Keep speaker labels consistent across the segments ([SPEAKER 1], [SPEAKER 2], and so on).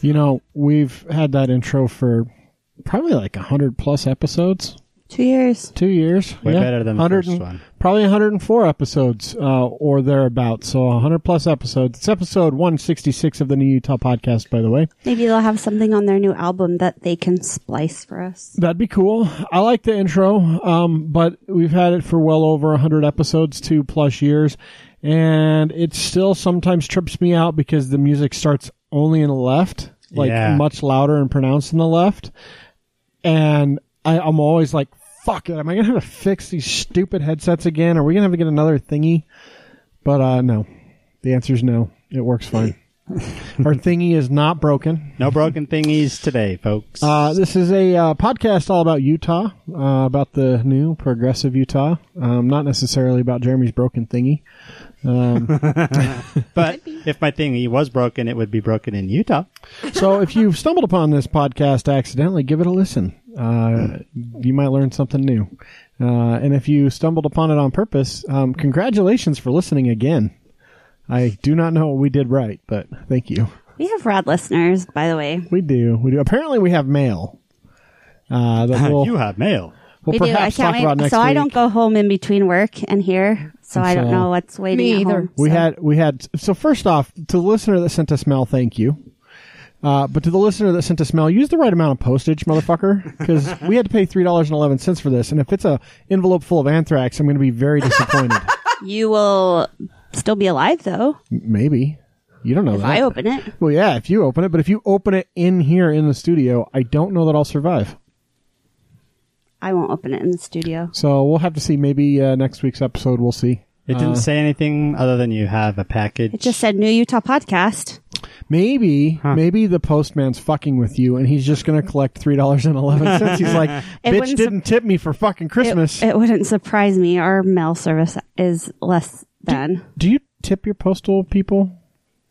[SPEAKER 1] You know, we've had that intro for probably like 100 plus episodes.
[SPEAKER 2] Two years.
[SPEAKER 1] Two years.
[SPEAKER 3] Way better than the
[SPEAKER 1] 100
[SPEAKER 3] first
[SPEAKER 1] and-
[SPEAKER 3] one.
[SPEAKER 1] Probably 104 episodes uh, or thereabouts. So 100 plus episodes. It's episode 166 of the New Utah podcast, by the way.
[SPEAKER 2] Maybe they'll have something on their new album that they can splice for us.
[SPEAKER 1] That'd be cool. I like the intro, um, but we've had it for well over 100 episodes, two plus years, and it still sometimes trips me out because the music starts only in the left, like
[SPEAKER 3] Yeah.
[SPEAKER 1] much louder and pronounced in the left. And I, I'm always like, fuck it, am I going to have to fix these stupid headsets again? Are we going to have to get another thingy? But uh, no, the answer is no. It works fine. Our thingy is not broken.
[SPEAKER 3] No broken thingies today, folks.
[SPEAKER 1] Uh, this is a uh, podcast all about Utah, uh, about the new progressive Utah. Um, not necessarily about Jeremy's broken thingy.
[SPEAKER 3] but if my thingy was broken, it would be broken in Utah.
[SPEAKER 1] So if you've stumbled upon this podcast accidentally, give it a listen. Uh, you might learn something new. Uh, and if you stumbled upon it on purpose, um, congratulations for listening again. I do not know what we did right, but thank you.
[SPEAKER 2] We have rad listeners, by the way.
[SPEAKER 1] We do. We do. Apparently, we have mail. Uh, that we'll,
[SPEAKER 3] you have mail.
[SPEAKER 1] we'll
[SPEAKER 2] we do. I
[SPEAKER 1] perhaps
[SPEAKER 2] can't
[SPEAKER 1] talk about
[SPEAKER 2] wait.
[SPEAKER 1] next
[SPEAKER 2] So
[SPEAKER 1] week.
[SPEAKER 2] I don't go home in between work and here, so I don't
[SPEAKER 1] So-
[SPEAKER 2] know what's waiting.
[SPEAKER 4] Me
[SPEAKER 2] at
[SPEAKER 4] either.
[SPEAKER 2] home.
[SPEAKER 1] We
[SPEAKER 2] So-
[SPEAKER 1] had we had so first off, to the listener that sent us mail, thank you. Uh, but to the listener that sent us mail, use the right amount of postage, motherfucker, because we had to pay three dollars and eleven cents for this. And if it's a envelope full of anthrax, I'm going to be very disappointed.
[SPEAKER 2] You will still be alive though
[SPEAKER 1] M- Maybe you don't know
[SPEAKER 2] if
[SPEAKER 1] that.
[SPEAKER 2] I open it.
[SPEAKER 1] well, yeah, if you open it, but if you open it in here in the studio, I don't know that I'll survive.
[SPEAKER 2] I won't open it in the studio.
[SPEAKER 1] So we'll have to see. Maybe uh, next week's episode, we'll see.
[SPEAKER 3] It didn't say anything other than you have a package.
[SPEAKER 2] It just said New Utah Podcast.
[SPEAKER 1] Maybe, maybe the postman's fucking with you, and he's just going to collect three dollars and eleven cents. He's like,
[SPEAKER 2] It
[SPEAKER 1] "Bitch
[SPEAKER 2] wouldn't
[SPEAKER 1] didn't tip me for fucking Christmas."
[SPEAKER 2] It, it wouldn't surprise me. Our mail service is less than.
[SPEAKER 1] Do you tip your postal people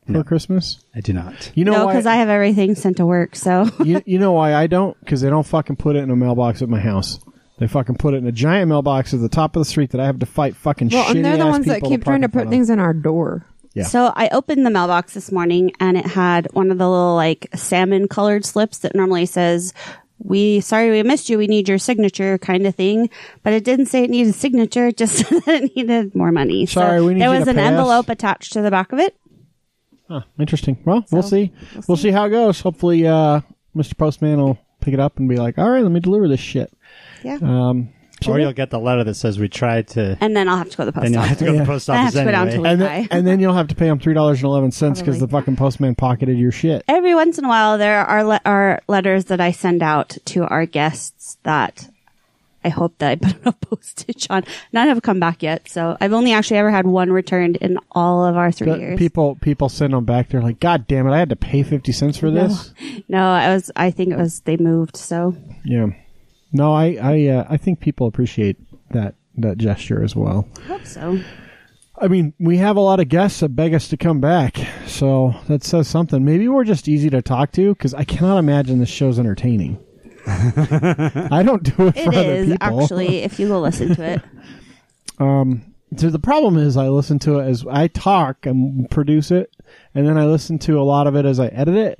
[SPEAKER 1] for Christmas?
[SPEAKER 3] I do not.
[SPEAKER 1] You know
[SPEAKER 2] no,
[SPEAKER 1] why?
[SPEAKER 2] because I have everything sent to work. So
[SPEAKER 1] you, you know why I don't? Because they don't fucking put it in a mailbox at my house. They fucking put it in a giant mailbox at the top of the street that I have to fight fucking
[SPEAKER 4] Well,
[SPEAKER 1] shitty
[SPEAKER 4] and they're the
[SPEAKER 1] ass
[SPEAKER 4] ones that
[SPEAKER 1] people
[SPEAKER 4] keep trying to
[SPEAKER 1] park in front
[SPEAKER 4] put things in our door.
[SPEAKER 1] Yeah.
[SPEAKER 2] So I opened the mailbox this morning and it had one of the little like salmon colored slips that normally says, we, sorry, we missed you. We need your signature kind of thing. But it didn't say it needed signature. It just said that it needed more money.
[SPEAKER 1] Sorry,
[SPEAKER 2] so
[SPEAKER 1] we need
[SPEAKER 2] There
[SPEAKER 1] you
[SPEAKER 2] was
[SPEAKER 1] to
[SPEAKER 2] an
[SPEAKER 1] pay us.
[SPEAKER 2] envelope attached to the back of it.
[SPEAKER 1] of. Huh, interesting. Well, we'll see. We'll see. how it goes. Hopefully, uh, Mr. Postman will pick it up and be like, "All right, let me deliver this shit."
[SPEAKER 2] Yeah.
[SPEAKER 1] Um,
[SPEAKER 3] Or you'll get the letter that says we tried to.
[SPEAKER 2] And then I'll have to go to the post
[SPEAKER 3] Then you'll have to
[SPEAKER 2] office.
[SPEAKER 3] go to the post
[SPEAKER 2] I have
[SPEAKER 3] office
[SPEAKER 2] to go down to
[SPEAKER 3] anyway.
[SPEAKER 2] Lee-
[SPEAKER 1] and
[SPEAKER 2] Hi.
[SPEAKER 1] then, and then you'll have to pay him three dollars and eleven cents because the fucking postman pocketed your shit.
[SPEAKER 2] Every once in a while, there are, le- are letters that I send out to our guests that I hope that I put enough postage on. None have come back yet. So I've only actually ever had one returned in all of our three
[SPEAKER 1] But
[SPEAKER 2] years.
[SPEAKER 1] people people send them back. They're like, God damn it! I had to pay fifty cents for this.
[SPEAKER 2] No, I was. I think it was they moved. So
[SPEAKER 1] Yeah. No, I I uh, I think people appreciate that that gesture as well.
[SPEAKER 2] I hope so.
[SPEAKER 1] I mean, we have a lot of guests that beg us to come back, so that says something. Maybe we're just easy to talk to because I cannot imagine this show's entertaining. I don't do it for
[SPEAKER 2] It
[SPEAKER 1] other
[SPEAKER 2] is
[SPEAKER 1] people.
[SPEAKER 2] actually. If you go listen to it,
[SPEAKER 1] So the problem is, I listen to it as I talk and produce it, and then I listen to a lot of it as I edit it.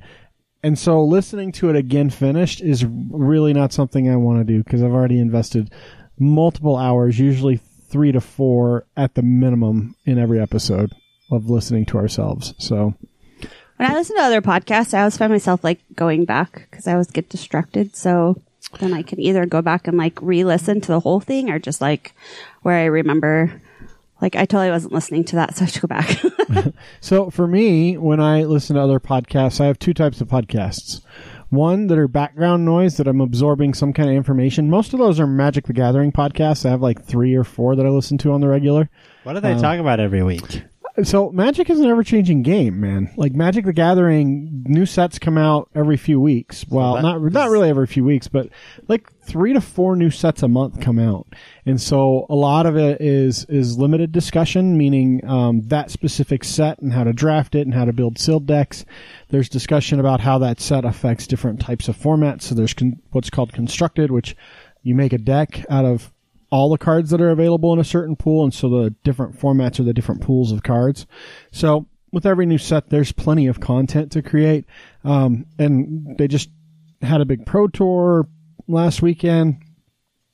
[SPEAKER 1] And so listening to it again finished is really not something I want to do because I've already invested multiple hours, usually three to four at the minimum in every episode of listening to ourselves. So
[SPEAKER 2] when I listen to other podcasts, I always find myself like going back because I always get distracted. So then I can either go back and like re-listen to the whole thing, or just like where I remember. Like I totally wasn't listening to that, so I should go back.
[SPEAKER 1] So for me, when I listen to other podcasts, I have two types of podcasts. One that are background noise that I'm absorbing some kind of information. Most of those are Magic the Gathering podcasts. I have like three or four that I listen to on the regular.
[SPEAKER 3] What do they talk about every week?
[SPEAKER 1] So Magic is an ever changing game, man. Like Magic the Gathering, new sets come out every few weeks. Well,
[SPEAKER 3] that-
[SPEAKER 1] not not really every few weeks, but like three to four new sets a month come out, and so a lot of it is is limited discussion, meaning um, that specific set and how to draft it and how to build sealed decks. There's discussion about how that set affects different types of formats. So there's con- what's called constructed, which you make a deck out of all the cards that are available in a certain pool, and so the different formats are the different pools of cards. So with every new set, there's plenty of content to create. Um, and they just had a big pro tour last weekend.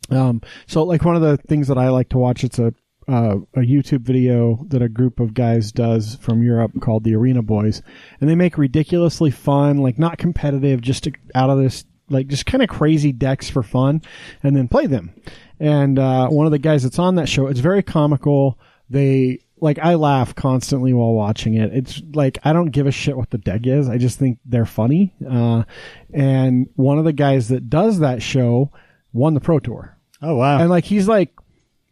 [SPEAKER 1] Um, so like one of the things that I like to watch, it's a, uh, a YouTube video that a group of guys does from Europe called the Arena Boys, and they make ridiculously fun, like not competitive, just to, out of this, like just kind of crazy decks for fun, and then play them. And uh, one of the guys that's on that show, it's very comical. They like I laugh constantly while watching it. It's like I don't give a shit what the deck is. I just think they're funny. Uh, and one of the guys that does that show won the Pro Tour.
[SPEAKER 3] Oh wow!
[SPEAKER 1] And like he's like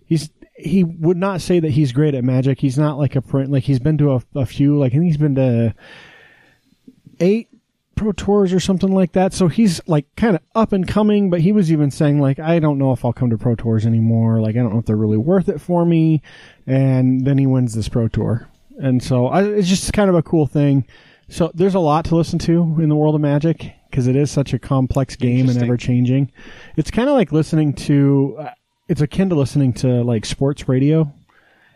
[SPEAKER 1] he's he would not say that he's great at magic. He's not like a print like he's been to a, a few like I think he's been to eight pro tours or something like that. So he's like kind of up and coming, but he was even saying like I don't know if I'll come to pro tours anymore. Like I don't know if they're really worth it for me. And then he wins this pro tour. And so I, it's just kind of a cool thing. So there's a lot to listen to in the world of magic because it is such a complex game and
[SPEAKER 3] Interesting.
[SPEAKER 1] ever changing. It's kind of like listening to uh, it's akin to listening to like sports radio.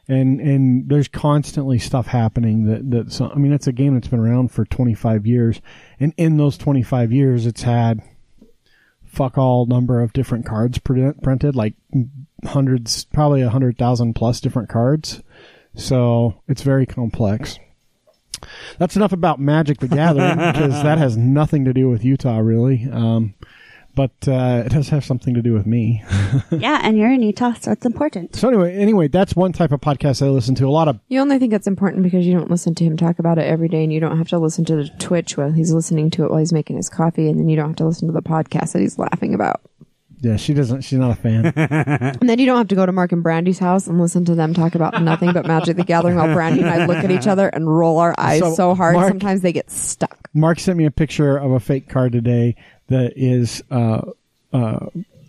[SPEAKER 1] And, and there's constantly stuff happening that, that so, I mean, it's a game that's been around for 25 years. And in those 25 years, it's had fuck all number of different cards print, printed, like hundreds, probably a hundred thousand plus different cards. So it's very complex. That's enough about Magic the Gathering because that has nothing to do with Utah, really. Um, but uh, it does have something to do with me.
[SPEAKER 2] yeah, and you're in Utah, so it's important.
[SPEAKER 1] So anyway, anyway, that's one type of podcast I listen to. A lot of
[SPEAKER 4] You only think it's important because you don't listen to him talk about it every day, and you don't have to listen to the Twitch while he's listening to it while he's making his coffee, and then you don't have to listen to the podcast that he's laughing about.
[SPEAKER 1] yeah, she doesn't. She's not a fan.
[SPEAKER 4] And then you don't have to go to Mark and Brandy's house and listen to them talk about nothing but Magic the Gathering while Brandy and I look at each other and roll our eyes
[SPEAKER 1] So,
[SPEAKER 4] so, hard.
[SPEAKER 1] Mark-
[SPEAKER 4] Sometimes they get stuck.
[SPEAKER 1] Mark sent me a picture of a fake card today that is uh, uh,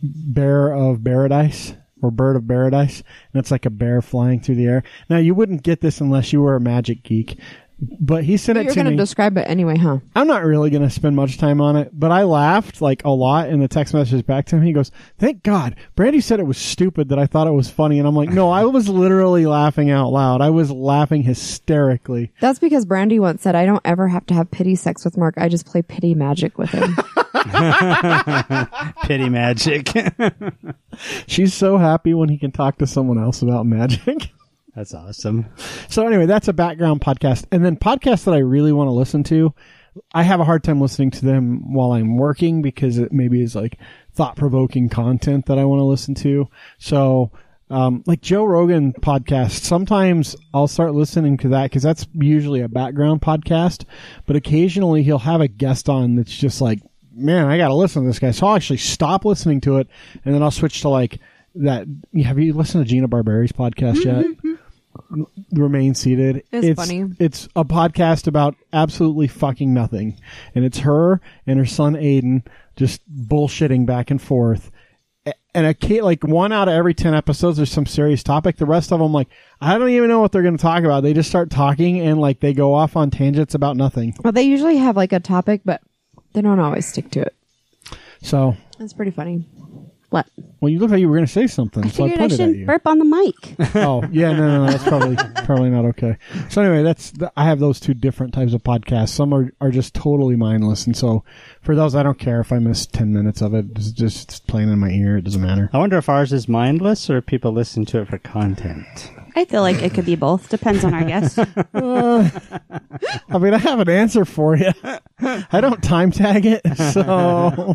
[SPEAKER 1] bear of paradise or bird of paradise, and it's like a bear flying through the air. Now you wouldn't get this unless you were a magic geek, but he sent it
[SPEAKER 4] You're
[SPEAKER 1] to
[SPEAKER 4] going to
[SPEAKER 1] me.
[SPEAKER 4] describe it anyway, huh?
[SPEAKER 1] I'm not really going to spend much time on it, but I laughed like a lot in the text message back to him. He goes, "Thank God, Brandy said it was stupid that I thought it was funny," and I'm like, "No, I was literally laughing out loud. I was laughing hysterically."
[SPEAKER 4] That's because Brandy once said, I don't ever have to have pity sex with Mark. I just play pity magic with him.
[SPEAKER 3] Pity magic.
[SPEAKER 1] She's so happy when he can talk to someone else about magic.
[SPEAKER 3] That's awesome.
[SPEAKER 1] So anyway, that's a background podcast. And then podcasts that I really want to listen to, I have a hard time listening to them while I'm working because it maybe is like thought provoking content that I want to listen to. So, um, like Joe Rogan podcast, sometimes I'll start listening to that because that's usually a background podcast, but occasionally he'll have a guest on that's just like, man, I got to listen to this guy. So I'll actually stop listening to it and then I'll switch to like that. Have you listened to Gina Barberi's podcast yet? Remain seated.
[SPEAKER 4] It's funny.
[SPEAKER 1] It's a podcast about absolutely fucking nothing, and it's her and her son Aiden just bullshitting back and forth. A- And a kid, like one out of every ten episodes, there's some serious topic. The rest of them, like I don't even know what they're going to talk about. They just start talking and like they go off on tangents about nothing.
[SPEAKER 4] well, they usually have like a topic, but they don't always stick to it.
[SPEAKER 1] So,
[SPEAKER 4] That's pretty funny.
[SPEAKER 2] What?
[SPEAKER 1] well, you looked like you were going to say something,
[SPEAKER 2] I
[SPEAKER 1] so I
[SPEAKER 2] figured I
[SPEAKER 1] pointed at you.
[SPEAKER 2] shouldn't burp on the mic.
[SPEAKER 1] oh yeah, no, no, no, that's probably probably not okay. So anyway, that's th- I have those two different types of podcasts. Some are are just totally mindless, and so for those, I don't care if I miss ten minutes of it. It's just it's playing in my ear. It doesn't matter.
[SPEAKER 3] I wonder if ours is mindless or if people listen to it for content.
[SPEAKER 2] I feel like it could be both. Depends on our guest.
[SPEAKER 1] I mean, I have an answer for you. I don't time tag it, so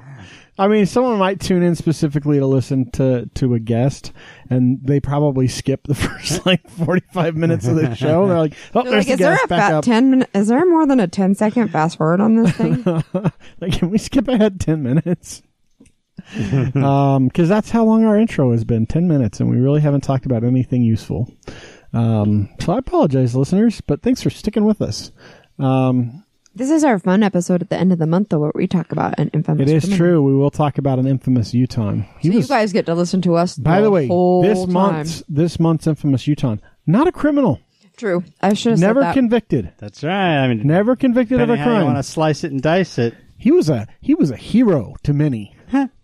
[SPEAKER 1] I mean, someone might tune in specifically to listen to to a guest, and they probably skip the first like forty five minutes of the show. They're like, oh,
[SPEAKER 4] They're
[SPEAKER 1] there's
[SPEAKER 4] like,
[SPEAKER 1] the
[SPEAKER 4] is there
[SPEAKER 1] guest
[SPEAKER 4] a
[SPEAKER 1] back
[SPEAKER 4] fat
[SPEAKER 1] up.
[SPEAKER 4] 10 minute, is there more than a 10 second fast forward on this thing?
[SPEAKER 1] like, can we skip ahead 10 minutes? um, cause that's how long our intro has been 10 minutes, and we really haven't talked about anything useful. Um, so I apologize, listeners, but thanks for sticking with us. Um,
[SPEAKER 4] this is our fun episode at the end of the month, though, where we talk about an infamous.
[SPEAKER 1] it is
[SPEAKER 4] criminal.
[SPEAKER 1] true. We will talk about an infamous Utah. He
[SPEAKER 4] So
[SPEAKER 1] was,
[SPEAKER 4] you guys get to listen to us.
[SPEAKER 1] by the way,
[SPEAKER 4] whole
[SPEAKER 1] this
[SPEAKER 4] time.
[SPEAKER 1] month's, this month's infamous Utah, not a criminal,
[SPEAKER 4] True. I should have
[SPEAKER 1] never
[SPEAKER 4] said that.
[SPEAKER 1] convicted,
[SPEAKER 3] That's right. I mean,
[SPEAKER 1] never convicted of a
[SPEAKER 3] depending how you want
[SPEAKER 1] crime.
[SPEAKER 3] to slice it and dice it.
[SPEAKER 1] He was a, he was a hero to many.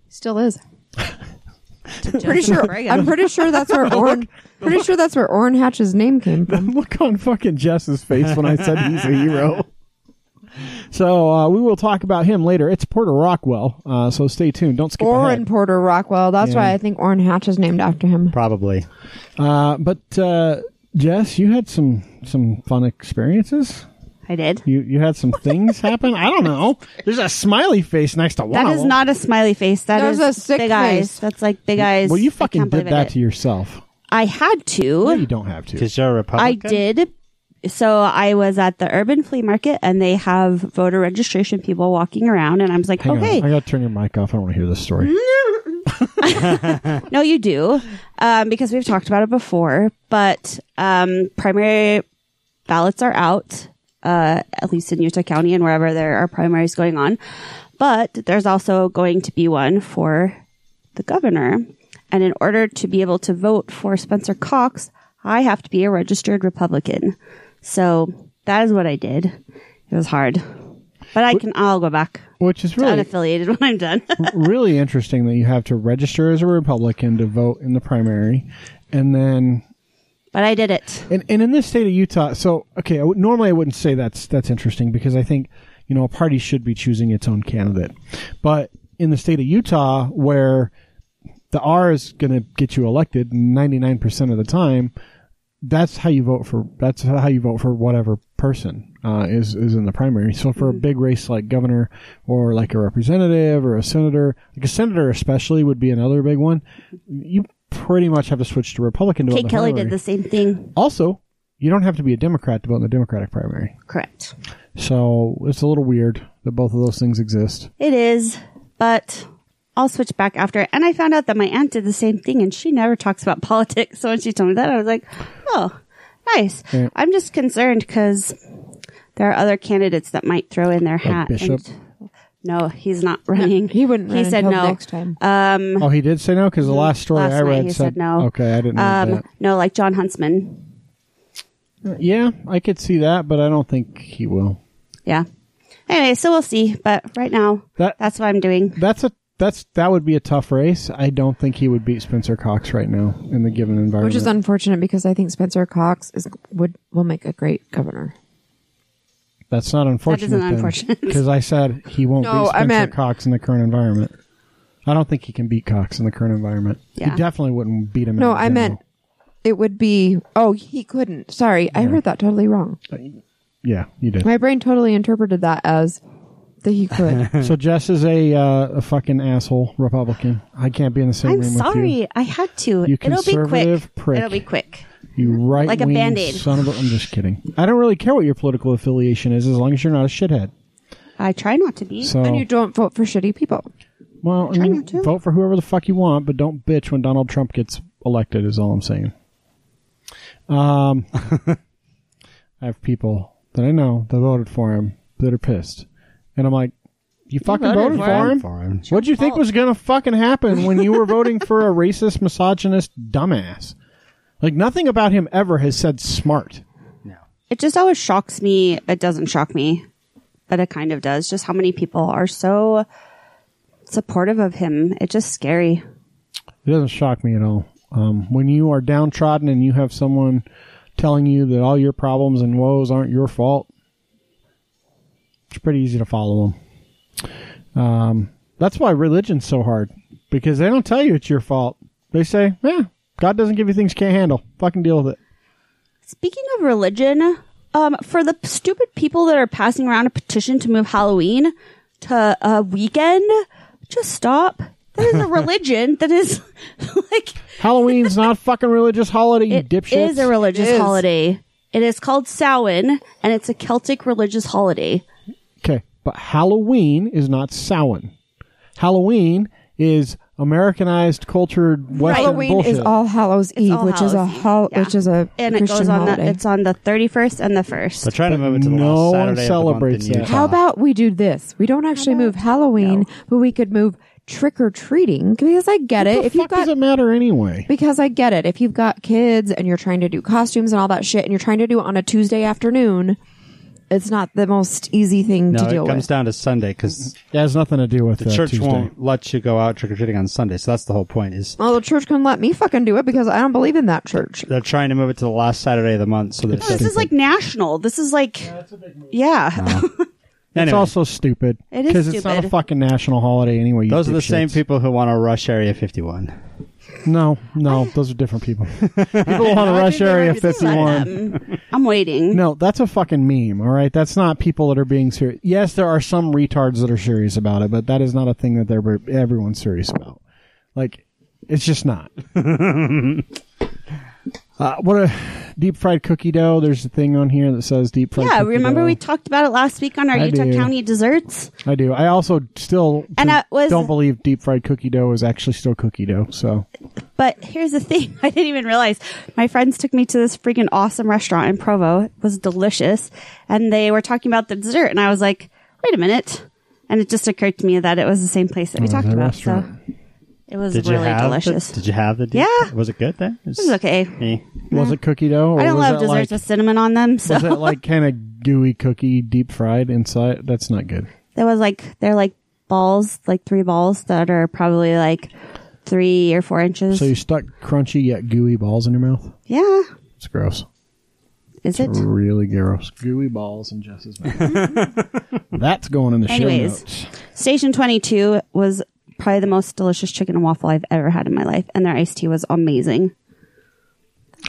[SPEAKER 4] Still is.
[SPEAKER 2] to
[SPEAKER 4] Pretty
[SPEAKER 2] Joseph
[SPEAKER 4] sure.
[SPEAKER 2] Reagan.
[SPEAKER 4] I'm pretty sure that's where Orrin. Pretty sure that's where Orrin Hatch's name came
[SPEAKER 1] The
[SPEAKER 4] from.
[SPEAKER 1] look on fucking Jess's face when I said he's a hero. So uh, we will talk about him later. It's Porter Rockwell, uh, so stay tuned. Don't skip
[SPEAKER 4] Orrin
[SPEAKER 1] ahead.
[SPEAKER 4] Porter Rockwell. That's why I think Orrin Hatch is named after him.
[SPEAKER 3] Probably.
[SPEAKER 1] Uh, but uh, Jess, you had some some fun experiences.
[SPEAKER 2] I did.
[SPEAKER 1] You you had some things happen. I don't know. There's a smiley face next to
[SPEAKER 2] That
[SPEAKER 1] Waddle.
[SPEAKER 2] is not a smiley face. That
[SPEAKER 4] That
[SPEAKER 2] is
[SPEAKER 4] was a sick
[SPEAKER 2] big
[SPEAKER 4] face.
[SPEAKER 2] eyes. That's like big eyes.
[SPEAKER 1] Well, you
[SPEAKER 2] I
[SPEAKER 1] fucking
[SPEAKER 2] can't
[SPEAKER 1] did
[SPEAKER 2] believe I
[SPEAKER 1] that to yourself.
[SPEAKER 2] I had to.
[SPEAKER 1] No, you don't have to.
[SPEAKER 3] Because you're a
[SPEAKER 2] I
[SPEAKER 3] Republican.
[SPEAKER 2] did. So I was at the urban flea market and they have voter registration people walking around and I was like,
[SPEAKER 1] Hang
[SPEAKER 2] okay, Hmm?
[SPEAKER 1] on. I gotta turn your mic off. I don't want to hear this story.
[SPEAKER 2] no, you do, um, because we've talked about it before. But um, primary ballots are out, uh, at least in Utah County and wherever there are primaries going on. But there's also going to be one for the governor. And in order to be able to vote for Spencer Cox, I have to be a registered Republican. So that is what I did. It was hard. But I can, I'll go back
[SPEAKER 1] Which is really
[SPEAKER 2] unaffiliated when I'm done.
[SPEAKER 1] really interesting that you have to register as a Republican to vote in the primary, and then
[SPEAKER 2] but I did it.
[SPEAKER 1] and, and in this state of Utah. So okay, I w- normally I wouldn't say that's that's interesting because I think you know a party should be choosing its own candidate, but in the state of Utah where the R is going to get you elected 99% of the time. That's how you vote for. That's how you vote for whatever person uh, is is in the primary. So
[SPEAKER 2] Mm-hmm.
[SPEAKER 1] for a big race like governor or like a representative or a senator, like a senator especially would be another big one. You pretty much have to switch to Republican. To vote in
[SPEAKER 2] Kate
[SPEAKER 1] the
[SPEAKER 2] Kelly
[SPEAKER 1] primary.
[SPEAKER 2] did the same thing.
[SPEAKER 1] Also, you don't have to be a Democrat to vote in the Democratic primary.
[SPEAKER 2] Correct.
[SPEAKER 1] So it's a little weird that both of those things exist.
[SPEAKER 2] It is, but I'll switch back after. And I found out that my aunt did the same thing and she never talks about politics. So when she told me that, I was like, oh, nice.
[SPEAKER 1] Yeah.
[SPEAKER 2] I'm just concerned because there are other candidates that might throw in their hat.
[SPEAKER 1] Bishop?
[SPEAKER 2] And no, he's not running.
[SPEAKER 4] He Uh, wouldn't.
[SPEAKER 2] He
[SPEAKER 4] run
[SPEAKER 2] said
[SPEAKER 4] until
[SPEAKER 2] no.
[SPEAKER 4] next time.
[SPEAKER 1] Oh, he did say no because the last story
[SPEAKER 2] Last
[SPEAKER 1] I read
[SPEAKER 2] night he said no.
[SPEAKER 1] Okay, I didn't read
[SPEAKER 2] Um, no, like John Huntsman.
[SPEAKER 1] that. Yeah, I could see that, but I don't think he will.
[SPEAKER 2] Yeah. Anyway, so we'll see. But right now,
[SPEAKER 1] That
[SPEAKER 2] that's what I'm doing.
[SPEAKER 1] that's a that's that would be a tough race. I don't think he would beat Spencer Cox right now in the given environment.
[SPEAKER 4] Which is unfortunate because I think Spencer Cox is would will make a great governor.
[SPEAKER 1] that's not unfortunate.
[SPEAKER 2] unfortunate.
[SPEAKER 1] because I said he won't
[SPEAKER 4] No,
[SPEAKER 1] beat
[SPEAKER 4] I
[SPEAKER 1] Spencer
[SPEAKER 4] meant-
[SPEAKER 1] Cox in the current environment. I don't think he can beat Cox in the current environment.
[SPEAKER 2] Yeah.
[SPEAKER 1] He definitely wouldn't beat him.
[SPEAKER 4] No,
[SPEAKER 1] in
[SPEAKER 4] I meant
[SPEAKER 1] general.
[SPEAKER 4] it would be. Oh, he couldn't. Sorry, I heard that totally wrong.
[SPEAKER 1] Yeah, you did.
[SPEAKER 4] My brain totally interpreted that as that he could.
[SPEAKER 2] Hmm.
[SPEAKER 1] So Jess is a uh, a fucking asshole Republican. I can't be in the same
[SPEAKER 2] I'm
[SPEAKER 1] room with you.
[SPEAKER 2] sorry. I had to.
[SPEAKER 1] You
[SPEAKER 2] It'll be
[SPEAKER 1] conservative
[SPEAKER 2] quick.
[SPEAKER 1] prick.
[SPEAKER 2] It'll be quick.
[SPEAKER 1] You right
[SPEAKER 2] Like a Band-Aid.
[SPEAKER 1] Son of a, I'm just kidding. I don't really care what your political affiliation is, as long as you're not a shithead.
[SPEAKER 2] I try not to be.
[SPEAKER 1] So
[SPEAKER 4] and you don't vote for shitty people.
[SPEAKER 1] well, I
[SPEAKER 2] try
[SPEAKER 1] mean,
[SPEAKER 2] not to.
[SPEAKER 1] vote for whoever the fuck you want, but don't bitch when Donald Trump gets elected. Is all I'm saying. Um, I have people that I know that voted for him that are pissed, and I'm like, you fucking voted,
[SPEAKER 2] voted for
[SPEAKER 1] for him.
[SPEAKER 3] For him.
[SPEAKER 1] What'd you think was gonna fucking happen when you were voting for a racist, misogynist dumbass? Like nothing about him ever has said smart.
[SPEAKER 2] It just always shocks me. It doesn't shock me, but it kind of does. Just how many people are so supportive of him. It's just scary.
[SPEAKER 1] It doesn't shock me at all. Um, when you are downtrodden and you have someone telling you that all your problems and woes aren't your fault, it's pretty easy to follow them. Um, that's why religion's so hard because they don't tell you it's your fault. They say, "Yeah, God doesn't give you things you can't handle. Fucking deal with it."
[SPEAKER 2] Speaking of religion, um, for the p- stupid people that are passing around a petition to move Halloween to a weekend, just stop. That is a religion. That is like
[SPEAKER 1] Halloween's not a fucking religious holiday, you
[SPEAKER 2] it
[SPEAKER 1] dipshits.
[SPEAKER 2] is a religious
[SPEAKER 4] It is.
[SPEAKER 2] holiday. It is called Samhain, and it's a Celtic religious holiday.
[SPEAKER 1] Okay, but Halloween is not Samhain. Halloween is Americanized, cultured Western
[SPEAKER 4] Halloween
[SPEAKER 1] bullshit.
[SPEAKER 4] is All Hallows Eve,
[SPEAKER 2] All
[SPEAKER 4] which is a
[SPEAKER 2] Hallows Eve,
[SPEAKER 4] hol-
[SPEAKER 2] yeah.
[SPEAKER 4] which is a
[SPEAKER 2] and it
[SPEAKER 4] Christian
[SPEAKER 2] goes on.
[SPEAKER 4] holiday.
[SPEAKER 2] The, it's on the thirty first and the first.
[SPEAKER 3] They're trying to move it to the
[SPEAKER 1] No
[SPEAKER 3] last
[SPEAKER 1] one
[SPEAKER 3] Saturday
[SPEAKER 1] celebrates
[SPEAKER 3] of the month
[SPEAKER 1] that.
[SPEAKER 3] in Utah.
[SPEAKER 4] How about we do this? We don't actually move Halloween, but we could move trick or treating because I get it.
[SPEAKER 1] the
[SPEAKER 4] If you've
[SPEAKER 1] fuck
[SPEAKER 4] got
[SPEAKER 1] does it matter anyway?
[SPEAKER 4] Because I get it. If you've got kids and you're trying to do costumes and all that shit and you're trying to do it on a Tuesday afternoon, it's not the most easy thing
[SPEAKER 3] No,
[SPEAKER 4] to deal
[SPEAKER 3] it comes
[SPEAKER 4] with.
[SPEAKER 3] down to Sunday because
[SPEAKER 1] That has nothing to do with
[SPEAKER 3] the
[SPEAKER 1] uh,
[SPEAKER 3] church
[SPEAKER 1] Tuesday.
[SPEAKER 3] won't let you go out trick or treating on Sunday. So that's the whole point. Is
[SPEAKER 4] well, the church couldn't let me fucking do it because I don't believe in that church.
[SPEAKER 3] they're trying to move it to the last Saturday of the month. So there's
[SPEAKER 2] No, this is like national. This is like, yeah.
[SPEAKER 1] It's
[SPEAKER 3] Anyway.
[SPEAKER 1] also stupid
[SPEAKER 2] It is
[SPEAKER 1] because it's not a
[SPEAKER 2] stupid.
[SPEAKER 1] fucking national holiday anyway. you
[SPEAKER 3] Those are the same
[SPEAKER 1] dipshits.
[SPEAKER 3] people who want to rush Area 51.
[SPEAKER 1] No, no, those are different people. people want to
[SPEAKER 2] I
[SPEAKER 1] rush
[SPEAKER 2] think they
[SPEAKER 1] Area
[SPEAKER 2] might be
[SPEAKER 1] Fifty
[SPEAKER 2] some of
[SPEAKER 1] One.
[SPEAKER 2] them. I'm waiting.
[SPEAKER 1] No, that's a fucking meme. All right, that's not people that are being serious. Yes, there are some retards that are serious about it, but that is not a thing that they're everyone's serious about. Like, it's just not. uh, what a deep fried cookie dough. There's a thing on here that says deep fried.
[SPEAKER 2] Yeah,
[SPEAKER 1] cookie
[SPEAKER 2] remember
[SPEAKER 1] dough.
[SPEAKER 2] we talked about it last week on our
[SPEAKER 1] I
[SPEAKER 2] Utah
[SPEAKER 1] do.
[SPEAKER 2] County desserts?
[SPEAKER 1] I do. I also still
[SPEAKER 2] And I was-
[SPEAKER 1] don't believe deep fried cookie dough is actually still cookie dough. So
[SPEAKER 2] But here's the thing I didn't even realize. My friends took me to this freaking awesome restaurant in Provo. It was delicious. And they were talking about the dessert. And I was like, wait a minute. And it just occurred to me that it was the same place that we
[SPEAKER 1] Oh,
[SPEAKER 2] talked
[SPEAKER 1] the
[SPEAKER 2] about.
[SPEAKER 1] restaurant.
[SPEAKER 2] So it was
[SPEAKER 3] Did you
[SPEAKER 2] really
[SPEAKER 3] have
[SPEAKER 2] delicious.
[SPEAKER 3] The, did you have the deep?
[SPEAKER 2] Yeah.
[SPEAKER 3] Was it good then? It
[SPEAKER 2] it was okay.
[SPEAKER 3] eh.
[SPEAKER 1] was it cookie dough? Or
[SPEAKER 2] I don't
[SPEAKER 1] was
[SPEAKER 2] love
[SPEAKER 1] it like-
[SPEAKER 2] desserts with cinnamon on them. So
[SPEAKER 1] Was it like kind of gooey cookie, deep fried inside? That's not good.
[SPEAKER 2] there was like, they're like balls, like three balls that are probably like three or four inches.
[SPEAKER 1] So you stuck crunchy yet gooey balls in your mouth?
[SPEAKER 2] yeah.
[SPEAKER 1] It's gross.
[SPEAKER 2] Is it?
[SPEAKER 1] Really gross. Gooey balls in Jess's mouth. That's going in the
[SPEAKER 2] Anyways.
[SPEAKER 1] show notes.
[SPEAKER 2] Station 22 was probably the most delicious chicken and waffle I've ever had in my life, and their iced tea was amazing.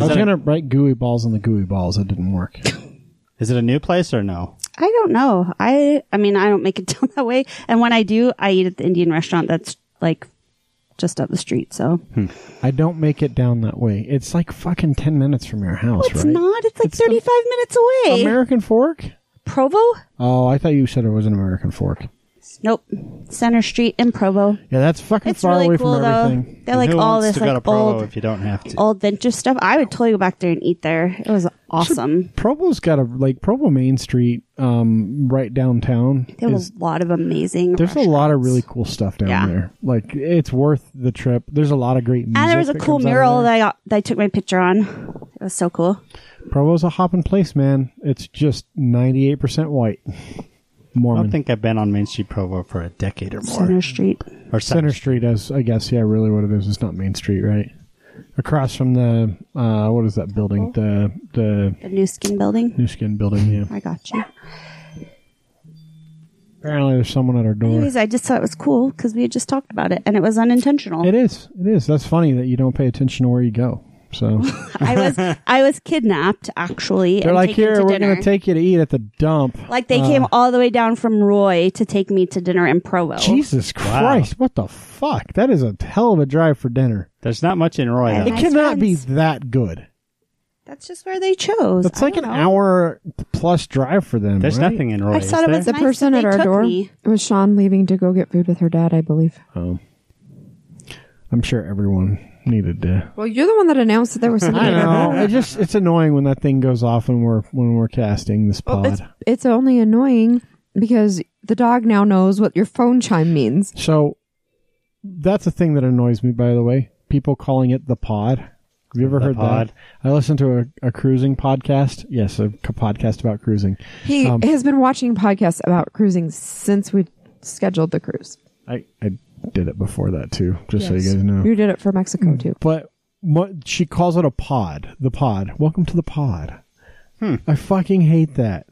[SPEAKER 1] I was
[SPEAKER 3] that a-
[SPEAKER 1] gonna write gooey balls on the gooey balls. It didn't work.
[SPEAKER 3] Is it a new place or no?
[SPEAKER 2] I don't know. I I mean, I don't make it down that way, and when I do, I eat at the Indian restaurant that's like just up the street. So
[SPEAKER 1] I don't make it down that way. It's like fucking ten minutes from your house,
[SPEAKER 2] it's
[SPEAKER 1] right?
[SPEAKER 2] not. It's like
[SPEAKER 1] the
[SPEAKER 2] 35 minutes away.
[SPEAKER 1] American fork.
[SPEAKER 2] Provo?
[SPEAKER 1] Oh, I thought you said it was an American fork.
[SPEAKER 2] Nope. Center Street in Provo.
[SPEAKER 1] Yeah, that's fucking
[SPEAKER 2] It's
[SPEAKER 1] far
[SPEAKER 2] really
[SPEAKER 1] away
[SPEAKER 2] cool
[SPEAKER 1] from
[SPEAKER 2] though.
[SPEAKER 1] everything.
[SPEAKER 2] They're
[SPEAKER 3] And
[SPEAKER 2] like
[SPEAKER 3] who
[SPEAKER 2] all
[SPEAKER 3] wants
[SPEAKER 2] this
[SPEAKER 3] to go to
[SPEAKER 2] like
[SPEAKER 3] Provo
[SPEAKER 2] old
[SPEAKER 3] if you don't have to.
[SPEAKER 2] old vintage stuff. I would totally go back there and eat there. It was awesome.
[SPEAKER 1] Provo's got a like Provo Main Street, um, right downtown.
[SPEAKER 2] There
[SPEAKER 1] is-
[SPEAKER 2] was a lot of amazing.
[SPEAKER 1] There's a lot of really cool stuff down
[SPEAKER 2] Yeah.
[SPEAKER 1] there. Like it's worth the trip. There's a lot of great music.
[SPEAKER 2] And there was a
[SPEAKER 1] that
[SPEAKER 2] cool
[SPEAKER 1] comes out of
[SPEAKER 2] mural
[SPEAKER 1] there.
[SPEAKER 2] that I, got, that I took my picture on. It was so cool.
[SPEAKER 1] Provo's a hopping place, man. It's just 98% white.
[SPEAKER 3] I
[SPEAKER 1] Mormon.
[SPEAKER 3] don't think I've been on Main Street Provo for a decade or more.
[SPEAKER 2] Center Street.
[SPEAKER 3] Or
[SPEAKER 1] Center
[SPEAKER 3] Center.
[SPEAKER 1] Street is, I guess, yeah, really what it is. It's not Main Street, right? Across from the uh, what is that building? The the
[SPEAKER 2] The new skin building.
[SPEAKER 1] New Skin building. Yeah.
[SPEAKER 2] I got you.
[SPEAKER 1] Apparently, there's someone at our door.
[SPEAKER 2] Anyways, I just thought it was cool because we had just talked about it and it was unintentional.
[SPEAKER 1] It is. It is. That's funny that you don't pay attention to where you go. So
[SPEAKER 2] I was I was kidnapped actually.
[SPEAKER 1] they're
[SPEAKER 2] and
[SPEAKER 1] like,
[SPEAKER 2] taken
[SPEAKER 1] here,
[SPEAKER 2] to
[SPEAKER 1] we're
[SPEAKER 2] dinner. Oh,
[SPEAKER 1] going to take Uh. you to eat at the dump.
[SPEAKER 2] Like they came all the way down from Roy to take me to dinner in Provo.
[SPEAKER 1] Jesus Christ. What the fuck? That is a hell of a drive for dinner.
[SPEAKER 3] There's not much in Roy.
[SPEAKER 2] I
[SPEAKER 3] though.
[SPEAKER 1] It
[SPEAKER 2] Nice
[SPEAKER 1] cannot
[SPEAKER 2] friends.
[SPEAKER 1] be that good.
[SPEAKER 2] That's just where they chose.
[SPEAKER 1] It's
[SPEAKER 2] I
[SPEAKER 1] like an
[SPEAKER 2] don't know.
[SPEAKER 1] hour plus drive for them.
[SPEAKER 3] There's
[SPEAKER 1] right?
[SPEAKER 3] nothing in Roy.
[SPEAKER 2] I
[SPEAKER 3] is
[SPEAKER 2] thought it
[SPEAKER 3] there?
[SPEAKER 2] was
[SPEAKER 4] The
[SPEAKER 2] nice
[SPEAKER 4] person
[SPEAKER 2] that
[SPEAKER 4] at
[SPEAKER 2] they
[SPEAKER 4] our
[SPEAKER 2] took
[SPEAKER 4] door
[SPEAKER 2] me.
[SPEAKER 4] was Sean leaving to go get food with her dad, I believe.
[SPEAKER 1] Oh. I'm sure everyone needed to.
[SPEAKER 4] Well, you're the one that announced that there was somebody.
[SPEAKER 1] I know. It just it's annoying when that thing goes off when we're when we're casting this pod.
[SPEAKER 4] it's, it's only annoying because the dog now knows what your phone chime means.
[SPEAKER 1] so that's a thing that annoys me. By the way, people calling it the pod. Have you ever
[SPEAKER 3] The
[SPEAKER 1] heard
[SPEAKER 3] pod.
[SPEAKER 1] that? I listened to a, a cruising podcast. Yes, a c- podcast about cruising.
[SPEAKER 4] He
[SPEAKER 1] Um,
[SPEAKER 4] has been watching podcasts about cruising since we scheduled the cruise.
[SPEAKER 1] I I did it before that too, just so you
[SPEAKER 4] Yes.
[SPEAKER 1] guys know.
[SPEAKER 4] You did it for
[SPEAKER 1] Mm.
[SPEAKER 4] Mexico too.
[SPEAKER 1] but what she calls it a pod. The pod. Welcome to the pod.
[SPEAKER 3] Hmm.
[SPEAKER 1] I fucking hate that.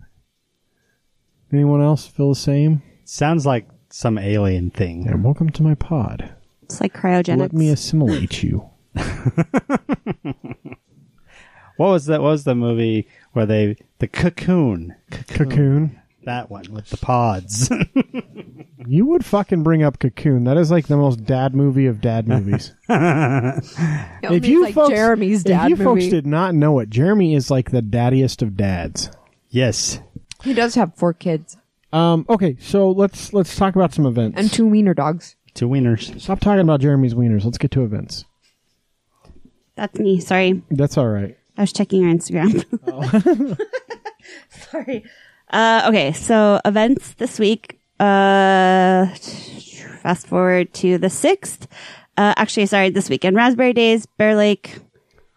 [SPEAKER 1] Anyone else feel the same?
[SPEAKER 3] Sounds like some alien thing.
[SPEAKER 1] And welcome to my pod.
[SPEAKER 2] It's like cryogenics.
[SPEAKER 1] Let me assimilate you.
[SPEAKER 3] What was that? What was the movie where they the cocoon?
[SPEAKER 1] Cocoon.
[SPEAKER 3] That one with the pods.
[SPEAKER 1] You would fucking bring up Cocoon. That is like the most dad movie of dad movies. if you folks,
[SPEAKER 4] Jeremy's
[SPEAKER 1] if
[SPEAKER 4] dad
[SPEAKER 1] you folks did not know it, Jeremy is like the daddiest of dads.
[SPEAKER 3] yes.
[SPEAKER 4] he does have four kids
[SPEAKER 1] Um, okay, so let's let's talk about some events.
[SPEAKER 4] and two wiener dogs.
[SPEAKER 3] Two wieners.
[SPEAKER 1] Stop talking about Jeremy's wieners. Let's get to events.
[SPEAKER 2] That's me. Sorry.
[SPEAKER 1] That's all right.
[SPEAKER 2] I was checking your Instagram. Oh. Sorry. Uh, okay, so events this week. Uh, fast forward to the sixth. Uh, actually, sorry, this weekend, Raspberry Days, Bear Lake.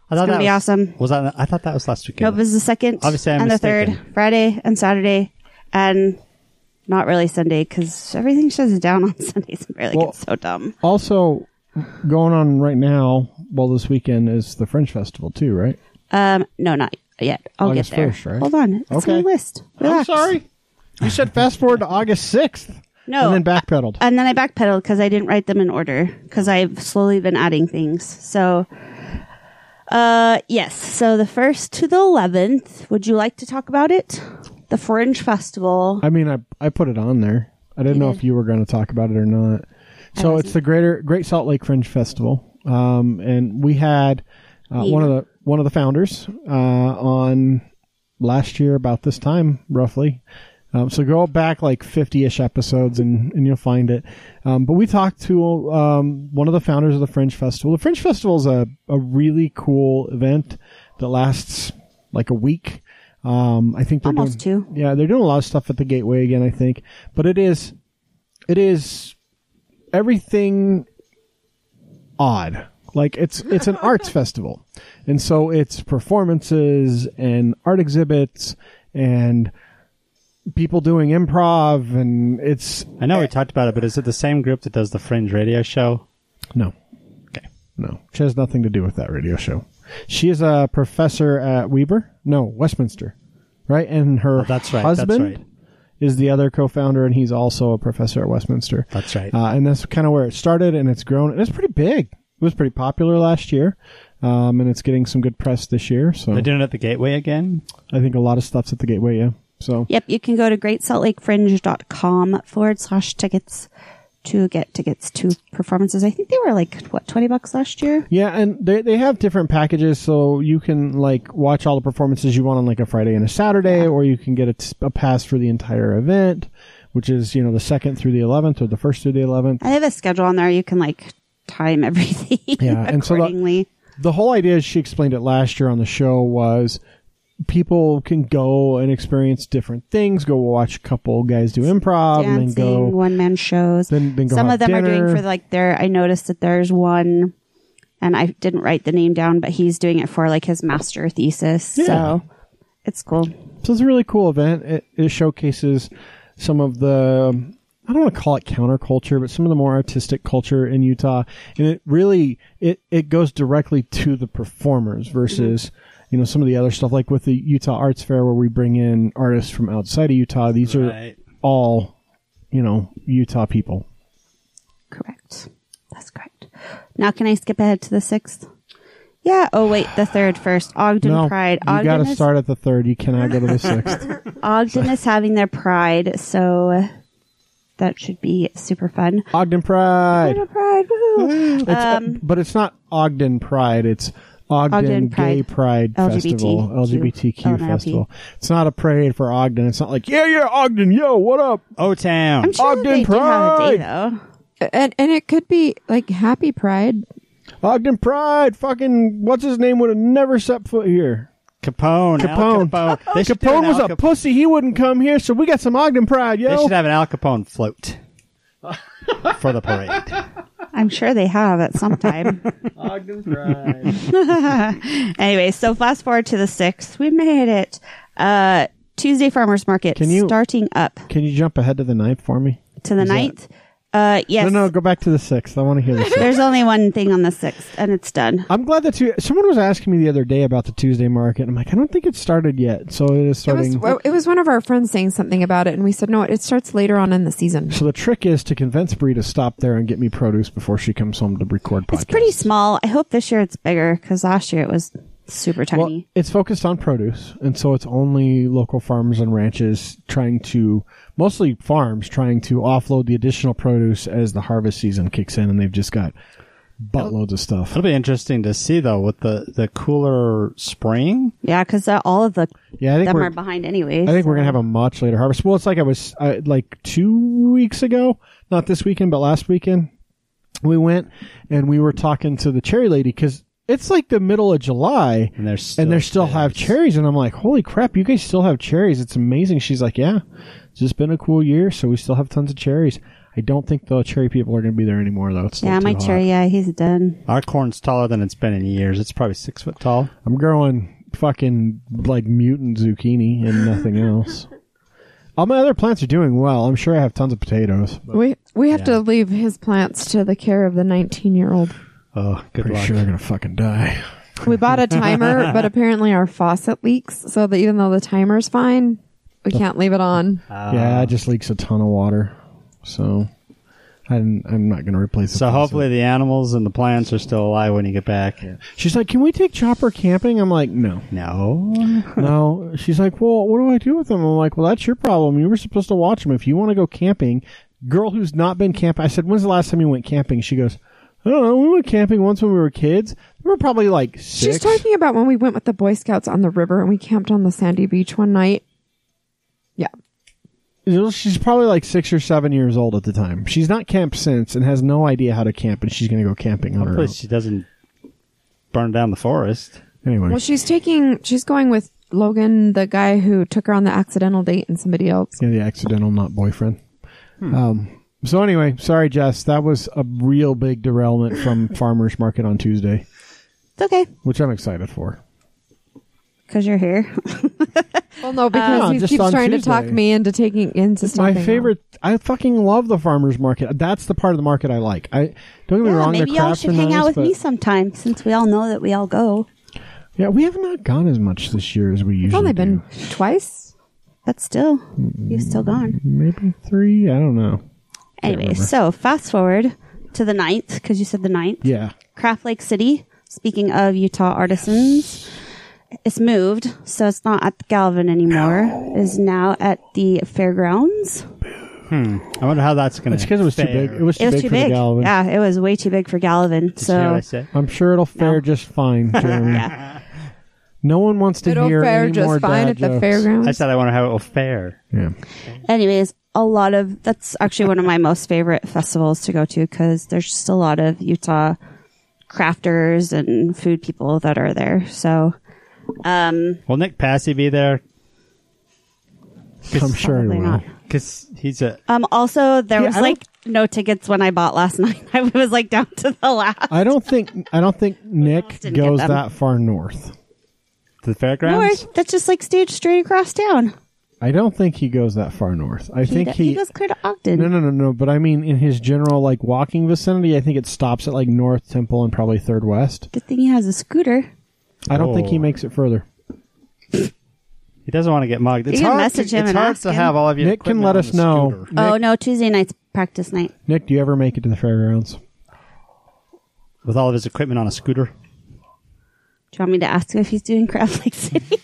[SPEAKER 3] I thought
[SPEAKER 2] gonna
[SPEAKER 3] that
[SPEAKER 2] be
[SPEAKER 3] was,
[SPEAKER 2] awesome.
[SPEAKER 3] Was that? I thought that was last weekend.
[SPEAKER 2] Nope, is the second
[SPEAKER 3] Obviously, I'm
[SPEAKER 2] and the
[SPEAKER 3] mistaken.
[SPEAKER 2] third Friday and Saturday. and not really Sunday because everything shuts down on Sundays. I really
[SPEAKER 1] Well-
[SPEAKER 2] gets so dumb.
[SPEAKER 1] Also, going on right now, well, this weekend is the French Festival too, right?
[SPEAKER 2] Um, no, not yet. I'll
[SPEAKER 1] August
[SPEAKER 2] get there.
[SPEAKER 1] 1st, right?
[SPEAKER 2] Hold on, it's
[SPEAKER 1] Okay.
[SPEAKER 2] my list.
[SPEAKER 1] I'm
[SPEAKER 2] Relax.
[SPEAKER 1] sorry. You said fast forward to August 6th.
[SPEAKER 2] No,
[SPEAKER 4] Oh.
[SPEAKER 1] And then backpedaled.
[SPEAKER 2] and then I backpedaled because I didn't write them in order because I've slowly been adding things. So, uh, yes. So the first to the eleventh. Would you like to talk about it? The Fringe Festival.
[SPEAKER 1] I mean, I I put it on there. I didn't know if you were going to talk about it or not. So it's the Greater Great Salt Lake Fringe Festival, um, and we had uh, one of the one of the founders uh, on last year about this time roughly. Um, so go back like fifty-ish episodes, and and you'll find it. Um, but we talked to um, one of the founders of the Fringe Festival. The Fringe Festival is a a really cool event that lasts like a week. Um, I think they're
[SPEAKER 2] Almost
[SPEAKER 1] doing,
[SPEAKER 2] two.
[SPEAKER 1] Yeah, they're doing a lot of stuff at the Gateway again. I think, but it is it is everything odd. Like it's it's an arts festival, and so it's performances and art exhibits and people doing improv, and it's
[SPEAKER 3] I know we talked about it, but is it the same group that does the Fringe radio show?
[SPEAKER 1] no, okay, no. She has nothing to do with that radio show. She is a professor at Weber, no Westminster, right? And her
[SPEAKER 3] Oh, that's right, that's
[SPEAKER 1] husband
[SPEAKER 3] right.
[SPEAKER 1] is the other co-founder, and he's also a professor at Westminster.
[SPEAKER 3] That's right.
[SPEAKER 1] Uh, and that's kind of where it started, and it's grown. And it's pretty big. It was pretty popular last year, um, and it's getting some good press this year. So
[SPEAKER 3] They're doing it at the Gateway again.
[SPEAKER 1] I think a lot of stuff's at the gateway. Yeah. So
[SPEAKER 2] Yep, you can go to greatsaltlakefringe.com forward slash tickets to get tickets to performances. I think they were like, what, 20 bucks last year?
[SPEAKER 1] yeah, and they they have different packages, so you can like watch all the performances you want on like a Friday and a Saturday, or you can get a, t- a pass for the entire event, which is you know the second through the eleventh or the first through the eleventh.
[SPEAKER 2] I have a schedule on there. You can like time everything
[SPEAKER 1] Yeah, and so the-
[SPEAKER 2] accordingly.
[SPEAKER 1] the whole idea as she explained it last year on the show was people can go and experience different things go watch a couple guys do improv and then
[SPEAKER 2] Dancing,
[SPEAKER 1] go
[SPEAKER 2] one man shows.
[SPEAKER 1] then- then go
[SPEAKER 2] Some
[SPEAKER 1] have
[SPEAKER 2] of them are doing
[SPEAKER 1] dinner.
[SPEAKER 2] for like their, I noticed that there's one, and I didn't write the name down, but he's doing it for like his master thesis.
[SPEAKER 1] Yeah.
[SPEAKER 2] So it's cool.
[SPEAKER 1] so it's a really cool event it, it showcases some of the i don't want to call it counterculture but some of the more artistic culture in utah and it really it, it goes directly to the performers
[SPEAKER 2] Mm-hmm.
[SPEAKER 1] versus you know some of the other stuff like with the utah arts fair where we bring in artists from outside of utah these are
[SPEAKER 3] Right.
[SPEAKER 1] all you know utah people
[SPEAKER 2] Correct. That's correct. Now, can I skip ahead to the sixth? Yeah. Oh, wait. The third first. Ogden Pride.
[SPEAKER 1] You
[SPEAKER 2] Ogden,
[SPEAKER 1] gotta
[SPEAKER 2] is,
[SPEAKER 1] start at the third. You cannot go to the sixth.
[SPEAKER 2] Ogden is having their Pride, so that should be super fun.
[SPEAKER 1] Ogden Pride.
[SPEAKER 2] Ogden Pride. Woohoo.
[SPEAKER 1] It's, but it's not Ogden Pride. It's Ogden,
[SPEAKER 2] Um, Ogden
[SPEAKER 1] Gay Pride
[SPEAKER 2] LGBTQ.
[SPEAKER 1] Festival, LGBTQ
[SPEAKER 2] Oh, no,
[SPEAKER 1] Festival. It's not a parade for Ogden. It's not like yeah, yeah, Ogden, yo, what up?
[SPEAKER 3] O Town.
[SPEAKER 2] I'm sure
[SPEAKER 1] Ogden
[SPEAKER 2] they do have a day,
[SPEAKER 1] Pride.
[SPEAKER 2] though.
[SPEAKER 4] And and it could be like Happy Pride.
[SPEAKER 1] Ogden Pride. Fucking what's his name would have never set foot here.
[SPEAKER 3] Capone. Al
[SPEAKER 1] Capone.
[SPEAKER 3] Capone. They should do an
[SPEAKER 1] Capone was
[SPEAKER 3] Al
[SPEAKER 1] a
[SPEAKER 3] Cap-
[SPEAKER 1] pussy. He wouldn't come here, so we got some Ogden Pride,
[SPEAKER 3] They
[SPEAKER 1] yo.
[SPEAKER 3] should have an Al Capone float for the parade.
[SPEAKER 2] I'm sure they have at some time.
[SPEAKER 1] Ogden Pride.
[SPEAKER 2] anyway, so fast forward to the sixth. We made it. Uh, Tuesday Farmers Market
[SPEAKER 1] Can you-
[SPEAKER 2] starting up
[SPEAKER 1] Can you jump ahead to the ninth for me?
[SPEAKER 2] to the ninth. Uh, yes.
[SPEAKER 1] No, no, go back to the sixth. I want to hear the sixth.
[SPEAKER 2] There's only one thing on the sixth, and it's done.
[SPEAKER 1] I'm glad that you. Someone was asking me the other day about the Tuesday market. I'm like, I don't think it started yet, so it is
[SPEAKER 4] It was
[SPEAKER 1] starting.
[SPEAKER 4] well, it was one of our friends saying something about it, and we said no, it starts later on in the season.
[SPEAKER 1] so the trick is to convince Bree to stop there and get me produce before she comes home to record podcast.
[SPEAKER 2] It's pretty small. I hope this year it's bigger because last year it was super tiny.
[SPEAKER 1] Well, it's focused on produce, and so it's only local farms and ranches trying to, mostly farms trying to offload the additional produce as the harvest season kicks in, and they've just got
[SPEAKER 2] Oh.
[SPEAKER 1] buttloads of stuff.
[SPEAKER 3] It'll be interesting to see though with the the cooler spring.
[SPEAKER 2] yeah, because uh, all of the
[SPEAKER 1] Yeah, I think
[SPEAKER 2] them
[SPEAKER 1] we're
[SPEAKER 2] are behind anyways.
[SPEAKER 1] I think we're gonna have a much later harvest. Well, it's like I was uh, like two weeks ago, not this weekend, but last weekend. We went and we were talking to the cherry lady because it's like the middle of July,
[SPEAKER 3] And they're still
[SPEAKER 1] and they still have cherries. And I'm like, holy crap, you guys still have cherries? It's amazing. She's like, yeah, it's just been a cool year, so we still have tons of cherries. I don't think the cherry people are gonna be there anymore though. It's still
[SPEAKER 2] yeah,
[SPEAKER 1] too
[SPEAKER 2] my
[SPEAKER 1] hot.
[SPEAKER 2] cherry, yeah, he's done.
[SPEAKER 3] Our corn's taller than it's been in years. It's probably six foot tall.
[SPEAKER 1] I'm growing fucking like mutant zucchini and nothing else. All my other plants are doing well. I'm sure I have tons of potatoes. But
[SPEAKER 4] We we have
[SPEAKER 3] Yeah.
[SPEAKER 4] to leave his plants to the care of the 19 year old.
[SPEAKER 3] Oh, good
[SPEAKER 1] pretty
[SPEAKER 3] luck.
[SPEAKER 1] sure they're gonna fucking die.
[SPEAKER 4] We bought a timer, but apparently our faucet leaks, so that even though the timer's fine, we can't leave it on.
[SPEAKER 3] Ah.
[SPEAKER 1] yeah, it just leaks a ton of water. So I didn't, I'm not gonna replace it.
[SPEAKER 3] So hopefully the animals and the plants are still alive when you get back.
[SPEAKER 1] she's like, "Can we take Chopper camping?" I'm like, "No,
[SPEAKER 3] No.
[SPEAKER 1] no." She's like, "Well, what do I do with them?" I'm like, "Well, that's your problem. You were supposed to watch them. If you want to go camping, girl who's not been camping." I said, "When's the last time you went camping?" She goes, "I don't know. We went camping once when we were kids. We were probably like
[SPEAKER 4] She's
[SPEAKER 1] six.
[SPEAKER 4] talking about when we went with the Boy Scouts on the river and we camped on the sandy beach one night. Yeah.
[SPEAKER 1] You know, She's probably like six or seven years old at the time. She's not camped since and has no idea how to camp, and she's going to go camping on her
[SPEAKER 3] Hopefully
[SPEAKER 1] own.
[SPEAKER 3] she doesn't burn down the forest.
[SPEAKER 1] Anyway,
[SPEAKER 4] Well, she's taking, she's going with Logan, the guy who took her on the accidental date, and somebody else.
[SPEAKER 1] yeah, the accidental not boyfriend.
[SPEAKER 4] Hmm.
[SPEAKER 1] Um, so anyway, sorry, Jess. That was a real big derailment from Farmers Market on Tuesday,
[SPEAKER 2] It's okay
[SPEAKER 1] which I'm excited for.
[SPEAKER 2] because you're here.
[SPEAKER 4] Well, no, because
[SPEAKER 1] Uh,
[SPEAKER 4] he
[SPEAKER 1] just
[SPEAKER 4] keeps
[SPEAKER 1] on
[SPEAKER 4] trying to
[SPEAKER 1] Tuesday.
[SPEAKER 4] talk me into taking into
[SPEAKER 1] My
[SPEAKER 4] stopping.
[SPEAKER 1] favorite. I fucking love the Farmers Market. That's the part of the market I like. I don't get me wrong.
[SPEAKER 2] maybe
[SPEAKER 1] their
[SPEAKER 2] y'all
[SPEAKER 1] crafts
[SPEAKER 2] should
[SPEAKER 1] are
[SPEAKER 2] hang
[SPEAKER 1] nice,
[SPEAKER 2] out with
[SPEAKER 1] but-
[SPEAKER 2] me sometime since we all know that we all go.
[SPEAKER 1] Yeah, we have not gone as much this year as we usually.
[SPEAKER 4] I've only
[SPEAKER 1] do.
[SPEAKER 4] been twice.
[SPEAKER 2] But still, you've still gone.
[SPEAKER 1] maybe three. I don't know.
[SPEAKER 2] Anyway,
[SPEAKER 1] Mm-hmm. remember.
[SPEAKER 2] so fast forward to the 9th, because you said the 9th.
[SPEAKER 1] Yeah,
[SPEAKER 2] Craft Lake City, speaking of Utah artisans, it's moved, so it's not at the Galvin anymore. Is now at the fairgrounds.
[SPEAKER 3] I wonder how that's going to.
[SPEAKER 1] it's because it was too big. It was too
[SPEAKER 2] It was
[SPEAKER 1] big
[SPEAKER 2] too
[SPEAKER 1] for
[SPEAKER 2] big.
[SPEAKER 1] the Galvin.
[SPEAKER 2] Yeah, it was way too big for Galvin.
[SPEAKER 3] You know what
[SPEAKER 2] So
[SPEAKER 3] I said?
[SPEAKER 1] I'm sure it'll fare
[SPEAKER 2] No.
[SPEAKER 1] just fine, Jeremy.
[SPEAKER 2] Yeah.
[SPEAKER 1] No one wants to
[SPEAKER 4] It'll
[SPEAKER 1] hear
[SPEAKER 4] fare
[SPEAKER 1] any more
[SPEAKER 4] just fine
[SPEAKER 1] dad
[SPEAKER 4] at the
[SPEAKER 1] jokes.
[SPEAKER 4] fairgrounds.
[SPEAKER 3] I said I wonder how it will fare.
[SPEAKER 1] Yeah.
[SPEAKER 2] anyways, a lot of that's actually one of my most favorite festivals to go to because there's just a lot of Utah crafters and food people that are there. So um,
[SPEAKER 3] Will Nick Passy be there?
[SPEAKER 1] I'm sure it
[SPEAKER 2] probably
[SPEAKER 1] will.
[SPEAKER 2] not.
[SPEAKER 3] Because he's a.
[SPEAKER 2] Um, also, there
[SPEAKER 1] Yeah,
[SPEAKER 2] was
[SPEAKER 1] I don't-
[SPEAKER 2] like no tickets when I bought last night. I was like down to the last.
[SPEAKER 1] I don't think I don't think Nick
[SPEAKER 2] didn't get
[SPEAKER 1] goes
[SPEAKER 2] them.
[SPEAKER 1] that far north.
[SPEAKER 3] The fairgrounds?
[SPEAKER 2] North. That's just like staged straight across town.
[SPEAKER 1] I don't think he goes that far north. I
[SPEAKER 2] He,
[SPEAKER 1] think
[SPEAKER 2] do-
[SPEAKER 1] he,
[SPEAKER 2] he, goes clear to Ogden.
[SPEAKER 1] No, no, no, no. But I mean, in his general like walking vicinity, I think it stops at like North Temple and probably Third West.
[SPEAKER 2] Good thing he has a scooter.
[SPEAKER 1] I don't think he
[SPEAKER 3] Oh.
[SPEAKER 1] makes it further.
[SPEAKER 3] He doesn't want to get mugged. It's
[SPEAKER 2] can
[SPEAKER 3] hard,
[SPEAKER 2] message
[SPEAKER 3] to,
[SPEAKER 2] him
[SPEAKER 3] it's
[SPEAKER 2] and
[SPEAKER 3] hard
[SPEAKER 2] ask
[SPEAKER 3] to
[SPEAKER 2] him.
[SPEAKER 3] have all of your
[SPEAKER 1] Nick can
[SPEAKER 3] equipment
[SPEAKER 1] let
[SPEAKER 3] on
[SPEAKER 1] us
[SPEAKER 3] the
[SPEAKER 1] know.
[SPEAKER 3] scooter.
[SPEAKER 2] Oh no, Tuesday night's practice night.
[SPEAKER 1] Nick, do you ever make it to the fairgrounds?
[SPEAKER 3] With all of his equipment on a scooter.
[SPEAKER 2] Do you want me to ask him if he's doing Craft Lake City?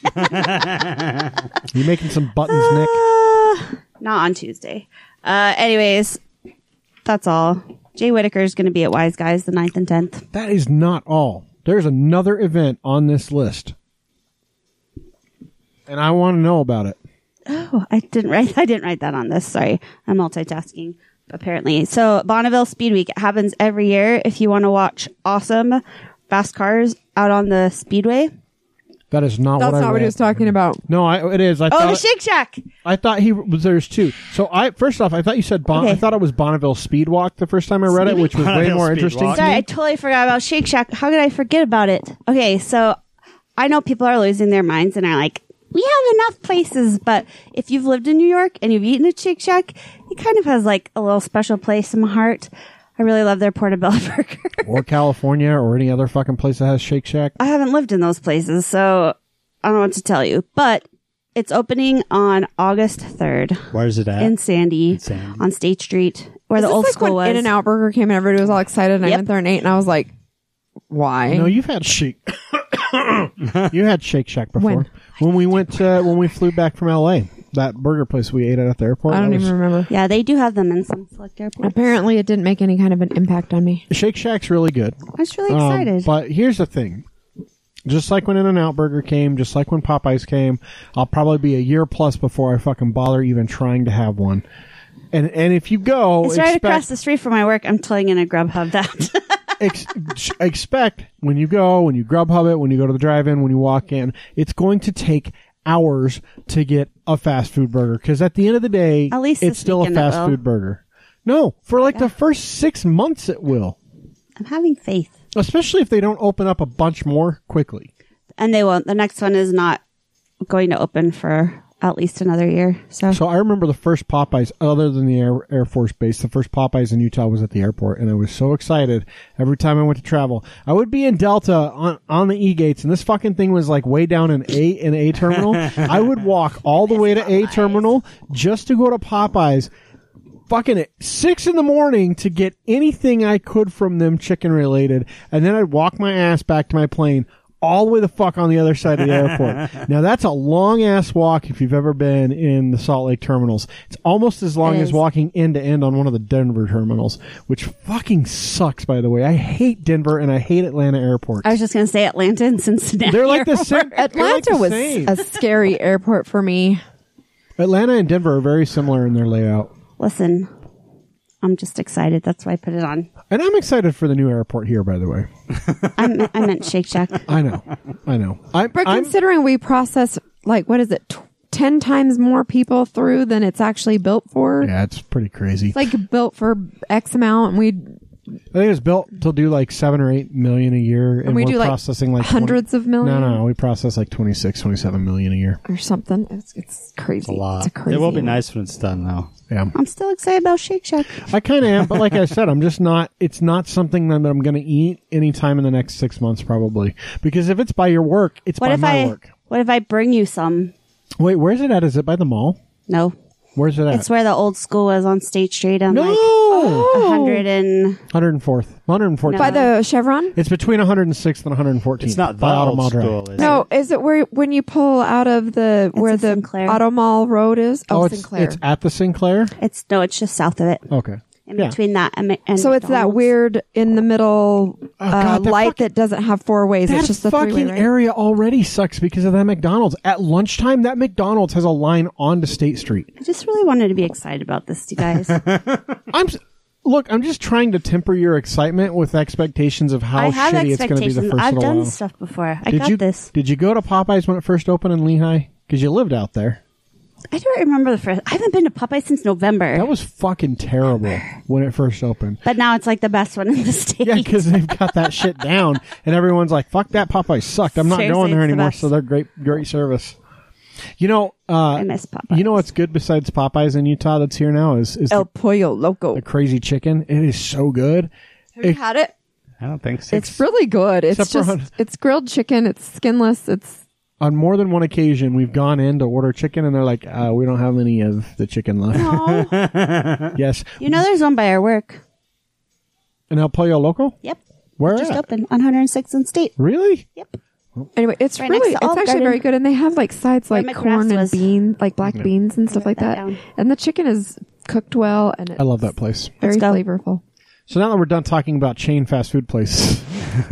[SPEAKER 1] You making some buttons, Nick?
[SPEAKER 2] Not on Tuesday. Uh, anyways, that's all. Jay Whitaker is going to be at Wise Guys the 9th and 10th.
[SPEAKER 1] That is not all. There's another event on this list, and I want to know about it.
[SPEAKER 2] Oh, I didn't write. I didn't write that on this. Sorry, I'm multitasking. Apparently, so Bonneville Speed Week it happens every year. If you want to watch awesome fast cars out on the speedway,
[SPEAKER 1] That is not
[SPEAKER 4] That's
[SPEAKER 1] what I
[SPEAKER 4] not what
[SPEAKER 1] read.
[SPEAKER 4] he was talking about.
[SPEAKER 1] No, I, it is. I
[SPEAKER 2] oh,
[SPEAKER 1] thought
[SPEAKER 2] the Shake Shack.
[SPEAKER 1] I thought he was there's two. So I first off, I thought you said bon- I
[SPEAKER 2] Okay.
[SPEAKER 1] thought it was Bonneville Speedwalk the first time I read it, which was way
[SPEAKER 3] Bonneville
[SPEAKER 1] more interesting.
[SPEAKER 3] Speedwalk.
[SPEAKER 1] to
[SPEAKER 2] Sorry,
[SPEAKER 1] me.
[SPEAKER 2] I totally forgot about Shake Shack. How could I forget about it? Okay, so I know people are losing their minds and are like, we have enough places, but if you've lived in New York and you've eaten at Shake Shack, it kind of has like a little special place in my heart. I really love their portobello burger.
[SPEAKER 1] Or California or any other fucking place that has Shake Shack.
[SPEAKER 2] I haven't lived in those places, so I don't know what to tell you. But it's opening on August 3rd
[SPEAKER 3] Where's it at?
[SPEAKER 2] in Sandy,
[SPEAKER 3] Sandy.
[SPEAKER 2] on State Street, where
[SPEAKER 4] Is
[SPEAKER 2] the
[SPEAKER 4] this
[SPEAKER 2] old
[SPEAKER 4] like
[SPEAKER 2] school
[SPEAKER 4] when
[SPEAKER 2] was.
[SPEAKER 4] In and Out Burger came and everybody was all excited, and I
[SPEAKER 2] Yep.
[SPEAKER 4] went there and ate, and I was like, "Why?"
[SPEAKER 1] No, you've had Shake. you had Shake Shack before
[SPEAKER 4] When?
[SPEAKER 1] we went to, when we flew back from L.A. That burger place we ate at at the airport.
[SPEAKER 4] I don't
[SPEAKER 1] that was-
[SPEAKER 4] even remember.
[SPEAKER 2] Yeah, they do have them in some select airports.
[SPEAKER 4] Apparently, it didn't make any kind of an impact on me.
[SPEAKER 1] Shake Shack's really good.
[SPEAKER 2] I was really
[SPEAKER 1] Um,
[SPEAKER 2] excited.
[SPEAKER 1] but here's the thing. Just like when In N Out Burger came, just like when Popeyes came, I'll probably be a year plus before I fucking bother even trying to have one. And and if you go,
[SPEAKER 2] it's right
[SPEAKER 1] expect,
[SPEAKER 2] across the street from my work. I'm totally going to Grubhub that.
[SPEAKER 1] ex- sh- expect when you go, when you Grubhub it, when you go to the drive-in, when you walk in, it's going to take hours to get a fast food burger because at the end of the day,
[SPEAKER 2] At least
[SPEAKER 1] it's
[SPEAKER 2] this
[SPEAKER 1] still a
[SPEAKER 2] weekend it
[SPEAKER 1] fast
[SPEAKER 2] will.
[SPEAKER 1] food burger. No, for like the first six months, it will.
[SPEAKER 2] I'm having faith.
[SPEAKER 1] Especially if they don't open up a bunch more quickly.
[SPEAKER 2] And they won't. The next one is not going to open for at least another year. So,
[SPEAKER 1] So I remember the first Popeyes, other than the Air, Air Force Base, the first Popeyes in Utah was at the airport, and I was so excited every time I went to travel. I would be in Delta on, on the E gates, and this fucking thing was like way down in A in A terminal. I would walk all the way to A terminal just to go to Popeyes. Fucking at six in the morning to get anything I could from them chicken related, and then I'd walk my ass back to my plane all the way the fuck on the other side of the airport. now that's a long ass walk if you've ever been in the Salt Lake terminals. It's almost as long
[SPEAKER 2] It
[SPEAKER 1] as
[SPEAKER 2] is.
[SPEAKER 1] walking end to end on one of the Denver terminals, which fucking sucks by the way. I hate Denver and I hate Atlanta airports.
[SPEAKER 2] I was just going to say Atlanta and Cincinnati.
[SPEAKER 1] they're like
[SPEAKER 2] are-
[SPEAKER 1] the same. they're like
[SPEAKER 4] Atlanta
[SPEAKER 1] the
[SPEAKER 4] was
[SPEAKER 1] same.
[SPEAKER 4] a scary airport for me.
[SPEAKER 1] Atlanta and Denver are very similar in their layout.
[SPEAKER 2] Listen, I'm just excited. That's why I put it on.
[SPEAKER 1] And I'm excited for the new airport here, by the way.
[SPEAKER 2] I'm, I meant Shake Shack.
[SPEAKER 1] I know. I know. I,
[SPEAKER 4] But
[SPEAKER 1] I'm,
[SPEAKER 4] considering we process like what is it, tw- ten times more people through than it's actually built for.
[SPEAKER 1] yeah, it's pretty crazy.
[SPEAKER 4] It's like built for X amount, and we
[SPEAKER 1] I think it's built to do like seven or eight million a year, and,
[SPEAKER 4] we
[SPEAKER 1] we're
[SPEAKER 4] do, like,
[SPEAKER 1] processing like 20
[SPEAKER 4] hundreds of million?
[SPEAKER 1] No, no, we process like 26, 27 million a year.
[SPEAKER 4] or something. It's, it's crazy. It's a
[SPEAKER 3] lot.
[SPEAKER 4] crazy.
[SPEAKER 3] It will be nice when it's done, though.
[SPEAKER 1] Yeah,
[SPEAKER 2] I'm still excited about Shake Shack.
[SPEAKER 1] I kind of am, but like I said, I'm just not. It's not something that I'm going to eat anytime in the next six months, probably. Because if it's by your work, it's
[SPEAKER 2] What
[SPEAKER 1] by
[SPEAKER 2] if
[SPEAKER 1] my
[SPEAKER 2] I?
[SPEAKER 1] work.
[SPEAKER 2] What if I bring you some?
[SPEAKER 1] Wait, where's it at? Is it by the mall?
[SPEAKER 2] No,
[SPEAKER 1] Where's it at?
[SPEAKER 2] it's where the old school was on State Street. I'm
[SPEAKER 1] no,
[SPEAKER 2] like a hundred and
[SPEAKER 1] 104th, 114th.
[SPEAKER 4] oh! by the Chevron.
[SPEAKER 1] It's between 106th and 114th.
[SPEAKER 3] It's not the
[SPEAKER 1] by
[SPEAKER 3] old
[SPEAKER 1] Automall Drive.
[SPEAKER 3] school. is it?
[SPEAKER 4] No, is it where when you pull out of the where
[SPEAKER 2] in
[SPEAKER 4] the
[SPEAKER 2] Sinclair.
[SPEAKER 4] Auto Mall Road is?
[SPEAKER 1] Oh,
[SPEAKER 4] Oh,
[SPEAKER 1] it's,
[SPEAKER 4] Sinclair.
[SPEAKER 1] it's at the Sinclair.
[SPEAKER 2] it's no, it's just south of it.
[SPEAKER 1] Okay.
[SPEAKER 2] In
[SPEAKER 1] Yeah.
[SPEAKER 2] between that and, and
[SPEAKER 4] so it's that
[SPEAKER 2] McDonald's.
[SPEAKER 4] weird in the middle uh,
[SPEAKER 1] Oh, God, that
[SPEAKER 4] light
[SPEAKER 1] fucking-
[SPEAKER 4] that doesn't have four ways.
[SPEAKER 1] That
[SPEAKER 4] It's just the
[SPEAKER 1] fucking
[SPEAKER 4] three-way, right?
[SPEAKER 1] area already sucks because of that McDonald's. At lunchtime, that McDonald's has a line onto State Street.
[SPEAKER 2] I just really wanted to be excited about this, you guys.
[SPEAKER 1] I'm s- look. I'm just trying to temper your excitement with expectations of how
[SPEAKER 2] I have
[SPEAKER 1] shitty it's going to be
[SPEAKER 2] expectations.
[SPEAKER 1] the first
[SPEAKER 2] I've
[SPEAKER 1] little
[SPEAKER 2] done
[SPEAKER 1] while.
[SPEAKER 2] stuff before. I
[SPEAKER 1] did
[SPEAKER 2] got
[SPEAKER 1] you
[SPEAKER 2] this.
[SPEAKER 1] did you go to Popeyes when it first opened in Lehigh? Because you lived out there.
[SPEAKER 2] I don't remember the first. I haven't been to Popeye since November,
[SPEAKER 1] That was fucking terrible when it first opened.
[SPEAKER 2] but now it's like the best one in the state.
[SPEAKER 1] Yeah, because they've got that shit down, and everyone's like, "Fuck that Popeye sucked. I'm not
[SPEAKER 2] Seriously,
[SPEAKER 1] going there
[SPEAKER 2] it's the
[SPEAKER 1] anymore."
[SPEAKER 2] best.
[SPEAKER 1] so they're great, great service. You know, uh,
[SPEAKER 2] I miss Popeyes.
[SPEAKER 1] You know what's good besides Popeyes in Utah that's here now is is the,
[SPEAKER 4] El Pollo Loco.
[SPEAKER 1] the crazy chicken. It is so good.
[SPEAKER 4] Have you had it?
[SPEAKER 3] I don't think so.
[SPEAKER 4] It's really good. It's
[SPEAKER 1] Except for
[SPEAKER 4] just
[SPEAKER 1] on-
[SPEAKER 4] it's grilled chicken. It's skinless. It's
[SPEAKER 1] On more than one occasion, we've gone in to order chicken, and they're like, uh, "We don't have any of the chicken left."
[SPEAKER 4] oh,
[SPEAKER 1] yes,
[SPEAKER 2] You know, there's one by our work.
[SPEAKER 1] and El Pollo Loco.
[SPEAKER 2] Yep.
[SPEAKER 1] Where
[SPEAKER 2] Just
[SPEAKER 1] at?
[SPEAKER 2] opened on 106th and State.
[SPEAKER 1] Really?
[SPEAKER 2] Yep.
[SPEAKER 4] anyway, it's
[SPEAKER 2] Right next
[SPEAKER 4] really
[SPEAKER 2] to
[SPEAKER 4] it's
[SPEAKER 2] Olive
[SPEAKER 4] actually
[SPEAKER 2] Garden.
[SPEAKER 4] very good. And they have like sides
[SPEAKER 2] Where
[SPEAKER 4] like
[SPEAKER 2] McGrath's
[SPEAKER 4] corn and
[SPEAKER 2] was.
[SPEAKER 4] beans, like black beans and stuff like
[SPEAKER 2] that
[SPEAKER 4] that.
[SPEAKER 2] down.
[SPEAKER 4] And the chicken is cooked well and it's
[SPEAKER 1] I love that place.
[SPEAKER 4] very
[SPEAKER 2] Let's go.
[SPEAKER 4] flavorful.
[SPEAKER 1] So now that we're done talking about chain fast food places,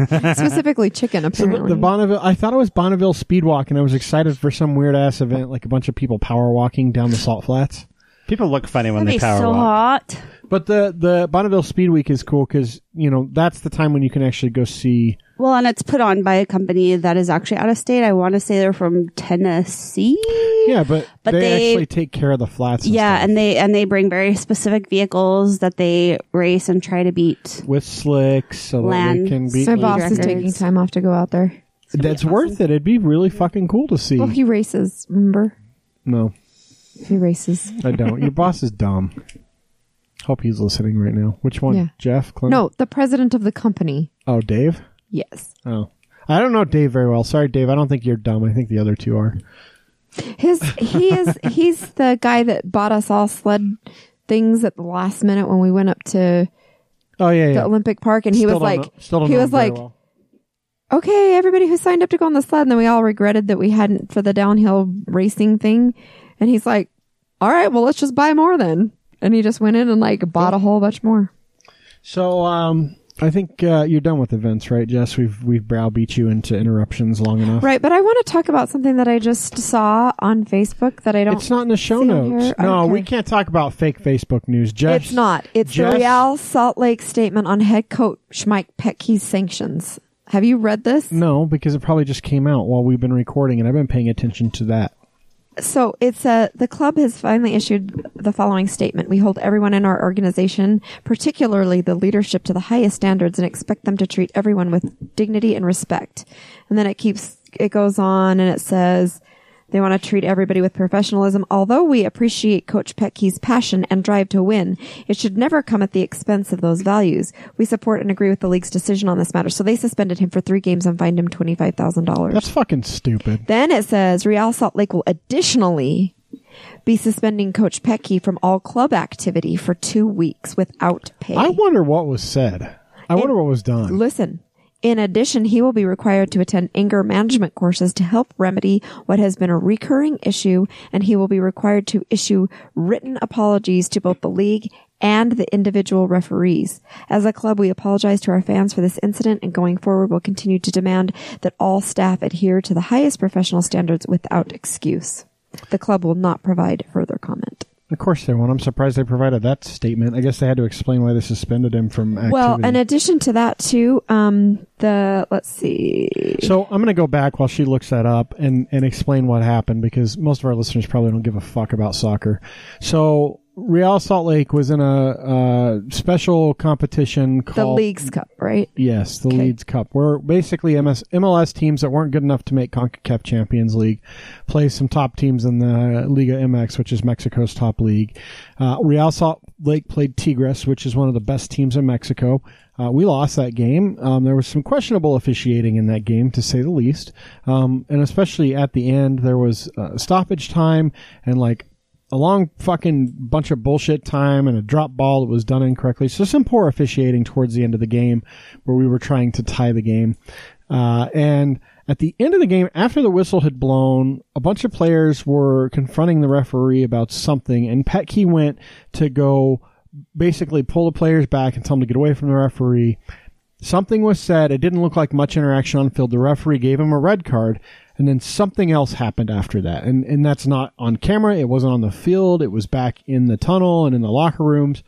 [SPEAKER 4] Specifically chicken
[SPEAKER 1] So
[SPEAKER 4] apparently.
[SPEAKER 1] the, the Bonneville, I thought it was Bonneville Speedwalk, and I was excited for some weird ass event, like a bunch of people power walking down the salt flats.
[SPEAKER 3] People look funny when
[SPEAKER 2] That'd
[SPEAKER 3] they
[SPEAKER 2] be
[SPEAKER 3] power
[SPEAKER 2] so
[SPEAKER 3] walk.
[SPEAKER 2] hot.
[SPEAKER 1] But the the Bonneville Speed Week is cool because you know that's the time when you can actually go see.
[SPEAKER 2] Well, and it's put on by a company that is actually out of state. I want to say they're from Tennessee.
[SPEAKER 1] Yeah, but,
[SPEAKER 2] But
[SPEAKER 1] they,
[SPEAKER 2] they-
[SPEAKER 1] actually take care of the flats. And
[SPEAKER 2] Yeah,
[SPEAKER 1] stuff.
[SPEAKER 2] and they and they bring very specific vehicles that they race and try to beat.
[SPEAKER 1] with slicks so that
[SPEAKER 2] Land.
[SPEAKER 1] they can be.
[SPEAKER 4] My boss is
[SPEAKER 2] records.
[SPEAKER 4] taking time off to go out there.
[SPEAKER 1] That's worth it. It'd be really fucking cool to see.
[SPEAKER 4] Well, he races. Remember,
[SPEAKER 1] no,
[SPEAKER 4] he races.
[SPEAKER 1] I don't. Your boss is dumb. Hope he's listening right now. Which one,
[SPEAKER 4] Yeah.
[SPEAKER 1] Jeff? Clint?
[SPEAKER 4] No, the president of the company.
[SPEAKER 1] Oh, Dave.
[SPEAKER 4] Yes,
[SPEAKER 1] Oh. I don't know Dave very well. Sorry, Dave. I don't think you're dumb. I think the other two are.
[SPEAKER 4] his he is he's the guy that bought us all sled things at the last minute when we went up to
[SPEAKER 1] Oh yeah,
[SPEAKER 4] the
[SPEAKER 1] yeah.
[SPEAKER 4] Olympic Park, and he
[SPEAKER 1] Still
[SPEAKER 4] was
[SPEAKER 1] don't
[SPEAKER 4] like,
[SPEAKER 1] know- still don't
[SPEAKER 4] he
[SPEAKER 1] know
[SPEAKER 4] was
[SPEAKER 1] him very
[SPEAKER 4] like,
[SPEAKER 1] well.
[SPEAKER 4] okay, everybody who signed up to go on the sled, and then we all regretted that we hadn't for the downhill racing thing, and he's like, all right, well, let's just buy more then, and he just went in and like bought a whole bunch more.
[SPEAKER 1] So, um, I think uh, you're done with events, right, Jess? We've we've browbeat you into interruptions long enough.
[SPEAKER 4] Right, but I want to talk about something that I just saw on Facebook that I don't.
[SPEAKER 1] It's not in the show
[SPEAKER 4] Oh, See on
[SPEAKER 1] notes.
[SPEAKER 4] here? I
[SPEAKER 1] No,
[SPEAKER 4] don't
[SPEAKER 1] we
[SPEAKER 4] care.
[SPEAKER 1] can't talk about fake Facebook news, Jess.
[SPEAKER 4] It's not. It's
[SPEAKER 1] Jess-
[SPEAKER 4] the Real Salt Lake statement on head coach Mike Petke's sanctions. Have you read this?
[SPEAKER 1] No, because it probably just came out while we've been recording, and I've been paying attention to that.
[SPEAKER 4] So it's uh, the club has finally issued the following statement. We hold everyone in our organization, particularly the leadership, to the highest standards and expect them to treat everyone with dignity and respect. And then it keeps, it goes on and it says, They want to treat everybody with professionalism. Although we appreciate Coach Petke's passion and drive to win, it should never come at the expense of those values. We support and agree with the league's decision on this matter. So they suspended him for three games and fined him $25,000.
[SPEAKER 1] That's fucking stupid.
[SPEAKER 4] Then it says Real Salt Lake will additionally be suspending Coach Petke from all club activity for two weeks without pay.
[SPEAKER 1] I wonder what was said. I wonder what was done.
[SPEAKER 4] Listen. In addition, he will be required to attend anger management courses to help remedy what has been a recurring issue, and he will be required to issue written apologies to both the league and the individual referees. As a club, we apologize to our fans for this incident, and going forward, we'll continue to demand that all staff adhere to the highest professional standards without excuse. The club will not provide further comment.
[SPEAKER 1] Of course they won't. I'm surprised they provided that statement. I guess they had to explain why they suspended him from activity.
[SPEAKER 4] Well, in addition to that, too, um, the let's see,
[SPEAKER 1] so I'm going to go back while she looks that up and, and explain what happened because most of our listeners probably don't give a fuck about soccer. So Real Salt Lake was in a, uh special competition
[SPEAKER 4] the
[SPEAKER 1] called
[SPEAKER 4] league's cup, right?
[SPEAKER 1] Yes, the Leeds Cup, where basically MS, MLS teams that weren't good enough to make CONCACAF Champions League play some top teams in the Liga MX, which is Mexico's top league. Uh, Real Salt Lake played Tigres, which is one of the best teams in Mexico. Uh, we lost that game. Um, there was some questionable officiating in that game, to say the least. Um, and especially at the end, there was uh, stoppage time and like a long fucking bunch of bullshit time and a drop ball that was done incorrectly. So some poor officiating towards the end of the game where we were trying to tie the game. Uh, and at the end of the game, after the whistle had blown, a bunch of players were confronting the referee about something and Petke went to go basically pull the players back and tell them to get away from the referee. Something was said. It didn't look like much interaction on field. The referee gave him a red card, and then something else happened after that. And and that's not on camera. It wasn't on the field. It was back in the tunnel and in the locker rooms.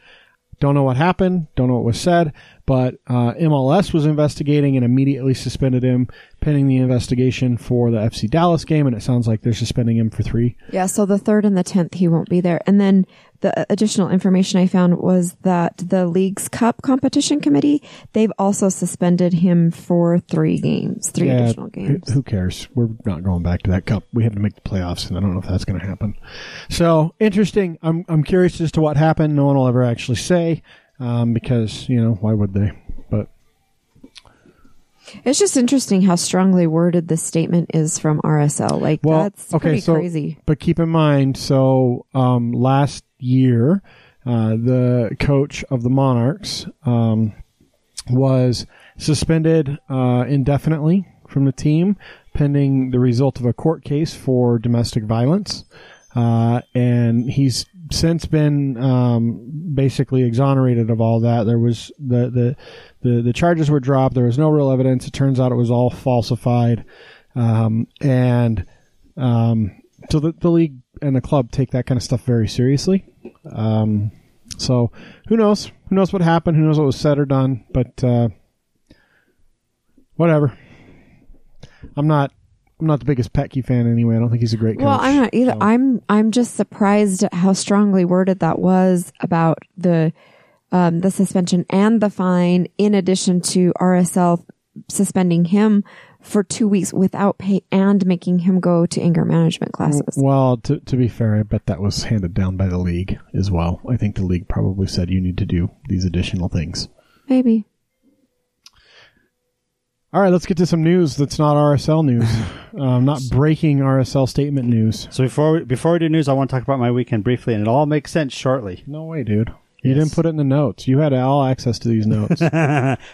[SPEAKER 1] Don't know what happened. Don't know what was said. But uh, MLS was investigating and immediately suspended him, pending the investigation for the FC Dallas game. And it sounds like they're suspending him for three.
[SPEAKER 4] Yeah, so the third and the tenth, he won't be there. And then the additional information I found was that the league's cup competition committee they've also suspended him for three games, three
[SPEAKER 1] Yeah,
[SPEAKER 4] additional
[SPEAKER 1] who-
[SPEAKER 4] games.
[SPEAKER 1] Who cares? We're not going back to that cup. We had to make the playoffs, and I don't know if that's going to happen. So interesting. I'm I'm curious as to what happened. No one will ever actually say, um, because you know why would they? But
[SPEAKER 4] It's just interesting how strongly worded this statement is from RSL. Like
[SPEAKER 1] well,
[SPEAKER 4] that's
[SPEAKER 1] okay.
[SPEAKER 4] pretty
[SPEAKER 1] So,
[SPEAKER 4] crazy.
[SPEAKER 1] but keep in mind. So um, last year, uh, the coach of the Monarchs um, was suspended uh, indefinitely from the team, pending the result of a court case for domestic violence. uh, and he's since been um, basically exonerated of all that. There was the, the the the charges were dropped. There was no real evidence. It turns out it was all falsified, um, and um, so the, the league and the club take that kind of stuff very seriously. Um, so who knows? Who knows what happened? Who knows what was said or done? But uh, whatever. I'm not. I'm not the biggest Petke fan anyway. I don't think he's a great coach.
[SPEAKER 4] Well, I'm not either.
[SPEAKER 1] so-
[SPEAKER 4] I'm I'm just surprised at how strongly worded that was about the um, the suspension and the fine, in addition to RSL suspending him for two weeks without pay and making him go to anger management classes.
[SPEAKER 1] Well, to, to be fair, I bet that was handed down by the league as well. I think the league probably said you need to do these additional things.
[SPEAKER 4] Maybe.
[SPEAKER 1] All right, let's get to some news that's not RSL news. um, not breaking RSL statement news.
[SPEAKER 3] So before we, before we do news, I want to talk about my weekend briefly, and it all makes sense shortly.
[SPEAKER 1] No way, dude. You
[SPEAKER 3] Yes.
[SPEAKER 1] didn't put it in the notes. You had all access to these notes.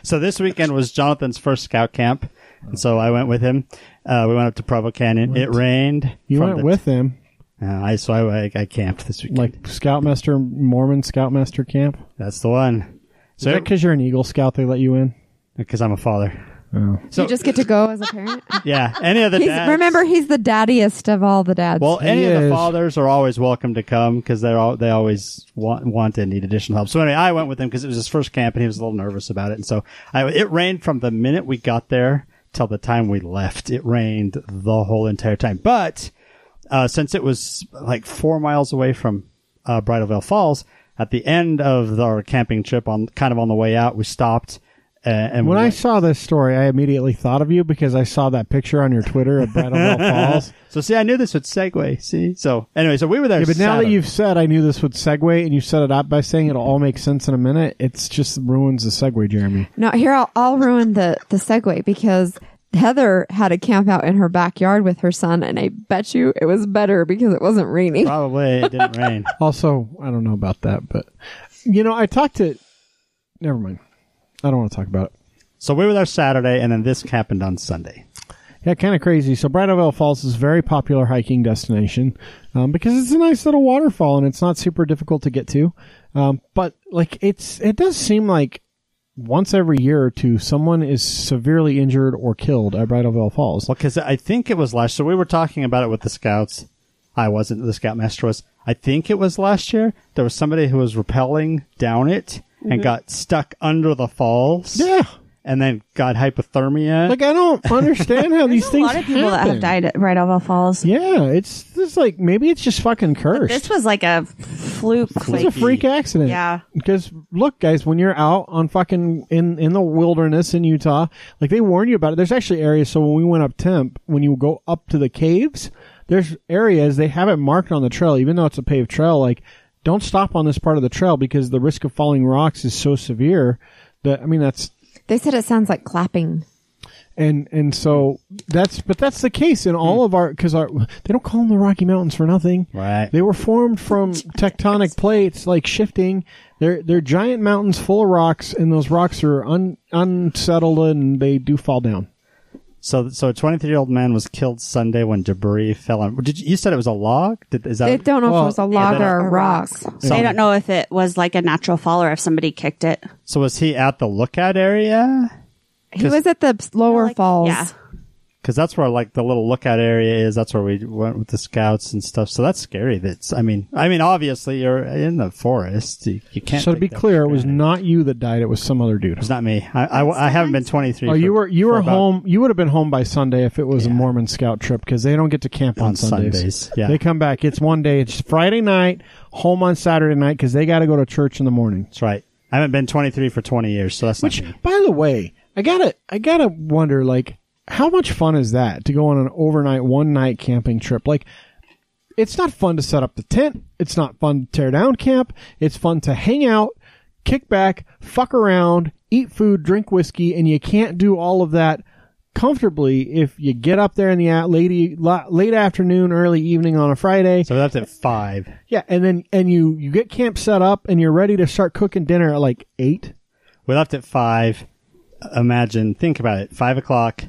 [SPEAKER 3] So this weekend was Jonathan's first scout camp, and so I went with him. Uh, we went up to Provo Canyon. It rained.
[SPEAKER 1] You
[SPEAKER 3] from
[SPEAKER 1] went
[SPEAKER 3] the-
[SPEAKER 1] with him,
[SPEAKER 3] Uh, I so I, I camped this weekend.
[SPEAKER 1] like Scoutmaster Mormon Scoutmaster camp.
[SPEAKER 3] That's the one.
[SPEAKER 1] Is
[SPEAKER 3] So
[SPEAKER 1] because you're an Eagle Scout they let you in?
[SPEAKER 3] because I'm a father. So
[SPEAKER 4] you just get to go as a parent.
[SPEAKER 3] yeah, any of the
[SPEAKER 4] He's,
[SPEAKER 3] dads,
[SPEAKER 4] remember, he's the daddiest of all the dads.
[SPEAKER 3] Well, any
[SPEAKER 1] He
[SPEAKER 3] of the
[SPEAKER 1] is.
[SPEAKER 3] fathers are always welcome to come because they're all they always want want and need additional help. So anyway, I went with him because it was his first camp and he was a little nervous about it. And so I, it rained from the minute we got there till the time we left. It rained the whole entire time. But uh, since it was like four miles away from uh, Bridalveil Falls, at the end of our camping trip on kind of on the way out, we stopped A- and
[SPEAKER 1] When
[SPEAKER 3] we
[SPEAKER 1] I
[SPEAKER 3] went-
[SPEAKER 1] saw this story, I immediately thought of you because I saw that picture on your Twitter of Brattle Hill Falls.
[SPEAKER 3] so see, I knew this would segue. See, so anyway, so we were there.
[SPEAKER 1] Yeah, but now that
[SPEAKER 3] Saturday.
[SPEAKER 1] you've said I knew this would segue and you set it up by saying it'll all make sense in a minute, it's just ruins the segue, Jeremy.
[SPEAKER 4] No, here I'll, I'll ruin the the segue because Heather had a camp out in her backyard with her son, and I bet you it was better because it wasn't raining.
[SPEAKER 3] probably it didn't rain.
[SPEAKER 1] Also, I don't know about that, but you know, I talked to never mind. I don't want to talk about it.
[SPEAKER 3] So we were there Saturday, and then this happened on Sunday.
[SPEAKER 1] Yeah, kind of crazy. So Bridalveil Falls is a very popular hiking destination um, because it's a nice little waterfall and it's not super difficult to get to. Um, but like, it's it does seem like once every year or two, someone is severely injured or killed at Bridalveil Falls.
[SPEAKER 3] Well, because I think it was last. So we were talking about it with the scouts. I wasn't. The scoutmaster was. I think it was last year. There was somebody who was rappelling down it and got stuck under the falls.
[SPEAKER 1] Mm-hmm. Yeah.
[SPEAKER 3] and then got hypothermia.
[SPEAKER 1] Like I don't understand how these
[SPEAKER 2] There's a
[SPEAKER 1] things
[SPEAKER 2] lot of people that
[SPEAKER 1] happen.
[SPEAKER 2] have died at Bright Oval Falls.
[SPEAKER 1] Yeah, it's this is like maybe it's just fucking cursed.
[SPEAKER 2] This was like a fluke.
[SPEAKER 1] It's a
[SPEAKER 2] like-
[SPEAKER 1] freak accident.
[SPEAKER 2] Yeah.
[SPEAKER 1] Because look, guys, when you're out on fucking in in the wilderness in Utah, like they warn you about it. There's actually areas. So when we went up Temp, when you go up to the caves, there's areas they have it marked on the trail, even though it's a paved trail. Like, don't stop on this part of the trail because the risk of falling rocks is so severe that I mean that's
[SPEAKER 4] They said it sounds like clapping.
[SPEAKER 1] and and so that's but that's the case in all of our because our they don't call them the Rocky Mountains for nothing.
[SPEAKER 3] Right.
[SPEAKER 1] They were formed from tectonic plates like shifting. They're they're giant mountains full of rocks, and those rocks are un, unsettled and they do fall down.
[SPEAKER 3] So, so a 23 year old man was killed Sunday when debris fell on. Did you, you said it was a log? Did, is that
[SPEAKER 4] They don't know
[SPEAKER 1] Well,
[SPEAKER 4] if it was a log
[SPEAKER 3] Uh, they're-
[SPEAKER 4] or a rock.
[SPEAKER 2] They don't know if it was like a natural fall or if somebody kicked it.
[SPEAKER 3] so? Was he at the lookout area?
[SPEAKER 4] He was at the lower
[SPEAKER 2] Like,
[SPEAKER 4] falls.
[SPEAKER 2] Yeah.
[SPEAKER 3] Because that's where like the little lookout area is. That's where we went with the scouts and stuff. So that's scary. That's I mean, I mean, obviously you're in the forest. You, you can't.
[SPEAKER 1] So to
[SPEAKER 3] take
[SPEAKER 1] be
[SPEAKER 3] that
[SPEAKER 1] clear,
[SPEAKER 3] for
[SPEAKER 1] it was
[SPEAKER 3] granted.
[SPEAKER 1] not you that died; it was some other dude.
[SPEAKER 3] It's not me. I, I, I haven't been 23.
[SPEAKER 1] Oh, you
[SPEAKER 3] for-
[SPEAKER 1] were you
[SPEAKER 3] for
[SPEAKER 1] were
[SPEAKER 3] about-
[SPEAKER 1] home. You would have been home by Sunday if it was a Mormon scout trip because they don't get to camp on,
[SPEAKER 3] On
[SPEAKER 1] Sundays.
[SPEAKER 3] Sundays, yeah.
[SPEAKER 1] They come back. It's one day. It's Friday night. Home on Saturday night because they got to go to church in the morning.
[SPEAKER 3] That's right. I haven't been 23 for 20 years. So that's
[SPEAKER 1] Which,
[SPEAKER 3] not me.
[SPEAKER 1] by the way, I gotta, I gotta wonder, like, how much fun is that to go on an overnight, one night camping trip? Like, it's not fun to set up the tent. It's not fun to tear down camp. It's fun to hang out, kick back, fuck around, eat food, drink whiskey, and you can't do all of that comfortably if you get up there in the a- late, e, late afternoon, early evening on a Friday.
[SPEAKER 3] So that's at five.
[SPEAKER 1] yeah, and then and you you get camp set up and you're ready to start cooking dinner at like eight.
[SPEAKER 3] We left at five. Imagine, think about it. Five o'clock,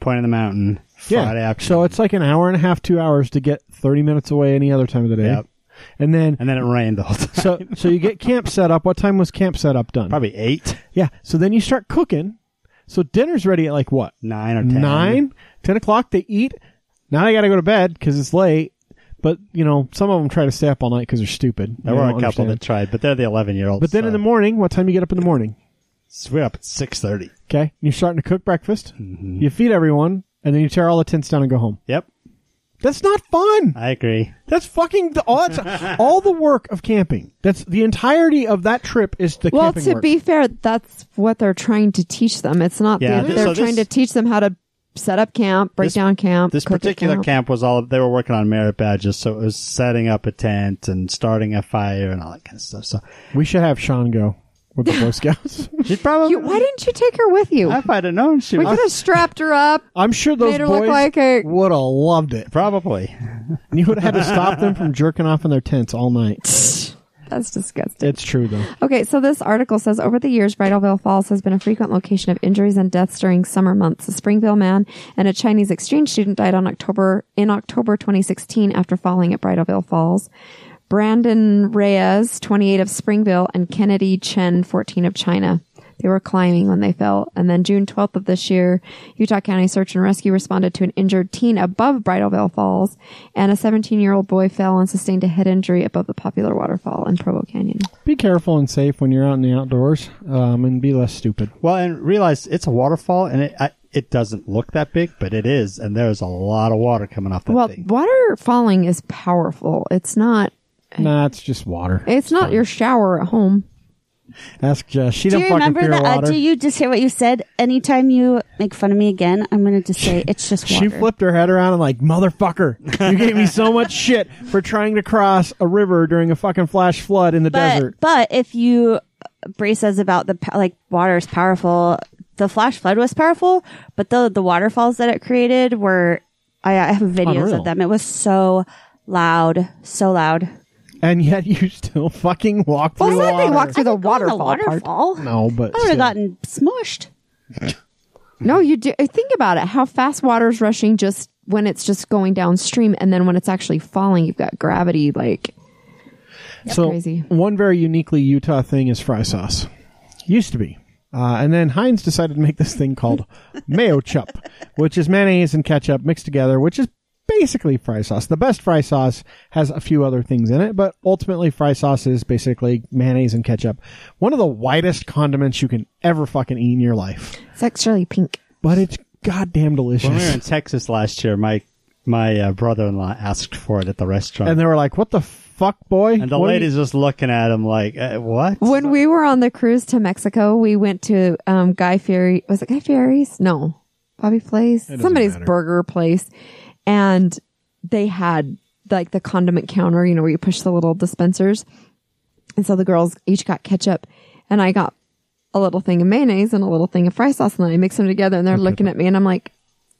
[SPEAKER 3] point of the mountain, Friday afternoon.
[SPEAKER 1] So it's like an hour and a half, two hours to get thirty minutes away any other time of the day.
[SPEAKER 3] Yep.
[SPEAKER 1] And then
[SPEAKER 3] and then it rained the whole time.
[SPEAKER 1] so so you get camp set up. What time was camp set up done?
[SPEAKER 3] Probably eight,
[SPEAKER 1] Yeah. So then you start cooking. So dinner's ready at like what?
[SPEAKER 3] nine, or ten.
[SPEAKER 1] Nine, ten o'clock. They eat. Now they got to go to bed because it's late. But you know, some of them try to stay up all night because they're stupid.
[SPEAKER 3] There
[SPEAKER 1] They
[SPEAKER 3] were a
[SPEAKER 1] don't
[SPEAKER 3] couple
[SPEAKER 1] understand.
[SPEAKER 3] that tried, but they're the eleven-year-olds.
[SPEAKER 1] But then in the morning, what time you get up in the morning?
[SPEAKER 3] we're up at six thirty.
[SPEAKER 1] Okay, you're starting to cook breakfast.
[SPEAKER 3] Mm-hmm.
[SPEAKER 1] You feed everyone, and then you tear all the tents down and go home.
[SPEAKER 3] Yep,
[SPEAKER 1] That's not fun.
[SPEAKER 3] I agree.
[SPEAKER 1] That's fucking the, all. That's all the work of camping. That's the entirety of that trip is the
[SPEAKER 4] Well,
[SPEAKER 1] camping
[SPEAKER 4] to
[SPEAKER 1] work.
[SPEAKER 4] be fair, that's what they're trying to teach them. It's not
[SPEAKER 3] Yeah,
[SPEAKER 4] that
[SPEAKER 3] th-
[SPEAKER 4] they're
[SPEAKER 3] so
[SPEAKER 4] trying
[SPEAKER 3] this-
[SPEAKER 4] to teach them how to set up camp, break
[SPEAKER 3] This-
[SPEAKER 4] down camp.
[SPEAKER 3] This
[SPEAKER 4] cook at
[SPEAKER 3] particular
[SPEAKER 4] camp.
[SPEAKER 3] camp was all they were working on merit badges, so it was setting up a tent and starting a fire and all that kind of stuff. So
[SPEAKER 1] we should have Sean go with the Boy Scouts.
[SPEAKER 3] she probably.
[SPEAKER 4] You, why didn't you take her with you?
[SPEAKER 3] if I'd have known, she
[SPEAKER 4] we
[SPEAKER 3] was
[SPEAKER 4] could have strapped her up.
[SPEAKER 1] I'm sure those
[SPEAKER 4] Made her
[SPEAKER 1] boys
[SPEAKER 4] look like a-
[SPEAKER 1] would have loved it.
[SPEAKER 3] probably.
[SPEAKER 1] And you would have had to stop them from jerking off in their tents all night.
[SPEAKER 4] That's disgusting.
[SPEAKER 1] It's true though.
[SPEAKER 4] Okay, so this article says over the years, Bridalveil Falls has been a frequent location of injuries and deaths during summer months. A Springville man and a Chinese exchange student died on October in October 2016 after falling at Bridalveil Falls. Brandon Reyes, 28 of Springville, and Kennedy Chen, 14 of China. They were climbing when they fell. And then June 12th of this year, Utah County Search and Rescue responded to an injured teen above Bridalveil Falls, and a 17 year old boy fell and sustained a head injury above the popular waterfall in Provo Canyon.
[SPEAKER 1] Be careful and safe when you're out in the outdoors, um, and be less stupid.
[SPEAKER 3] Well, and realize it's a waterfall, and it I, it doesn't look that big, but it is, and there's a lot of water coming off that
[SPEAKER 4] Well,
[SPEAKER 3] thing.
[SPEAKER 4] water falling is powerful. It's not.
[SPEAKER 1] Nah, it's just water.
[SPEAKER 4] It's not your shower at home.
[SPEAKER 1] Ask Jess. She
[SPEAKER 2] Do
[SPEAKER 1] don't
[SPEAKER 2] you
[SPEAKER 1] fucking
[SPEAKER 2] remember
[SPEAKER 1] fear
[SPEAKER 2] that? Uh,
[SPEAKER 1] water.
[SPEAKER 2] do you just hear what you said? Anytime you make fun of me again, I'm going to just say it's just water.
[SPEAKER 1] she flipped her head around and like, motherfucker, you gave me so much shit for trying to cross a river during a fucking flash flood in the
[SPEAKER 2] but,
[SPEAKER 1] desert.
[SPEAKER 2] But if you Bree says about the po- like water is powerful, the flash flood was powerful, but the the waterfalls that it created were I, I have videos
[SPEAKER 1] Unreal.
[SPEAKER 2] of them. It was so loud, so loud.
[SPEAKER 1] And yet you still fucking walk
[SPEAKER 4] Well,
[SPEAKER 1] through
[SPEAKER 4] it's
[SPEAKER 1] the
[SPEAKER 4] not like
[SPEAKER 1] water.
[SPEAKER 4] they walked through
[SPEAKER 2] Go
[SPEAKER 4] the
[SPEAKER 2] in
[SPEAKER 4] waterfall,
[SPEAKER 2] the
[SPEAKER 4] part.
[SPEAKER 2] waterfall.
[SPEAKER 1] no, but
[SPEAKER 2] I would have
[SPEAKER 1] still.
[SPEAKER 2] gotten smushed.
[SPEAKER 4] No, you do. eh, Think about it. How fast water's rushing just when it's just going downstream, and then when it's actually falling, you've got gravity. Like
[SPEAKER 1] so
[SPEAKER 4] crazy.
[SPEAKER 1] one very uniquely Utah thing is fry sauce. Used to be. Uh, and then Heinz decided to make this thing called mayo chup, which is mayonnaise and ketchup mixed together, which is basically fry sauce. The best fry sauce has a few other things in it, but ultimately fry sauce is basically mayonnaise and ketchup. One of the whitest condiments you can ever fucking eat in your life.
[SPEAKER 4] it's actually pink.
[SPEAKER 1] But it's goddamn delicious.
[SPEAKER 3] When we were in Texas last year, my my uh, brother-in-law asked for it at the restaurant,
[SPEAKER 1] and
[SPEAKER 3] and,
[SPEAKER 1] they were like, what the fuck, boy?
[SPEAKER 3] the
[SPEAKER 1] What are you-
[SPEAKER 3] lady's just looking at him like, uh, "What?"
[SPEAKER 4] When we were on the cruise to Mexico, we went to um, Guy Fieri. Was it Guy Fieri's? No, Bobby Place. Somebody's burger place, and they had like the condiment counter. You know where you push the little dispensers, and so the girls each got ketchup, and I got a little thing of mayonnaise and a little thing of fry sauce, and then I mix them together, and they're looking at me, and I'm like,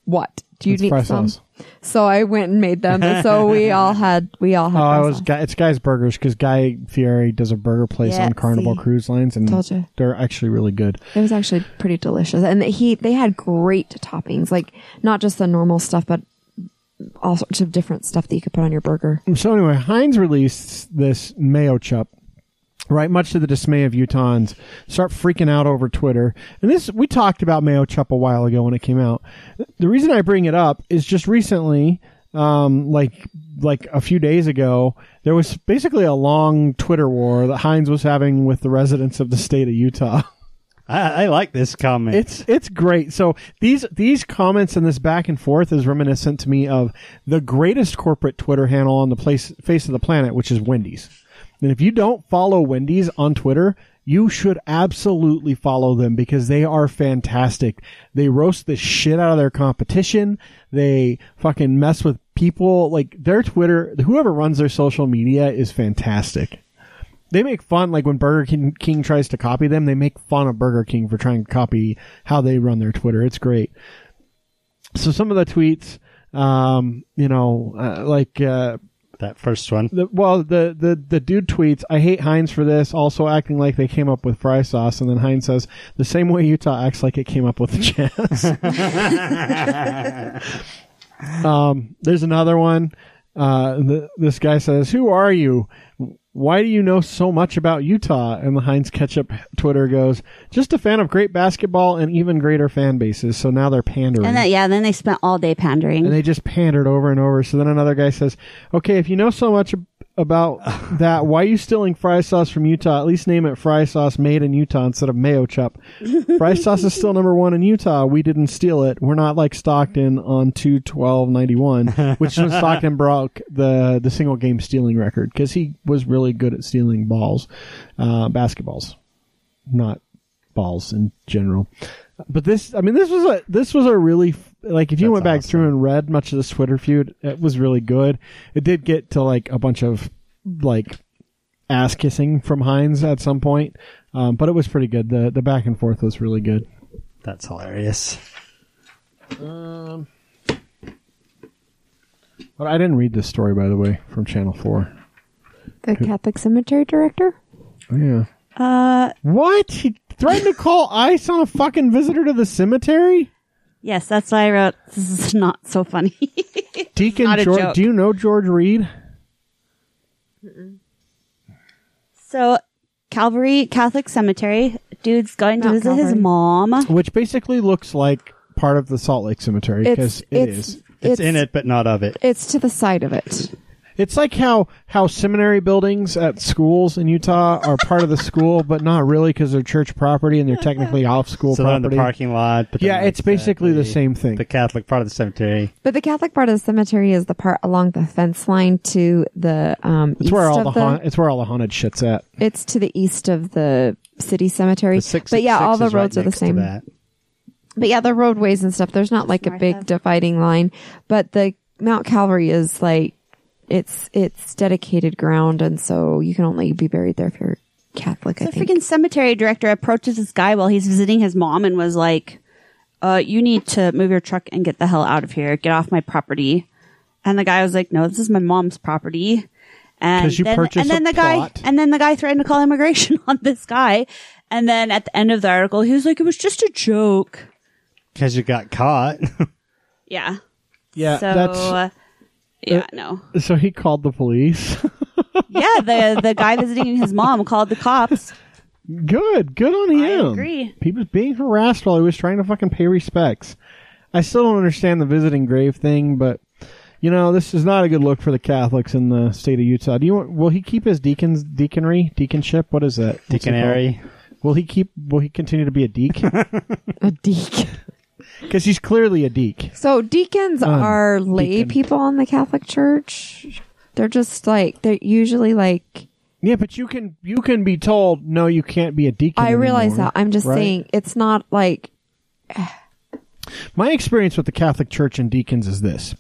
[SPEAKER 4] "What? Do you
[SPEAKER 1] It's
[SPEAKER 4] need
[SPEAKER 1] fry
[SPEAKER 4] some?"
[SPEAKER 1] sauce.
[SPEAKER 4] So I went and made them, and so we all had we all had.
[SPEAKER 1] Oh,
[SPEAKER 4] fry
[SPEAKER 1] I was.
[SPEAKER 4] sauce.
[SPEAKER 1] Guy, it's Guy's Burgers because Guy Fieri does a burger place
[SPEAKER 2] Yeah,
[SPEAKER 1] on Carnival
[SPEAKER 2] see.
[SPEAKER 1] Cruise Lines, and
[SPEAKER 4] Told ya.
[SPEAKER 1] they're actually really good.
[SPEAKER 4] It was actually pretty delicious, and he they had great toppings, like not just the normal stuff, but all sorts of different stuff that you could put on your burger.
[SPEAKER 1] So anyway, Heinz released this mayo chup, right? Much to the dismay of Utahns, start freaking out over Twitter. And this we talked about mayo chup a while ago when it came out. The reason I bring it up is just recently, um, like like a few days ago, there was basically a long Twitter war that Heinz was having with the residents of the state of Utah.
[SPEAKER 3] I, I like this comment.
[SPEAKER 1] It's it's great. So these these comments and this back and forth is reminiscent to me of the greatest corporate Twitter handle on the place face of the planet, which is Wendy's. And if you don't follow Wendy's on Twitter, you should absolutely follow them because they are fantastic. They roast the shit out of their competition. They fucking mess with people. Like their Twitter, whoever runs their social media is fantastic they make fun like when Burger King, King tries to copy them, they make fun of Burger King for trying to copy how they run their Twitter. It's great. So some of the tweets, um, you know, uh, like uh,
[SPEAKER 3] that first one.
[SPEAKER 1] the, well, the, the the dude tweets, "I hate Heinz for this." Also acting like they came up with fry sauce, and then Heinz says, "The same way Utah acts like it came up with the jazz." um, there's another one. Uh, th this guy says, "Who are you? Why do you know so much about Utah?" And the Heinz Ketchup Twitter goes, "Just a fan of great basketball and even greater fan bases." So now they're pandering.
[SPEAKER 2] And that yeah, then they spent all day pandering.
[SPEAKER 1] And they just pandered over and over. So then another guy says, "Okay, if you know so much ab- about that, why are you stealing fry sauce from Utah? At least name it fry sauce made in Utah instead of mayo chup. fry sauce is still number one in Utah. We didn't steal it. We're not like Stockton on two twelve ninety one, which is when Stockton broke the the single game stealing record because he was really good at stealing balls, uh, basketballs, not balls in general. But this, I mean, this was a this was a really f- like if you
[SPEAKER 3] That's
[SPEAKER 1] went back
[SPEAKER 3] awesome.
[SPEAKER 1] through and read much of this Twitter feud, it was really good. It did get to like a bunch of like ass kissing from Heinz at some point, um, but it was pretty good. The the back and forth was really good.
[SPEAKER 3] That's hilarious.
[SPEAKER 1] But I didn't read this story by the way from Channel Four.
[SPEAKER 4] The Catholic cemetery director.
[SPEAKER 1] Oh, yeah. Uh, what? He threatened to call ICE on a fucking visitor to the cemetery?
[SPEAKER 2] yes, that's why I wrote this is not so funny.
[SPEAKER 1] Deacon
[SPEAKER 2] Not a
[SPEAKER 1] George.
[SPEAKER 2] joke.
[SPEAKER 1] Do you know George Reed?
[SPEAKER 2] so Calvary Catholic Cemetery, dude's going to
[SPEAKER 4] Mount
[SPEAKER 2] visit his
[SPEAKER 4] Calvary.
[SPEAKER 2] mom.
[SPEAKER 1] which basically looks like part of the Salt Lake Cemetery because it is.
[SPEAKER 3] It's, in it, but not of it.
[SPEAKER 4] It's to the side of it.
[SPEAKER 1] It's like how how seminary buildings at schools in Utah are part of the school, but not really because they're church property and they're technically off school
[SPEAKER 3] So they're in
[SPEAKER 1] property.
[SPEAKER 3] the parking lot. But they're
[SPEAKER 1] yeah,
[SPEAKER 3] not
[SPEAKER 1] it's basically the
[SPEAKER 3] exactly
[SPEAKER 1] same thing.
[SPEAKER 3] The Catholic part of the cemetery.
[SPEAKER 4] But the Catholic part of the cemetery is the part along the fence line to the um.
[SPEAKER 1] It's where
[SPEAKER 4] east
[SPEAKER 1] all
[SPEAKER 4] of
[SPEAKER 1] the, haunt, it's where all the haunted shit's at.
[SPEAKER 4] It's to the east of the City Cemetery.
[SPEAKER 3] The six,
[SPEAKER 4] but yeah,
[SPEAKER 3] six
[SPEAKER 4] all the
[SPEAKER 3] is right
[SPEAKER 4] roads are the
[SPEAKER 3] next to
[SPEAKER 4] same.
[SPEAKER 3] that.
[SPEAKER 4] But yeah, the roadways and stuff, there's not like a
[SPEAKER 2] North
[SPEAKER 4] big
[SPEAKER 2] of.
[SPEAKER 4] dividing line. But the Mount Calvary is like, it's, it's dedicated ground. And so you can only be buried there if you're Catholic, I
[SPEAKER 2] The
[SPEAKER 4] think.
[SPEAKER 2] freaking cemetery director approaches this guy while he's visiting his mom and was like, uh, you need to move your truck and get the hell out of here. Get off my property. And the guy was like, no, this is my mom's property. And
[SPEAKER 1] 'Cause you
[SPEAKER 2] then,
[SPEAKER 1] purchased
[SPEAKER 2] and then
[SPEAKER 1] a
[SPEAKER 2] the guy,
[SPEAKER 1] plot.
[SPEAKER 2] and then the guy threatened to call immigration on this guy. And then at the end of the article, he was like, it was just a joke.
[SPEAKER 3] Because you got caught.
[SPEAKER 2] Yeah.
[SPEAKER 1] Yeah,
[SPEAKER 2] so,
[SPEAKER 1] that's
[SPEAKER 2] uh, yeah, no.
[SPEAKER 1] so he called the police.
[SPEAKER 2] Yeah, the, the guy visiting his mom called the cops.
[SPEAKER 1] Good, good on
[SPEAKER 2] I
[SPEAKER 1] him.
[SPEAKER 2] agree.
[SPEAKER 1] He was being harassed while he was trying to fucking pay respects. I still don't understand the visiting grave thing, but you know this is not a good look for the Catholics in the state of Utah. Do you want? Will he keep his deacon's deaconry, deaconship? What is that? What's it called?
[SPEAKER 3] Deaconary.
[SPEAKER 1] Will he keep? Will he continue to be a deacon?
[SPEAKER 4] A deacon.
[SPEAKER 1] Because he's clearly a deacon.
[SPEAKER 4] So deacons are lay
[SPEAKER 1] Um, deacon.
[SPEAKER 4] people in the Catholic Church. They're just like they're usually like
[SPEAKER 1] Yeah, but you can you can be told no, you can't be a deacon.
[SPEAKER 4] I realize
[SPEAKER 1] anymore,
[SPEAKER 4] that. I'm just
[SPEAKER 1] right?
[SPEAKER 4] saying it's not like
[SPEAKER 1] My experience with the Catholic Church and deacons is this.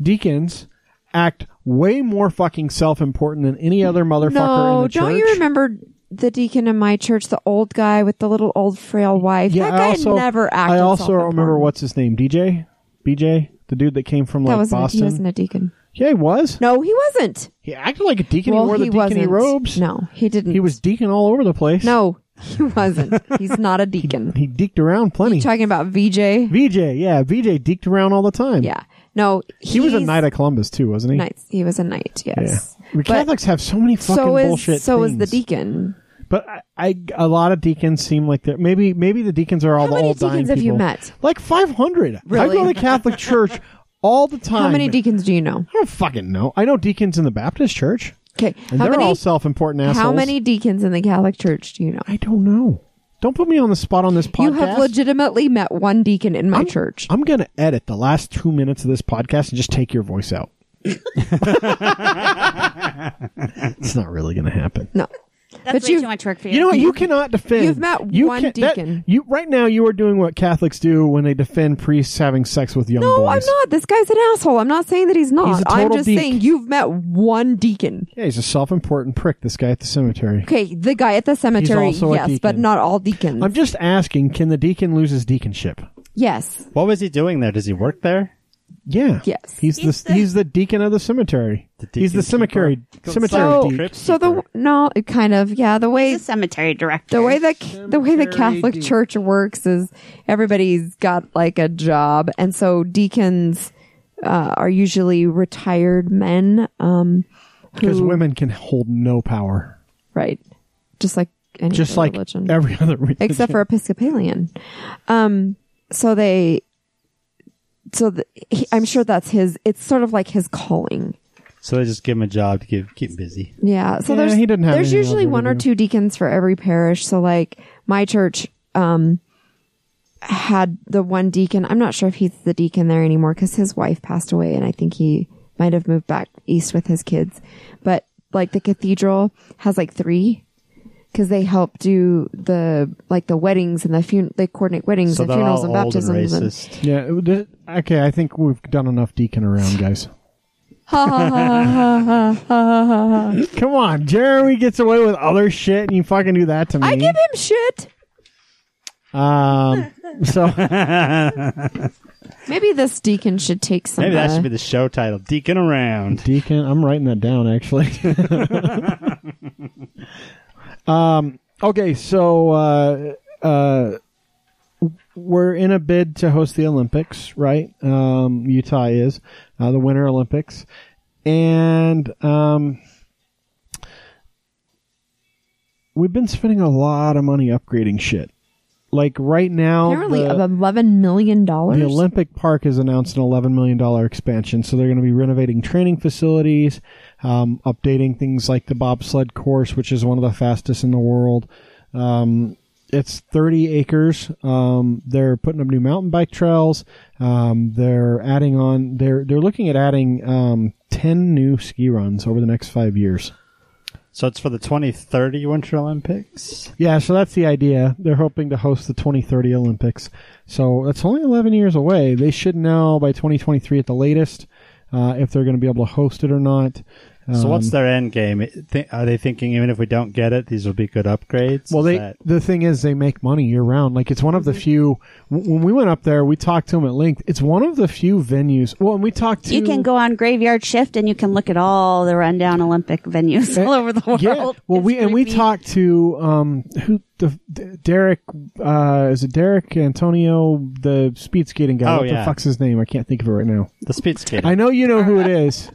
[SPEAKER 1] Deacons act way more fucking self-important than any other motherfucker in
[SPEAKER 4] no.
[SPEAKER 1] the church.
[SPEAKER 4] Don't you remember the deacon in my church, the old guy with the little old frail wife?
[SPEAKER 1] Yeah,
[SPEAKER 4] that guy
[SPEAKER 1] I also,
[SPEAKER 4] never acted.
[SPEAKER 1] I also
[SPEAKER 4] self-important.
[SPEAKER 1] remember what's his name? DJ? BJ? The dude that came from
[SPEAKER 4] that
[SPEAKER 1] like
[SPEAKER 4] wasn't.
[SPEAKER 1] Boston?
[SPEAKER 4] He wasn't a deacon.
[SPEAKER 1] yeah, he was.
[SPEAKER 4] No, he wasn't.
[SPEAKER 1] He acted like a deacon.
[SPEAKER 4] well,
[SPEAKER 1] he wore the
[SPEAKER 4] he
[SPEAKER 1] deacony
[SPEAKER 4] wasn't.
[SPEAKER 1] robes.
[SPEAKER 4] No, he didn't.
[SPEAKER 1] He was deacon all over the place.
[SPEAKER 4] No, he wasn't. He's not a deacon.
[SPEAKER 1] He deeked around plenty.
[SPEAKER 4] Talking about VJ.
[SPEAKER 1] VJ, yeah, VJ deeked around all the time.
[SPEAKER 4] Yeah. No,
[SPEAKER 1] He was a
[SPEAKER 4] he's-
[SPEAKER 1] knight of Columbus too, wasn't he?
[SPEAKER 4] Knights. He was a knight.
[SPEAKER 1] Yeah.
[SPEAKER 4] Yes.
[SPEAKER 1] We
[SPEAKER 4] But-
[SPEAKER 1] Catholics have so many fucking
[SPEAKER 4] so is
[SPEAKER 1] bullshit.
[SPEAKER 4] so is the
[SPEAKER 1] things.
[SPEAKER 4] deacon.
[SPEAKER 1] But I, I, a lot of deacons seem like they're maybe maybe the deacons are all
[SPEAKER 4] How
[SPEAKER 1] the
[SPEAKER 4] many
[SPEAKER 1] old dying
[SPEAKER 4] deacons have you
[SPEAKER 1] people.
[SPEAKER 4] met?
[SPEAKER 1] Like five hundred. I
[SPEAKER 4] Really?
[SPEAKER 1] go to Catholic church all the time.
[SPEAKER 4] How many deacons do you know?
[SPEAKER 1] I don't fucking know. I know deacons in the Baptist church,
[SPEAKER 4] Okay.
[SPEAKER 1] and
[SPEAKER 4] how
[SPEAKER 1] they're
[SPEAKER 4] many?
[SPEAKER 1] all self-important assholes.
[SPEAKER 4] how many deacons in the Catholic Church do you know?
[SPEAKER 1] I don't know. Don't put me on the spot on this podcast.
[SPEAKER 4] You have legitimately met one deacon in my church.
[SPEAKER 1] I'm gonna edit the last two minutes of this podcast and just take your voice out. it's not really gonna happen.
[SPEAKER 4] no.
[SPEAKER 2] That's
[SPEAKER 4] But
[SPEAKER 2] way
[SPEAKER 4] you-
[SPEAKER 2] too much work for you.
[SPEAKER 1] You know what? You cannot defend.
[SPEAKER 4] You've met
[SPEAKER 1] you
[SPEAKER 4] one
[SPEAKER 1] can't- that-
[SPEAKER 4] deacon.
[SPEAKER 1] you right now you are doing what Catholics do when they defend priests having sex with young boys.
[SPEAKER 4] No, I'm not. This guy's an asshole. I'm not saying that he's not.
[SPEAKER 1] He's a
[SPEAKER 4] I'm
[SPEAKER 1] total
[SPEAKER 4] just
[SPEAKER 1] deek.
[SPEAKER 4] saying you've met one deacon.
[SPEAKER 1] Yeah, he's a self-important prick. This guy at the cemetery.
[SPEAKER 4] Okay, the guy at the cemetery,
[SPEAKER 1] also a
[SPEAKER 4] yes, but
[SPEAKER 1] deacon.
[SPEAKER 4] not all deacons.
[SPEAKER 1] I'm just asking: Can the deacon lose his deaconship?
[SPEAKER 4] yes.
[SPEAKER 3] what was he doing there? Does he work there?
[SPEAKER 1] Yeah.
[SPEAKER 4] Yes.
[SPEAKER 1] He's,
[SPEAKER 2] He's
[SPEAKER 1] the,
[SPEAKER 2] the-
[SPEAKER 1] he's the deacon of the cemetery. he's the
[SPEAKER 3] deacon
[SPEAKER 1] cemetery
[SPEAKER 3] keeper.
[SPEAKER 1] cemetery
[SPEAKER 4] So,
[SPEAKER 1] deacon.
[SPEAKER 4] so the no, it kind of yeah. The way
[SPEAKER 2] the cemetery director.
[SPEAKER 4] the way the the way the Catholic Church works is everybody's got like a job, and so deacons uh, are usually retired men, um,
[SPEAKER 1] Because
[SPEAKER 4] who-
[SPEAKER 1] women can hold no power,
[SPEAKER 4] right? Just like any
[SPEAKER 1] just
[SPEAKER 4] other
[SPEAKER 1] like
[SPEAKER 4] religion,
[SPEAKER 1] every other religion.
[SPEAKER 4] except for Episcopalian. Um, so they, so the, he, I'm sure that's his. It's sort of like his calling.
[SPEAKER 3] So they just give him a job to keep keep him busy.
[SPEAKER 4] Yeah. So
[SPEAKER 1] Yeah,
[SPEAKER 4] there's
[SPEAKER 1] he didn't have
[SPEAKER 4] there's
[SPEAKER 1] anything else
[SPEAKER 4] usually
[SPEAKER 1] really
[SPEAKER 4] one
[SPEAKER 1] to
[SPEAKER 4] or
[SPEAKER 1] do.
[SPEAKER 4] two deacons for every parish. So like my church um had the one deacon. I'm not sure if he's the deacon there anymore because his wife passed away, and I think he might have moved back east with his kids. But like the cathedral has like three. Because they help do the like the weddings and the fun they coordinate weddings
[SPEAKER 3] So
[SPEAKER 4] and
[SPEAKER 3] they're
[SPEAKER 4] funerals
[SPEAKER 3] all
[SPEAKER 4] and
[SPEAKER 3] old and
[SPEAKER 4] baptisms and,
[SPEAKER 3] racist.
[SPEAKER 1] yeah. it would- it- Okay, I think we've done enough deacon around, guys. Come on, Jeremy gets away with other shit, and you fucking do that to me.
[SPEAKER 4] I give him shit.
[SPEAKER 1] Um, so
[SPEAKER 4] Maybe this deacon should take some.
[SPEAKER 3] Maybe that
[SPEAKER 4] uh,
[SPEAKER 3] should be the show title. Deacon around.
[SPEAKER 1] Deacon, I'm writing that down actually. um, Um, okay, so uh, uh, we're in a bid to host the Olympics, right? Um, Utah is uh, the Winter Olympics, and um, we've been spending a lot of money upgrading shit. Like right now,
[SPEAKER 4] apparently
[SPEAKER 1] the-
[SPEAKER 4] of eleven million dollars.
[SPEAKER 1] the Olympic Park has announced an $11 million expansion, so they're going to be renovating training facilities, um, updating things like the bobsled course, which is one of the fastest in the world. Um, it's 30 acres. Um, they're putting up new mountain bike trails. Um, they're adding on. They're they're looking at adding um, 10 new ski runs over the next five years.
[SPEAKER 3] So it's for the 2030 Winter Olympics.
[SPEAKER 1] Yeah, so that's the idea. They're hoping to host the 2030 Olympics. So that's only 11 years away. They should know by 2023 at the latest uh, if they're going to be able to host it or not.
[SPEAKER 3] So
[SPEAKER 1] Um,
[SPEAKER 3] what's their end game? It- thi- Are they thinking even if we don't get it, these will be good upgrades?
[SPEAKER 1] Well,
[SPEAKER 3] Is
[SPEAKER 1] they
[SPEAKER 3] that-
[SPEAKER 1] the thing is they make money year round. Like it's one
[SPEAKER 2] Mm-hmm.
[SPEAKER 1] of the few. w- When we went up there, we talked to them at length. It's one of the few venues. Well, and we talked to
[SPEAKER 2] You can go on graveyard shift and you can look at all the rundown Olympic venues all over the world.
[SPEAKER 1] Yeah. Well,
[SPEAKER 2] It's
[SPEAKER 1] we and we
[SPEAKER 2] creepy.
[SPEAKER 1] talked to um who the D- Derek uh is it Derek Antonio the speed skating guy?
[SPEAKER 3] Oh,
[SPEAKER 1] what
[SPEAKER 3] yeah.
[SPEAKER 1] the fuck's his name? I can't think of it right now.
[SPEAKER 3] the speed skating.
[SPEAKER 1] I know you know who it is.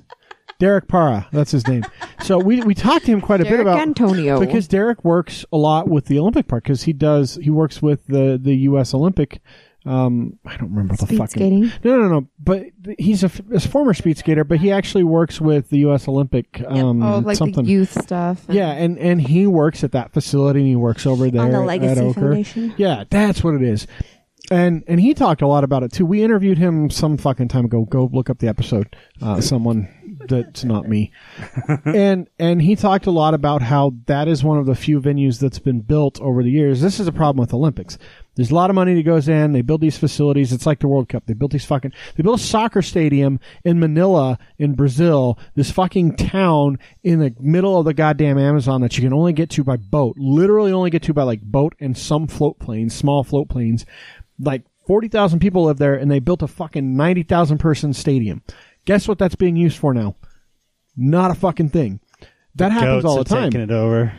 [SPEAKER 1] Derek Para, that's his name. So we we talked to him quite a bit
[SPEAKER 4] Derek
[SPEAKER 1] about
[SPEAKER 4] Antonio.
[SPEAKER 1] because Derek works a lot with the Olympic part because he does he works with the the U.S. Olympic. Um, I don't remember the
[SPEAKER 4] Speed
[SPEAKER 1] fucking
[SPEAKER 4] skating?
[SPEAKER 1] No, no, no. But he's a, f- a former speed skater, but he actually works with the U.S. Olympic. Um,
[SPEAKER 4] oh, like
[SPEAKER 1] something.
[SPEAKER 4] the youth stuff. and-
[SPEAKER 1] Yeah, and and he works at that facility and he works over there
[SPEAKER 2] On the
[SPEAKER 1] at- at
[SPEAKER 2] Legacy
[SPEAKER 1] Oker.
[SPEAKER 2] Foundation.
[SPEAKER 1] Yeah, that's what it is. And and he talked a lot about it too. We interviewed him some fucking time ago. Go look up the episode. Uh, someone that's not me. And and he talked a lot about how that is one of the few venues that's been built over the years. This is a problem with Olympics. There's a lot of money that goes in. They build these facilities. It's like the World Cup. They built these fucking. They built a soccer stadium in Manila in Brazil. This fucking town in the middle of the goddamn Amazon that you can only get to by boat. Literally only get to by like boat and some float planes, small float planes. Like forty thousand people live there, and they built a fucking ninety thousand person stadium. Guess what that's being used for now? Not a fucking thing. That happens
[SPEAKER 3] Goats
[SPEAKER 1] all
[SPEAKER 3] are
[SPEAKER 1] the time.
[SPEAKER 3] Taking it over.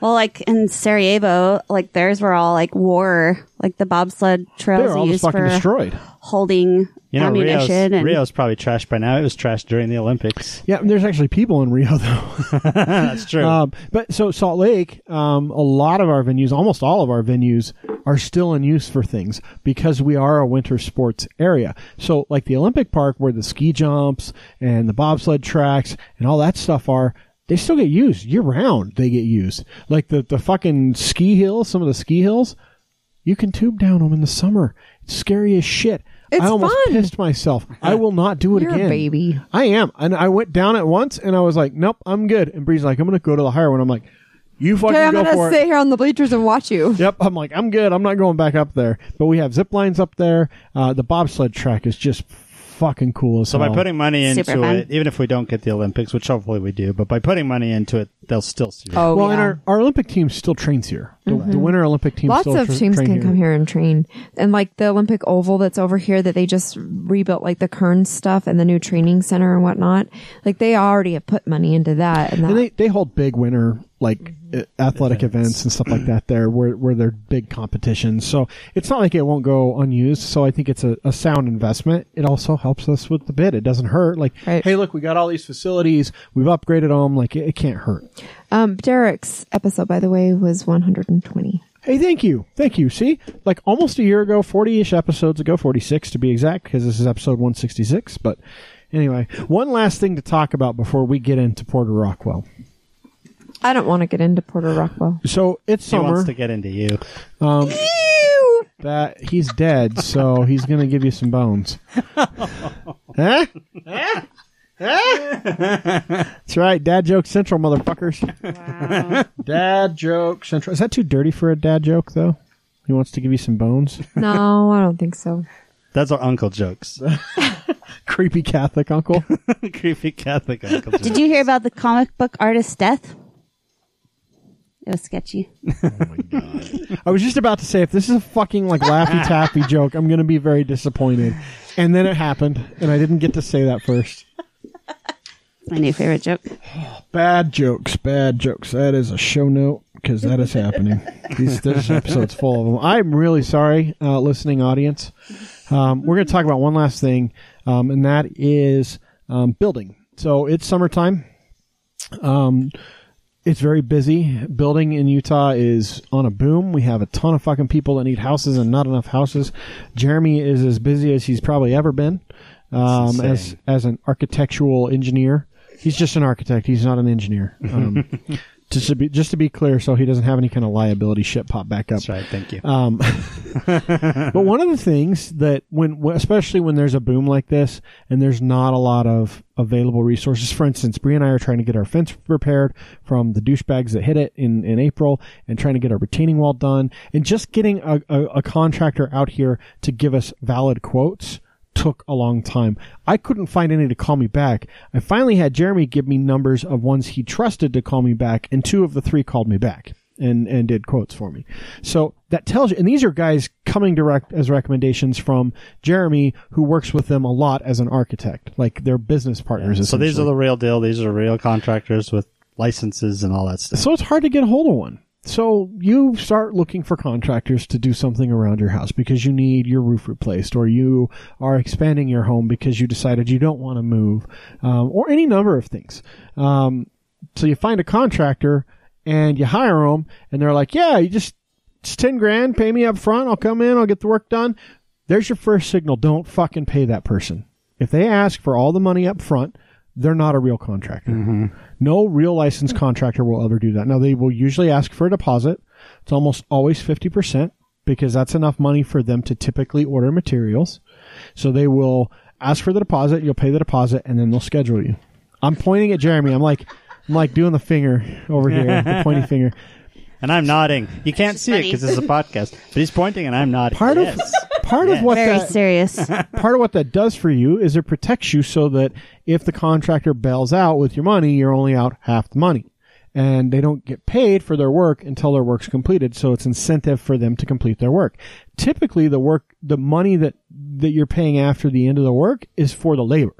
[SPEAKER 2] Well, like in Sarajevo, like theirs were all like war, like the bobsled trails
[SPEAKER 1] They're
[SPEAKER 2] they
[SPEAKER 1] all just
[SPEAKER 2] used
[SPEAKER 1] fucking
[SPEAKER 2] for
[SPEAKER 1] destroyed.
[SPEAKER 2] holding
[SPEAKER 3] You know, Rio's,
[SPEAKER 2] ammunition. and
[SPEAKER 3] Rio's probably trashed by now. It was trashed during the Olympics. Uh,
[SPEAKER 1] Yeah, there's actually people in Rio though.
[SPEAKER 3] That's true.
[SPEAKER 1] Um, but so Salt Lake, um, a lot of our venues, almost all of our venues, are still in use for things because we are a winter sports area. So, like the Olympic Park, where the ski jumps and the bobsled tracks and all that stuff are, they still get used year round. They get used. Like the the fucking ski hills, some of the ski hills, you can tube down them in the summer. It's scary as shit.
[SPEAKER 4] It's
[SPEAKER 1] I almost
[SPEAKER 4] fun.
[SPEAKER 1] pissed myself. I will not do it
[SPEAKER 4] You're a
[SPEAKER 1] again.
[SPEAKER 4] baby.
[SPEAKER 1] I am. And I went down at once and I was like, nope, I'm good. And Bree's like, I'm going to go to the higher one. I'm like, you fucking
[SPEAKER 4] Okay, I'm
[SPEAKER 1] go for
[SPEAKER 4] gonna
[SPEAKER 1] it.
[SPEAKER 4] sit here on the bleachers and watch you.
[SPEAKER 1] Yep, I'm like, I'm good. I'm not going back up there. But we have zip lines up there. Uh, the bobsled track is just fucking cool as
[SPEAKER 3] so by
[SPEAKER 1] hell.
[SPEAKER 3] putting money
[SPEAKER 2] Oh. Super
[SPEAKER 3] into
[SPEAKER 2] fun.
[SPEAKER 3] it, even if we don't get the Olympics, which hopefully we do, but by putting money into it, they'll still see it.
[SPEAKER 4] Oh,
[SPEAKER 1] well,
[SPEAKER 4] yeah.
[SPEAKER 1] and our, our Olympic team still trains here. The, the Winter Olympic team
[SPEAKER 4] Mm-hmm. Lots
[SPEAKER 1] still
[SPEAKER 4] of
[SPEAKER 1] tra-
[SPEAKER 4] teams
[SPEAKER 1] train
[SPEAKER 4] can come here and train. And like the Olympic Oval that's over here that they just rebuilt like the Kern stuff and the new training center and whatnot. Like they already have put money into that. And, that
[SPEAKER 1] And they, they hold big winter like uh, athletic events and stuff like that there where where they're big competitions. So it's not like it won't go unused. So I think it's a, a sound investment. It also helps us with the bid. It doesn't hurt. Like
[SPEAKER 4] Right.
[SPEAKER 1] hey look, we got all these facilities. We've upgraded them. Like it, it can't hurt.
[SPEAKER 4] um, Derek's episode, by the way, was 120.
[SPEAKER 1] Hey, thank you. Thank you. See, like almost a year ago, 40 ish episodes ago, 46 to be exact, because this is episode 166. But anyway, one last thing to talk about before we get into Porter Rockwell.
[SPEAKER 4] I don't want to get into Porter Rockwell.
[SPEAKER 1] So it's
[SPEAKER 3] He
[SPEAKER 1] summer.
[SPEAKER 3] wants to get into you.
[SPEAKER 1] That he's dead, so he's gonna give you some bones. huh? Huh? Huh? That's right, dad joke central, motherfuckers. Dad joke central. Is that too dirty for a dad joke though? He wants to give you some bones.
[SPEAKER 4] No, I don't think so.
[SPEAKER 3] That's our uncle jokes.
[SPEAKER 1] Creepy Catholic uncle.
[SPEAKER 3] Creepy Catholic uncle jokes.
[SPEAKER 2] Did you hear about the comic book artist's death? It was sketchy.
[SPEAKER 1] I was just about to say if this is a fucking like laffy taffy joke, I'm gonna be very disappointed. And then it happened, and I didn't get to say that first.
[SPEAKER 2] My new favorite joke.
[SPEAKER 1] Bad jokes, bad jokes. That is a show note because that is happening. These, this episode's full of them. I'm really sorry, uh, listening audience. Um, we're going to talk about one last thing, um, and that is um, building. So it's summertime. Um, it's very busy. Building in Utah is on a boom. We have a ton of fucking people that need houses and not enough houses. Jeremy is as busy as he's probably ever been um,
[SPEAKER 3] insane.
[SPEAKER 1] as as an architectural engineer. He's just an architect. He's not an engineer. Um, Just to be just to be clear, so he doesn't have any kind of liability shit pop back up.
[SPEAKER 3] That's right. Thank you.
[SPEAKER 2] Oh.
[SPEAKER 1] Um, but one of the things that when, especially when there's a boom like this and there's not a lot of available resources. For instance, Bree and I are trying to get our fence repaired from the douchebags that hit it in, in April and trying to get our retaining wall done and just getting a, a, a contractor out here to give us valid quotes took a long time. I couldn't find any to call me back. I finally had Jeremy give me numbers of ones he trusted to call me back and two of the three called me back and and did quotes for me. So that tells you, and these are guys coming direct as recommendations from Jeremy, who works with them a lot as an architect, like their business partners.
[SPEAKER 3] so these are
[SPEAKER 1] essentially.
[SPEAKER 3] the real deal. These are real contractors with licenses and all that stuff.
[SPEAKER 1] so it's hard to get a hold of one. So you start looking for contractors to do something around your house because you need your roof replaced, or you are expanding your home because you decided you don't want to move, um, or any number of things. Um, so you find a contractor and you hire them, and they're like, "Yeah, you just it's ten grand, pay me up front, I'll come in, I'll get the work done." There's your first signal. Don't fucking pay that person. If they ask for all the money up front, they're not a real contractor. No real licensed contractor will ever do that. Now they will usually ask for a deposit. It's almost always 50% because that's enough money for them to typically order materials. So they will ask for the deposit, you'll pay the deposit and then they'll schedule you. I'm pointing at Jeremy. I'm like I'm like doing the finger over here, the pointy finger.
[SPEAKER 3] And I'm nodding. You can't see it
[SPEAKER 2] funny.
[SPEAKER 3] because it's a podcast, but he's pointing and I'm nodding.
[SPEAKER 1] Part of
[SPEAKER 3] Yes.
[SPEAKER 1] part of what
[SPEAKER 2] Very
[SPEAKER 1] that,
[SPEAKER 2] serious.
[SPEAKER 1] part of what that does for you is it protects you so that if the contractor bails out with your money, you're only out half the money. And they don't get paid for their work until their work's completed, so it's incentive for them to complete their work. Typically the work the money that that you're paying after the end of the work is for the labor.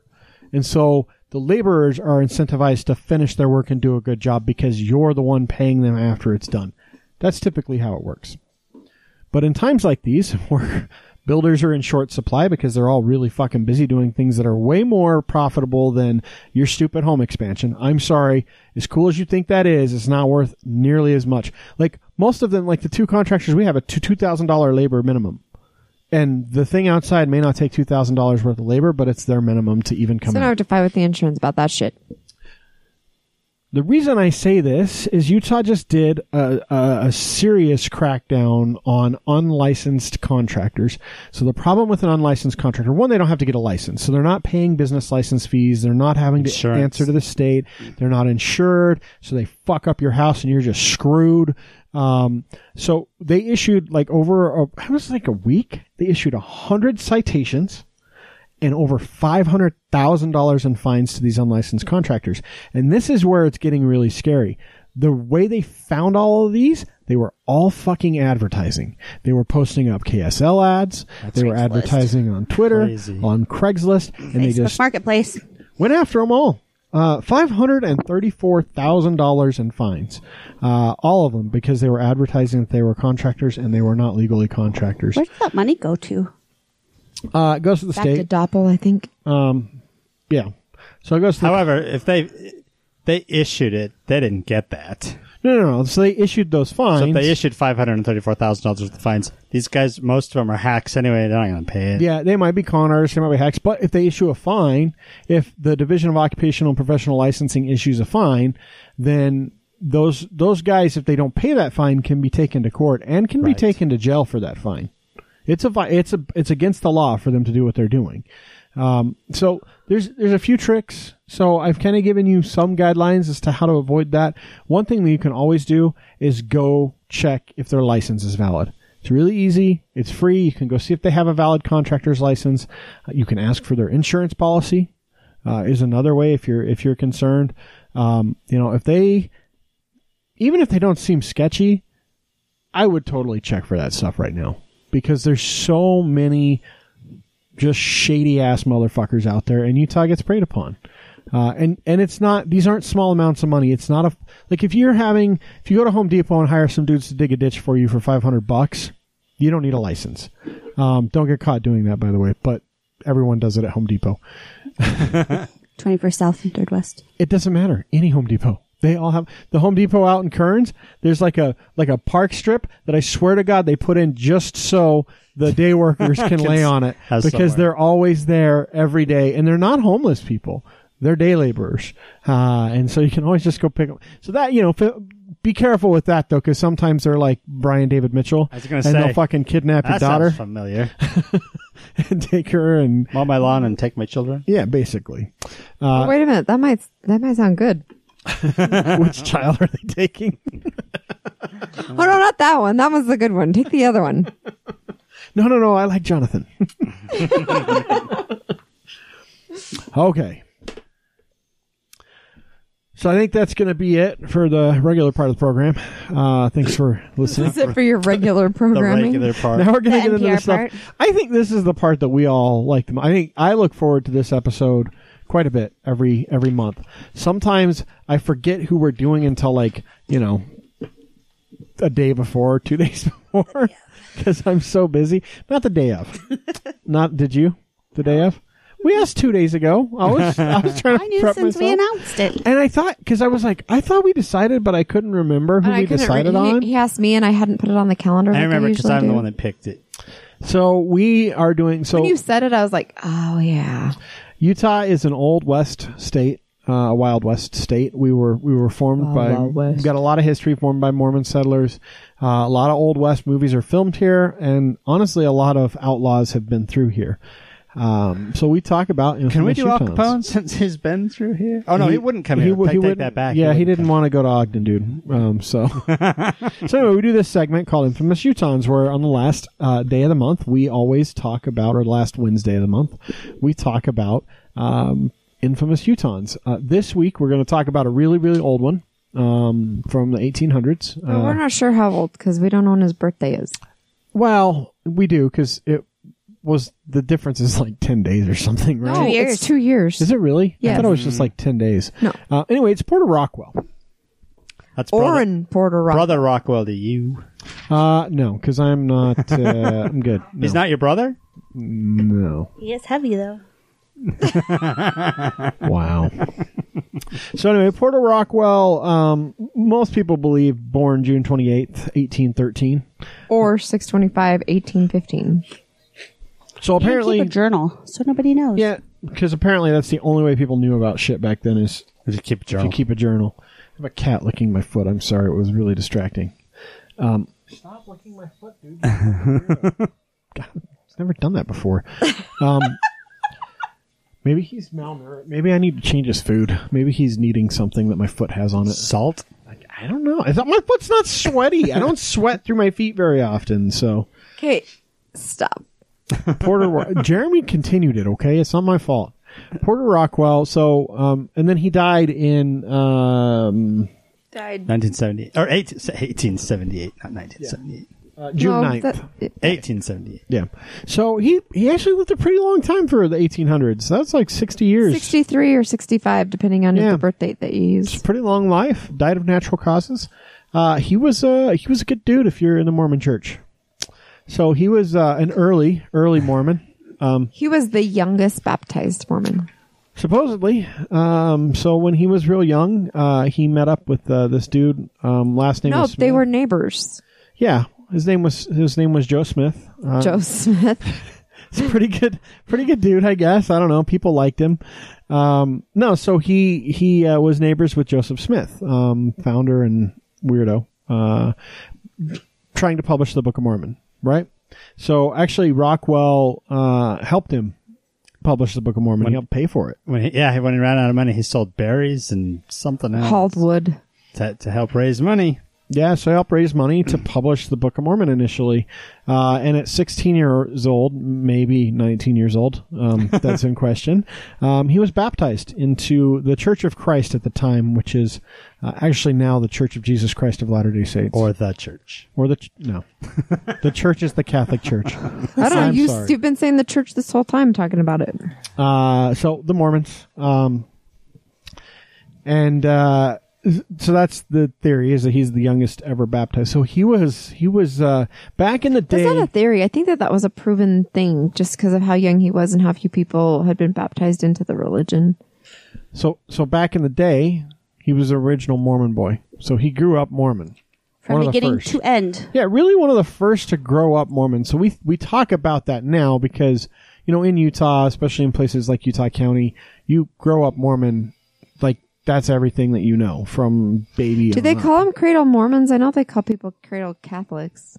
[SPEAKER 1] And so the laborers are incentivized to finish their work and do a good job because you're the one paying them after it's done. That's typically how it works. But in times like these, where builders are in short supply because they're all really fucking busy doing things that are way more profitable than your stupid home expansion, I'm sorry, as cool as you think that is, it's not worth nearly as much. Like most of them, like the two contractors we have, a two thousand dollar labor minimum. And the thing outside may not take two thousand dollars worth of labor, but it's their minimum to even come.
[SPEAKER 4] So
[SPEAKER 1] out.
[SPEAKER 4] now I have to fight with the insurance about that shit.
[SPEAKER 1] The reason I say this is Utah just did a, a, a serious crackdown on unlicensed contractors. So the problem with an unlicensed contractor, one, they don't have to get a license. So they're not paying business license fees. They're not having to
[SPEAKER 3] Insurance.
[SPEAKER 1] answer to the state. They're not insured. So they fuck up your house and you're just screwed. Um, so they issued like over, a, I was like a week, they issued a hundred citations and over $500,000 in fines to these unlicensed contractors. And this is where it's getting really scary. The way they found all of these, they were all fucking advertising. They were posting up KSL ads. they were
[SPEAKER 2] Craigslist.
[SPEAKER 1] advertising on Twitter,
[SPEAKER 3] Crazy.
[SPEAKER 1] on Craigslist, and they
[SPEAKER 2] Facebook
[SPEAKER 1] just
[SPEAKER 2] Marketplace.
[SPEAKER 1] went after them all. Uh, five hundred and thirty-four thousand dollars in fines, uh, all of them because they were advertising that they were contractors and they were not legally contractors.
[SPEAKER 2] Where does that money go to?
[SPEAKER 1] Uh, it goes to the
[SPEAKER 4] Back to
[SPEAKER 1] state,
[SPEAKER 4] Doppel, I think.
[SPEAKER 1] yeah. So it goes to the
[SPEAKER 3] However, if they they issued it, they didn't get that.
[SPEAKER 1] No, no, no. So they issued those fines.
[SPEAKER 3] So if they issued five hundred and thirty four thousand dollars worth of fines, these guys, most of them are hacks anyway. They're not going to pay it.
[SPEAKER 1] yeah, they might be con artists, they might be hacks, but if they issue a fine, if the Division of Occupational and Professional Licensing issues a fine, then those those guys, if they don't pay that fine, can be taken to court and can be
[SPEAKER 3] Right.
[SPEAKER 1] taken to jail for that fine. It's a vi- it's a it's against the law for them to do what they're doing. Um, so there's there's a few tricks. So I've kind of given you some guidelines as to how to avoid that. One thing that you can always do is go check if their license is valid. It's really easy. It's free. You can go see if they have a valid contractor's license. Uh, You can ask for their insurance policy. Uh, is another way if you're if you're concerned. Um, you know if they even if they don't seem sketchy, I would totally check for that stuff right now because there's so many just shady ass motherfuckers out there, and Utah gets preyed upon. Uh, and and it's not these aren't small amounts of money. It's not a like if you're having if you go to Home Depot and hire some dudes to dig a ditch for you for five hundred bucks, you don't need a license. Um, don't get caught doing that, by the way. But everyone does it at Home Depot.
[SPEAKER 2] 21st South and 3rd West.
[SPEAKER 1] It doesn't matter. Any Home Depot. They all have the Home Depot out in Kearns. There's like a like a park strip that I swear to God they put in just so the day workers can lay on it
[SPEAKER 3] Has
[SPEAKER 1] because
[SPEAKER 3] somewhere.
[SPEAKER 1] they're always there every day and they're not homeless people. They're day laborers, uh, and so you can always just go pick them. So that you know, fi- be careful with that though, because sometimes they're like Brian David Mitchell,
[SPEAKER 3] I was gonna
[SPEAKER 1] and
[SPEAKER 3] say,
[SPEAKER 1] they'll fucking kidnap your
[SPEAKER 3] That
[SPEAKER 1] daughter
[SPEAKER 3] sounds familiar.
[SPEAKER 1] and take her and
[SPEAKER 3] Mow my lawn and take my children.
[SPEAKER 1] yeah, basically. Uh,
[SPEAKER 4] Wait a minute. That might that might sound good.
[SPEAKER 1] which child are they taking?
[SPEAKER 4] Oh no, not that one. That was the good one. Take the other one.
[SPEAKER 1] No, no, no. I like Jonathan. okay. So I think that's going to be it for the regular part of the program. Uh, thanks for listening.
[SPEAKER 4] Is it for your regular
[SPEAKER 3] The
[SPEAKER 4] programming?
[SPEAKER 3] regular part.
[SPEAKER 1] Now we're going to
[SPEAKER 2] The
[SPEAKER 1] get into
[SPEAKER 2] NPR
[SPEAKER 1] the stuff.
[SPEAKER 2] part.
[SPEAKER 1] I think this is the part that we all like. The, mo- I think I look forward to this episode quite a bit every every month. Sometimes I forget who we're doing until like you know a day before, two days before, because I'm so busy. Not the day of. Not did you the day of? We asked two days ago. I was I was trying to
[SPEAKER 2] I knew
[SPEAKER 1] prep
[SPEAKER 2] since we
[SPEAKER 1] myself.
[SPEAKER 2] announced it.
[SPEAKER 1] and I thought because I was like I thought we decided, but I couldn't remember who
[SPEAKER 4] And I
[SPEAKER 1] we
[SPEAKER 4] couldn't
[SPEAKER 1] decided
[SPEAKER 4] re- he-
[SPEAKER 1] on.
[SPEAKER 4] He, asked me, and I hadn't put it on the calendar.
[SPEAKER 3] I
[SPEAKER 4] like
[SPEAKER 3] remember because
[SPEAKER 4] usually
[SPEAKER 3] I'm the
[SPEAKER 4] do.
[SPEAKER 3] one that picked it.
[SPEAKER 1] So we are doing. So
[SPEAKER 4] When you said it, I was like, "Oh yeah."
[SPEAKER 1] Utah is an old West state, uh, a Wild West state. We were we were formed by
[SPEAKER 4] Wild West.
[SPEAKER 1] we've got a lot of history formed by Mormon settlers. Uh, a lot of old West movies are filmed here, and honestly, a lot of outlaws have been through here. Um, so we talk about
[SPEAKER 3] Can we
[SPEAKER 1] infamous
[SPEAKER 3] do Al
[SPEAKER 1] Utahns.
[SPEAKER 3] Capone since he's been through here? Oh no, he, wouldn't come here.
[SPEAKER 1] would-
[SPEAKER 3] take, take
[SPEAKER 1] wouldn't-
[SPEAKER 3] that back.
[SPEAKER 1] Yeah, he,
[SPEAKER 3] wouldn't
[SPEAKER 1] didn't want to go to Ogden, dude. Um, so, so anyway, we do this segment called Infamous Utahns, where on the last uh, day of the month, we always talk about, or last Wednesday of the month, we talk about um, infamous Utahns. Uh, this week, we're going to talk about a really, really old one um, from the 1800s.
[SPEAKER 4] But
[SPEAKER 1] Uh,
[SPEAKER 4] we're not sure how old because we don't know when his birthday is.
[SPEAKER 1] well, we do because it was the difference is like ten days or something, right?
[SPEAKER 4] No,
[SPEAKER 2] years.
[SPEAKER 4] Oh, it's two years.
[SPEAKER 1] Is it really? I
[SPEAKER 4] Yes.
[SPEAKER 1] thought it was just
[SPEAKER 3] Mm-hmm.
[SPEAKER 1] like ten days.
[SPEAKER 4] No.
[SPEAKER 1] Uh, anyway, it's Porter Rockwell.
[SPEAKER 3] come. That's brother,
[SPEAKER 4] Oren Porter Rock.
[SPEAKER 3] brother Rockwell to you.
[SPEAKER 1] Uh, no, because I'm not. Uh, I'm good. No,
[SPEAKER 3] He's not your brother.
[SPEAKER 1] no.
[SPEAKER 2] He is heavy though.
[SPEAKER 1] Wow. so anyway, Porter Rockwell. Um, most people believe born June 28th, 1813.
[SPEAKER 4] or 625 1815
[SPEAKER 1] So
[SPEAKER 2] Apparently,
[SPEAKER 1] apparently,
[SPEAKER 2] keep a journal so nobody knows.
[SPEAKER 1] yeah, because apparently that's the only way people knew about shit back then is
[SPEAKER 3] Just keep
[SPEAKER 1] if
[SPEAKER 3] journal.
[SPEAKER 1] you keep a journal. I have a cat licking my foot. I'm sorry, it was really distracting. Um, Stop licking my foot, dude. God, he's never done that before. Um, maybe he's malnourished. Maybe I need to change his food. Maybe he's needing something that my foot has on it.
[SPEAKER 3] salt.
[SPEAKER 1] I don't know. I thought my foot's not sweaty. I don't sweat through my feet very often. So
[SPEAKER 4] okay stop
[SPEAKER 1] Porter, Ro- Jeremy continued it. Okay, it's not my fault. Porter Rockwell. So, um, and then he died in um,
[SPEAKER 4] died
[SPEAKER 3] 1978 or eight, 1878, not 1978.
[SPEAKER 1] uh, June ninth. 9th.
[SPEAKER 3] 1878.
[SPEAKER 1] Yeah. So he he actually lived a pretty long time for the 1800s. That's like 60 years.
[SPEAKER 4] 63 or 65 depending on
[SPEAKER 1] Yeah.
[SPEAKER 4] the birth date that you
[SPEAKER 1] It's
[SPEAKER 4] use
[SPEAKER 1] a pretty long life. Died of natural causes. Uh, he was a he was a good dude if you're in the Mormon Church. So he was uh, an early early Mormon.
[SPEAKER 4] he was the youngest baptized mormon
[SPEAKER 1] Supposedly, um, so when he was real young, uh, he met up with uh, this dude. Um, last name
[SPEAKER 4] no
[SPEAKER 1] was
[SPEAKER 4] they
[SPEAKER 1] Smith.
[SPEAKER 4] were neighbors
[SPEAKER 1] yeah. His name was his name was Joe Smith. Uh,
[SPEAKER 4] joe smith
[SPEAKER 1] It's a pretty good, pretty good dude, I guess. I don't know. People liked him. Um, no, so he he uh, was neighbors with Joseph Smith, um, founder and weirdo, uh, trying to publish the Book of Mormon, right? So actually, Rockwell uh, helped him publish the Book of Mormon. He helped pay for it.
[SPEAKER 3] When he, yeah, when he ran out of money, he sold berries and something else
[SPEAKER 4] haldwood
[SPEAKER 3] to, to help raise money.
[SPEAKER 1] Yeah, so I helped raise money to publish the Book of Mormon initially, uh, and at 16 years old, maybe 19 years old, um, that's in question. Um, he was baptized into the Church of Christ at the time, which is uh, actually now the Church of Jesus Christ of Latter Day Saints,
[SPEAKER 3] or the church.
[SPEAKER 1] or the ch- no, the church is the Catholic Church.
[SPEAKER 4] i don't know
[SPEAKER 1] I'm
[SPEAKER 4] you,
[SPEAKER 1] sorry.
[SPEAKER 4] you've been saying the church this whole time talking about it
[SPEAKER 1] Uh, so the Mormons. Um, and uh, so that's the theory is that he's the youngest ever baptized. So he was he was uh, back in the day.
[SPEAKER 4] that's not a theory i think that that was a proven thing just because of how young he was and how few people had been baptized into the religion
[SPEAKER 1] So so back in the day, he was an original Mormon boy. So he grew up Mormon. One
[SPEAKER 2] From
[SPEAKER 1] of the
[SPEAKER 2] beginning
[SPEAKER 1] first.
[SPEAKER 2] to end.
[SPEAKER 1] Yeah, really one of the first to grow up Mormon. So we we talk about that now because you know in Utah, especially in places like Utah County, you grow up Mormon like that's everything that you know from baby.
[SPEAKER 4] Do
[SPEAKER 1] on
[SPEAKER 4] they
[SPEAKER 1] up.
[SPEAKER 4] call them cradle Mormons? I know they call people cradle Catholics.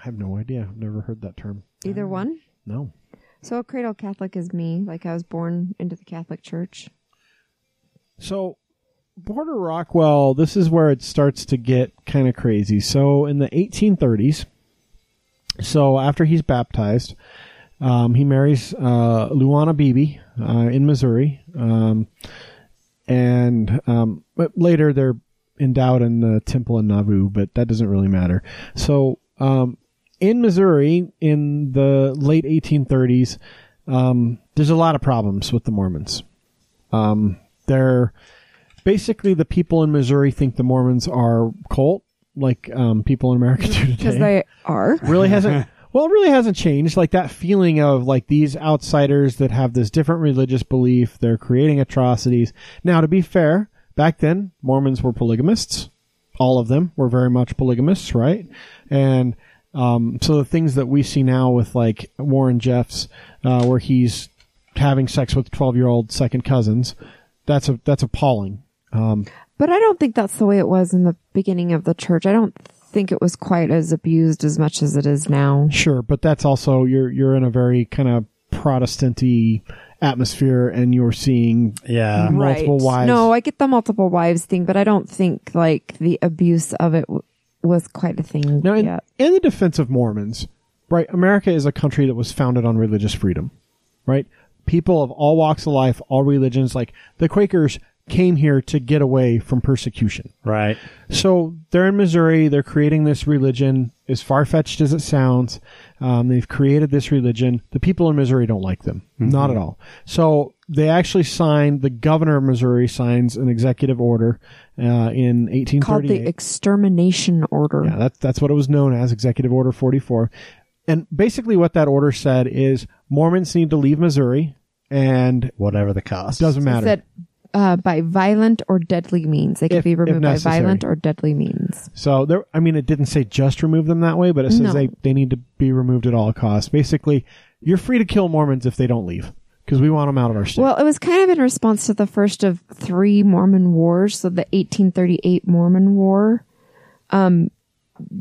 [SPEAKER 1] I have no idea. I've never heard that term.
[SPEAKER 4] Either one.
[SPEAKER 1] No.
[SPEAKER 4] So a cradle Catholic is me. Like I was born into the Catholic Church.
[SPEAKER 1] So, Border Rockwell, this is where it starts to get kind of crazy. So, in the 1830s, so after he's baptized, um, he marries uh, Luana Beebe uh, in Missouri. Um, and um, but later they're endowed in the temple in Nauvoo, but that doesn't really matter. So, um, in Missouri in the late 1830s, um, there's a lot of problems with the Mormons. Um, they're basically the people in Missouri think the Mormons are cult, like um, people in America do today
[SPEAKER 4] Because they are.
[SPEAKER 1] really hasn't well it really hasn't changed like that feeling of like these outsiders that have this different religious belief they're creating atrocities now to be fair back then mormons were polygamists all of them were very much polygamists right and um, so the things that we see now with like warren jeffs uh, where he's having sex with 12 year old second cousins that's a that's appalling
[SPEAKER 4] But I don't think that's the way it was in the beginning of the church. I don't think it was quite as abused as much as it is now.
[SPEAKER 1] Sure, but that's also you're you're in a very kind of Protestanty atmosphere, and you're seeing
[SPEAKER 3] Yeah.
[SPEAKER 1] uh, multiple wives.
[SPEAKER 4] No, I get the multiple wives thing, but I don't think like the abuse of it w- was quite a thing
[SPEAKER 1] now in,
[SPEAKER 4] yet.
[SPEAKER 1] in the defense of Mormons, right? America is a country that was founded on religious freedom, right? People of all walks of life, all religions, like the Quakers came here to get away from persecution.
[SPEAKER 3] Right.
[SPEAKER 1] So they're in Missouri. They're creating this religion. As far fetched as it sounds, um, they've created this religion. The people in Missouri don't like them, not at all. So they actually signed. The governor of Missouri signs an executive order uh, in 1838.
[SPEAKER 4] Called the extermination order.
[SPEAKER 1] Yeah, that, that's what it was known as, Executive Order 44. And basically, what that order said is Mormons need to leave Missouri, and
[SPEAKER 3] Whatever the cost.
[SPEAKER 1] doesn't matter.
[SPEAKER 4] It said uh, by violent or deadly means. They can
[SPEAKER 1] If-
[SPEAKER 4] be
[SPEAKER 1] if
[SPEAKER 4] removed by
[SPEAKER 1] necessary.
[SPEAKER 4] violent or deadly means.
[SPEAKER 1] So there, I mean, it didn't say just remove them that way, but it says
[SPEAKER 4] No.
[SPEAKER 1] they, they need to be removed at all costs. Basically, you're free to kill Mormons if they don't leave because we want them out of our state.
[SPEAKER 4] Well, it was kind of in response to the first of three Mormon wars, so the 1838 Mormon War, um,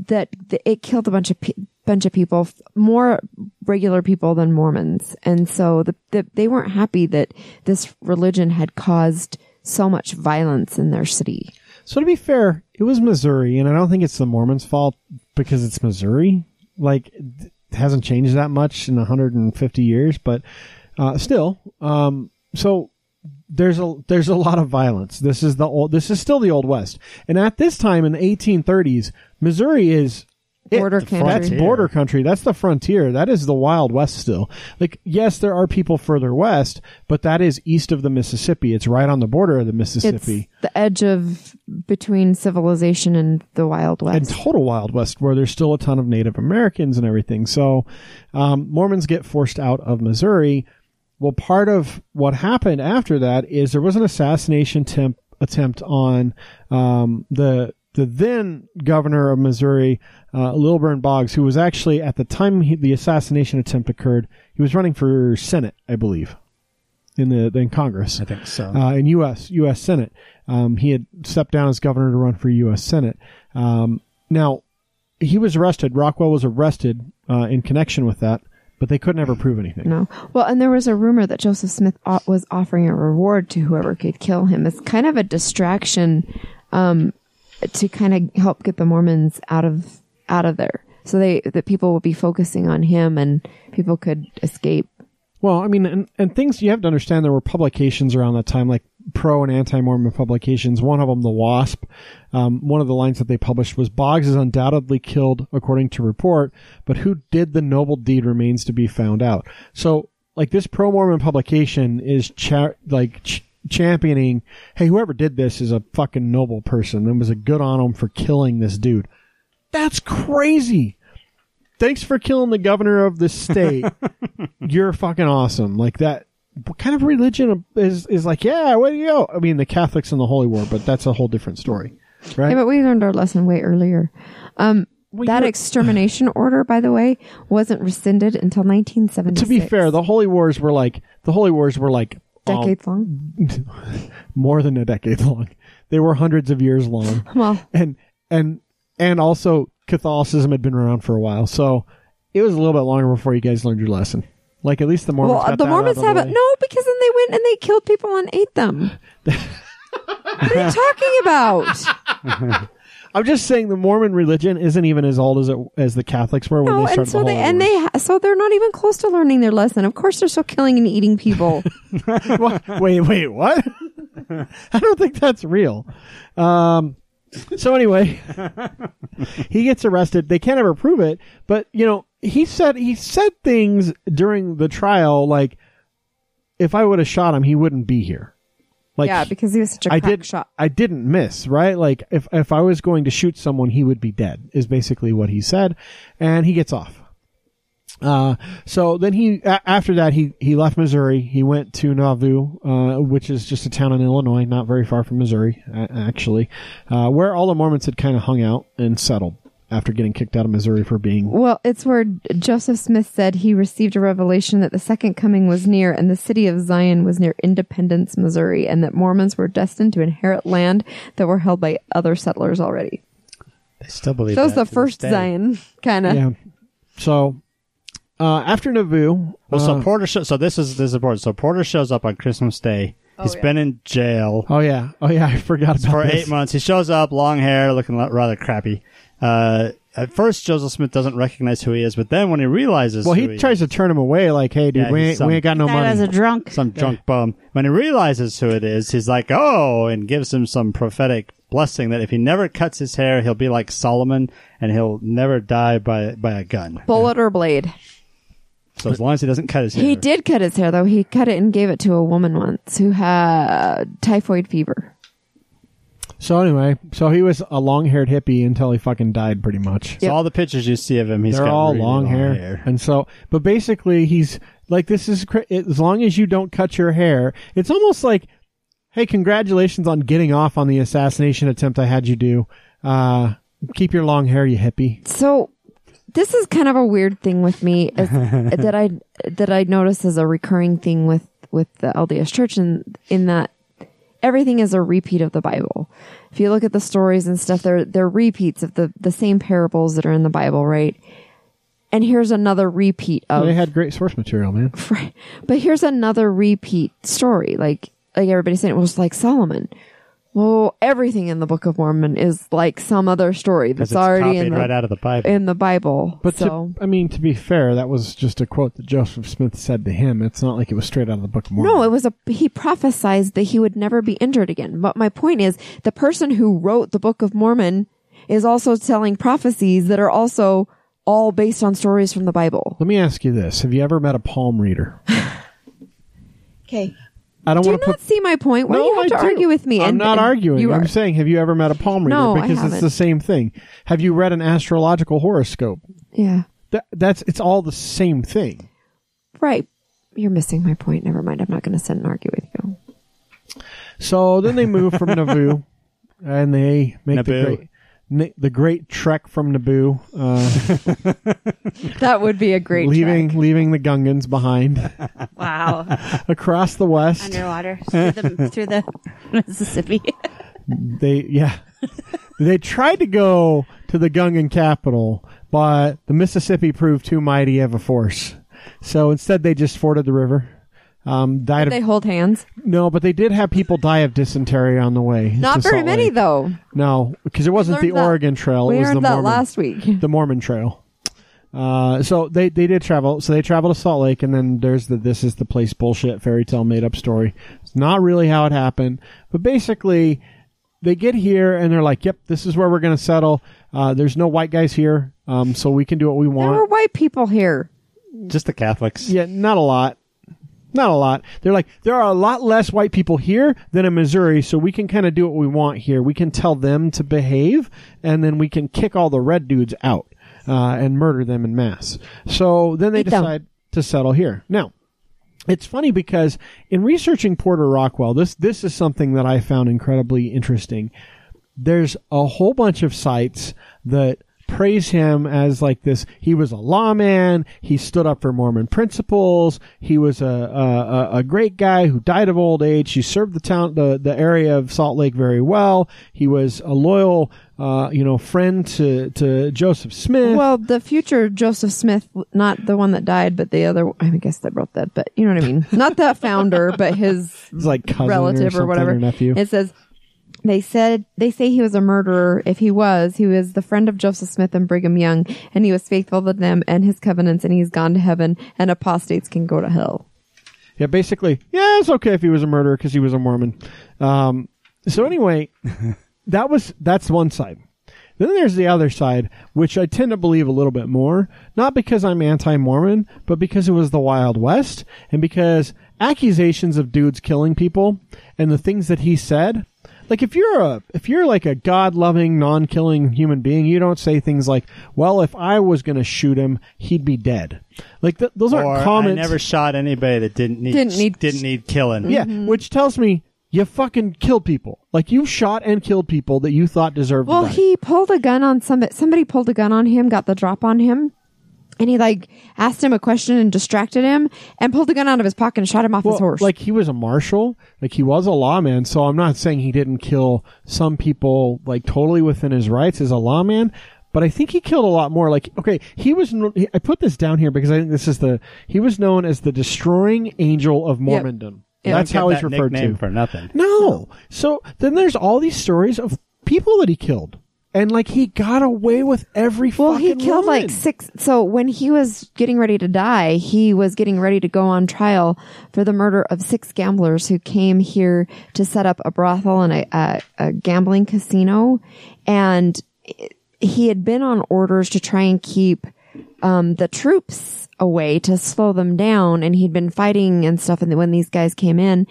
[SPEAKER 4] that th- it killed a bunch of pe- bunch of people, f- more regular people than Mormons, and so the, the they weren't happy that this religion had caused so much violence in their city.
[SPEAKER 1] so to be fair, it was Missouri, and I don't think it's the Mormons' fault because it's Missouri. Like, it hasn't changed that much in 150 years, but uh, still, um, so there's a there's a lot of violence. This is the old. This is still the old West, and at this time in the 1830s, Missouri is it.
[SPEAKER 4] Border
[SPEAKER 1] The
[SPEAKER 4] country.
[SPEAKER 1] That's border country. That's the frontier. That is the Wild West still. Like, yes, there are people further west, but that is east of the Mississippi. It's right on the border of the
[SPEAKER 4] It's
[SPEAKER 1] Mississippi.
[SPEAKER 4] the edge of between civilization and the Wild West.
[SPEAKER 1] and total Wild West, where there's still a ton of Native Americans and everything. So, um, Mormons get forced out of Missouri. Well, part of what happened after that is there was an assassination temp- attempt on um, the the then governor of Missouri, uh, Lilburn Boggs, who was actually at the time he, the assassination attempt occurred, he was running for Senate, I believe, in the in Congress
[SPEAKER 3] I think so.
[SPEAKER 1] uh, in U.S. U.S. Senate. Um, he had stepped down as governor to run for U.S. Senate. Um, now, he was arrested. Rockwell was arrested uh, in connection with that, but they couldn't ever prove anything.
[SPEAKER 4] No. Well, and there was a rumor that Joseph Smith o- was offering a reward to whoever could kill him as kind of a distraction um, to kind of help get the Mormons out of out of there. So they that people would be focusing on him and people could escape.
[SPEAKER 1] Well, I mean, and, and things you have to understand there were publications around that time, like pro and anti Mormon publications. One of them, The Wasp, um, one of the lines that they published was Boggs is undoubtedly killed, according to report, but who did the noble deed remains to be found out. So, like, this pro Mormon publication is cha- like ch- championing, hey, whoever did this is a fucking noble person and was a good on him for killing this dude. That's crazy thanks for killing the governor of the state. You're fucking awesome. Like that. What kind of religion is is like? Yeah, where do you go? I mean, the Catholics and the Holy War, but that's a whole different story, right?
[SPEAKER 4] Yeah, but we learned our lesson way earlier. Um, that
[SPEAKER 1] you're-
[SPEAKER 4] extermination order, by the way, wasn't rescinded until 1976.
[SPEAKER 1] to be fair, the Holy Wars were like the Holy Wars were like
[SPEAKER 4] decades long.
[SPEAKER 1] more than a decade long. They were hundreds of years long.
[SPEAKER 4] Well,
[SPEAKER 1] and and and also Catholicism had been around for a while, so it was a little bit longer before you guys learned your lesson. Like at least the Mormons.
[SPEAKER 4] well,
[SPEAKER 1] got
[SPEAKER 4] the
[SPEAKER 1] that
[SPEAKER 4] Mormons
[SPEAKER 1] out of
[SPEAKER 4] have
[SPEAKER 1] the
[SPEAKER 4] it.
[SPEAKER 1] way.
[SPEAKER 4] No, because then they went and they killed people and ate them. what are you talking about?
[SPEAKER 1] I'm just saying the Mormon religion isn't even as old as it as the Catholics were when
[SPEAKER 4] No,
[SPEAKER 1] they started
[SPEAKER 4] and so
[SPEAKER 1] the
[SPEAKER 4] they
[SPEAKER 1] whole
[SPEAKER 4] and they ha- so they're not even close to learning their lesson. Of course, they're still killing and eating people.
[SPEAKER 1] What? wait, wait, what? I don't think that's real. Um, so anyway, he gets arrested. They can't ever prove it, but you know, he said he said things during the trial like, if I would have shot him, he wouldn't be here. Like,
[SPEAKER 4] yeah, because he was such a
[SPEAKER 1] I
[SPEAKER 4] crack
[SPEAKER 1] did.
[SPEAKER 4] shot.
[SPEAKER 1] I didn't miss, right? Like if if I was going to shoot someone, he would be dead. Is basically what he said, and he gets off. Uh, so then he a- after that he he left Missouri. He went to Nauvoo, uh, which is just a town in Illinois, not very far from Missouri, a- actually, uh, where all the Mormons had kind of hung out and settled after getting kicked out of Missouri for being
[SPEAKER 4] Well, it's where Joseph Smith said he received a revelation that the second coming was near and the city of Zion was near Independence, Missouri, and that Mormons were destined to inherit land that were held by other settlers already.
[SPEAKER 3] They still believe
[SPEAKER 4] So that was
[SPEAKER 3] that
[SPEAKER 4] the
[SPEAKER 3] to this
[SPEAKER 4] first
[SPEAKER 3] day.
[SPEAKER 4] Zion, kind of.
[SPEAKER 1] yeah. So uh, after Nauvoo,
[SPEAKER 3] Well, so
[SPEAKER 1] uh,
[SPEAKER 3] Porter. Sho- so this is this is important. So Porter shows up on Christmas Day. He's
[SPEAKER 4] Oh, yeah.
[SPEAKER 3] been in jail
[SPEAKER 1] oh yeah, oh yeah, I forgot about
[SPEAKER 3] for
[SPEAKER 1] this.
[SPEAKER 3] eight months. He shows up, long hair, looking li- rather crappy. Uh, at first, Joseph Smith doesn't recognize who he is, but then when he realizes,
[SPEAKER 1] Well,
[SPEAKER 3] who
[SPEAKER 1] he tries to turn him away, like, "Hey, dude,
[SPEAKER 3] Yeah,
[SPEAKER 1] we,
[SPEAKER 3] he's
[SPEAKER 1] ain't,
[SPEAKER 3] some-
[SPEAKER 1] we ain't got no
[SPEAKER 2] That
[SPEAKER 1] money."
[SPEAKER 2] was a drunk.
[SPEAKER 3] some drunk bum. When he realizes who it is, he's like, "Oh!" and gives him some prophetic blessing that if he never cuts his hair, he'll be like Solomon and he'll never die by by a gun.
[SPEAKER 4] Bullet or blade?
[SPEAKER 3] So as long as he doesn't cut his hair,
[SPEAKER 4] He did cut his hair, though. He cut it and gave it to a woman once who had typhoid fever.
[SPEAKER 1] so anyway, so he was a long-haired hippie until he fucking died, pretty much.
[SPEAKER 3] So all the pictures you see of him, he's
[SPEAKER 1] They're
[SPEAKER 3] got
[SPEAKER 1] all
[SPEAKER 3] really
[SPEAKER 1] long, hair. and so, but basically, he's like, "This is cra- as long as you don't cut your hair." It's almost like, "Hey, congratulations on getting off on the assassination attempt I had you do. Uh, keep your long hair, you hippie."
[SPEAKER 4] So this is kind of a weird thing with me is, that I that I notice as a recurring thing with with the LDS Church and in that everything is a repeat of the Bible. If you look at the stories and stuff, they're they're repeats of the the same parables that are in the Bible, right? And here's another repeat of
[SPEAKER 1] They had great source material, man.
[SPEAKER 4] Right. But here's another repeat story. Like like everybody said, it was like Solomon. Well, everything in the Book of Mormon is like some other story that's
[SPEAKER 3] It's
[SPEAKER 4] already
[SPEAKER 3] already
[SPEAKER 4] in the,
[SPEAKER 3] right out of the Bible.
[SPEAKER 4] in the Bible.
[SPEAKER 1] But
[SPEAKER 4] so
[SPEAKER 1] to, I mean, to be fair, that was just a quote that Joseph Smith said to him. It's not like it was straight out of the Book of Mormon.
[SPEAKER 4] no, it was a he prophesized that he would never be injured again. But my point is, the person who wrote the Book of Mormon is also telling prophecies that are also all based on stories from the Bible.
[SPEAKER 1] Let me ask you this: Have you ever met a palm reader?
[SPEAKER 2] Okay.
[SPEAKER 1] I don't
[SPEAKER 4] Do you
[SPEAKER 1] want to
[SPEAKER 4] not
[SPEAKER 1] put.
[SPEAKER 4] see my point? Why do you have
[SPEAKER 1] I
[SPEAKER 4] to
[SPEAKER 1] do.
[SPEAKER 4] argue with me?
[SPEAKER 1] I'm
[SPEAKER 4] And-
[SPEAKER 1] not
[SPEAKER 4] and
[SPEAKER 1] arguing.
[SPEAKER 4] You are.
[SPEAKER 1] I'm saying, have you ever met a palm reader?
[SPEAKER 4] No, I
[SPEAKER 1] because it's the
[SPEAKER 4] haven't.
[SPEAKER 1] same thing. Have you read an astrological horoscope?
[SPEAKER 4] yeah.
[SPEAKER 1] That, that's it's all the same thing.
[SPEAKER 4] Right. You're missing my point. Never mind. I'm not going to sit and argue with you.
[SPEAKER 1] So then they move from Naboo, and they make
[SPEAKER 3] Naboo.
[SPEAKER 1] the great na- the great trek from Naboo, uh,
[SPEAKER 4] That would be a great
[SPEAKER 1] leaving leaving the Gungans behind
[SPEAKER 2] Wow.
[SPEAKER 1] across the west.
[SPEAKER 2] Underwater through the, through the Mississippi.
[SPEAKER 1] They yeah. they tried to go to the Gungan capital, but the Mississippi proved too mighty of a force. So instead, they just forded the river. Um, died
[SPEAKER 4] They
[SPEAKER 1] of,
[SPEAKER 4] hold hands.
[SPEAKER 1] no, but they did have people die of dysentery on the way.
[SPEAKER 4] Not
[SPEAKER 1] to
[SPEAKER 4] very
[SPEAKER 1] Salt
[SPEAKER 4] many
[SPEAKER 1] Lake.
[SPEAKER 4] though.
[SPEAKER 1] No, because it wasn't the
[SPEAKER 4] learned that-
[SPEAKER 1] Oregon Trail.
[SPEAKER 4] we
[SPEAKER 1] it was the
[SPEAKER 4] learned that
[SPEAKER 1] Mormon,
[SPEAKER 4] last week.
[SPEAKER 1] the Mormon Trail. Uh, so they, they did travel. So they traveled to Salt Lake, and then there's the this is the place bullshit fairy tale made up story. It's not really how it happened, but basically they get here and they're like, "Yep, this is where we're gonna settle." Uh, there's no white guys here, um, so we can do what we
[SPEAKER 4] There were
[SPEAKER 1] want.
[SPEAKER 4] white people here.
[SPEAKER 3] Just the Catholics.
[SPEAKER 1] Yeah, not a lot. Not a lot. They're like, there are a lot less white people here than in Missouri, so we can kind of do what we want here. We can tell them to behave, and then we can kick all the red dudes out uh, and murder them in mass. So then they
[SPEAKER 4] Eat them.
[SPEAKER 1] decide to settle here. Now, it's funny because in researching Porter Rockwell, this this is something that I found incredibly interesting. There's a whole bunch of sites that praise him as like this. He was a lawman. He stood up for Mormon principles. He was a a, a- a great guy who died of old age. He served the town, the the area of Salt Lake very well. He was a loyal, uh, you know, friend to to Joseph Smith.
[SPEAKER 4] Well, the future Joseph Smith, not the one that died, but the other. I guess that wrote that, but you know what I mean. Not the founder, but his
[SPEAKER 1] He's like cousin
[SPEAKER 4] relative or,
[SPEAKER 1] something,
[SPEAKER 4] whatever.
[SPEAKER 1] or nephew.
[SPEAKER 4] It says they said they say he was a murderer. If he was, he was the friend of Joseph Smith and Brigham Young, and he was faithful to them and his covenants, and he's gone to heaven, and apostates can go to hell.
[SPEAKER 1] Yeah, basically, yeah, it's okay if he was a murderer because he was a Mormon. Um, so anyway, that was that's one side. Then there's the other side, which I tend to believe a little bit more, not because I'm anti-Mormon, but because it was the Wild West, and because accusations of dudes killing people and the things that he said. Like if you're a if you're like a god-loving, non-killing human being, you don't say things like, "Well, if I was going to shoot him, he'd be dead." Like th- those
[SPEAKER 3] Or,
[SPEAKER 1] aren't
[SPEAKER 3] I
[SPEAKER 1] comments.
[SPEAKER 3] never shot anybody that didn't need
[SPEAKER 4] Didn't need-
[SPEAKER 3] didn't need killing.
[SPEAKER 1] Yeah,
[SPEAKER 4] Mm-hmm.
[SPEAKER 1] which tells me you fucking kill people. Like you shot and killed people that you thought deserved.
[SPEAKER 4] Well,
[SPEAKER 1] to die.
[SPEAKER 4] he pulled a gun on somebody. Somebody pulled a gun on him, got the drop on him, and he like asked him a question and distracted him, and pulled the gun out of his pocket and shot him off
[SPEAKER 1] Well,
[SPEAKER 4] his horse.
[SPEAKER 1] like he was a marshal, like he was a lawman. So I'm not saying he didn't kill some people like totally within his rights as a lawman, but I think he killed a lot more. Like okay, he was. kn- he- I put this down here because I think this is the. He was known as the destroying angel of Mormondom.
[SPEAKER 3] You
[SPEAKER 1] That's
[SPEAKER 3] don't get
[SPEAKER 1] how he's
[SPEAKER 3] that
[SPEAKER 1] referred
[SPEAKER 3] nickname
[SPEAKER 1] to.
[SPEAKER 3] for nothing.
[SPEAKER 1] No. So then there's all these stories of people that he killed. And like he got away with every
[SPEAKER 4] Well,
[SPEAKER 1] fucking
[SPEAKER 4] he killed like
[SPEAKER 1] one.
[SPEAKER 4] six. So when he was getting ready to die, he was getting ready to go on trial for the murder of six gamblers who came here to set up a brothel and a, a, a gambling casino. And he had been on orders to try and keep um, the troops away to slow them down. And he'd been fighting and stuff. And when these guys came in,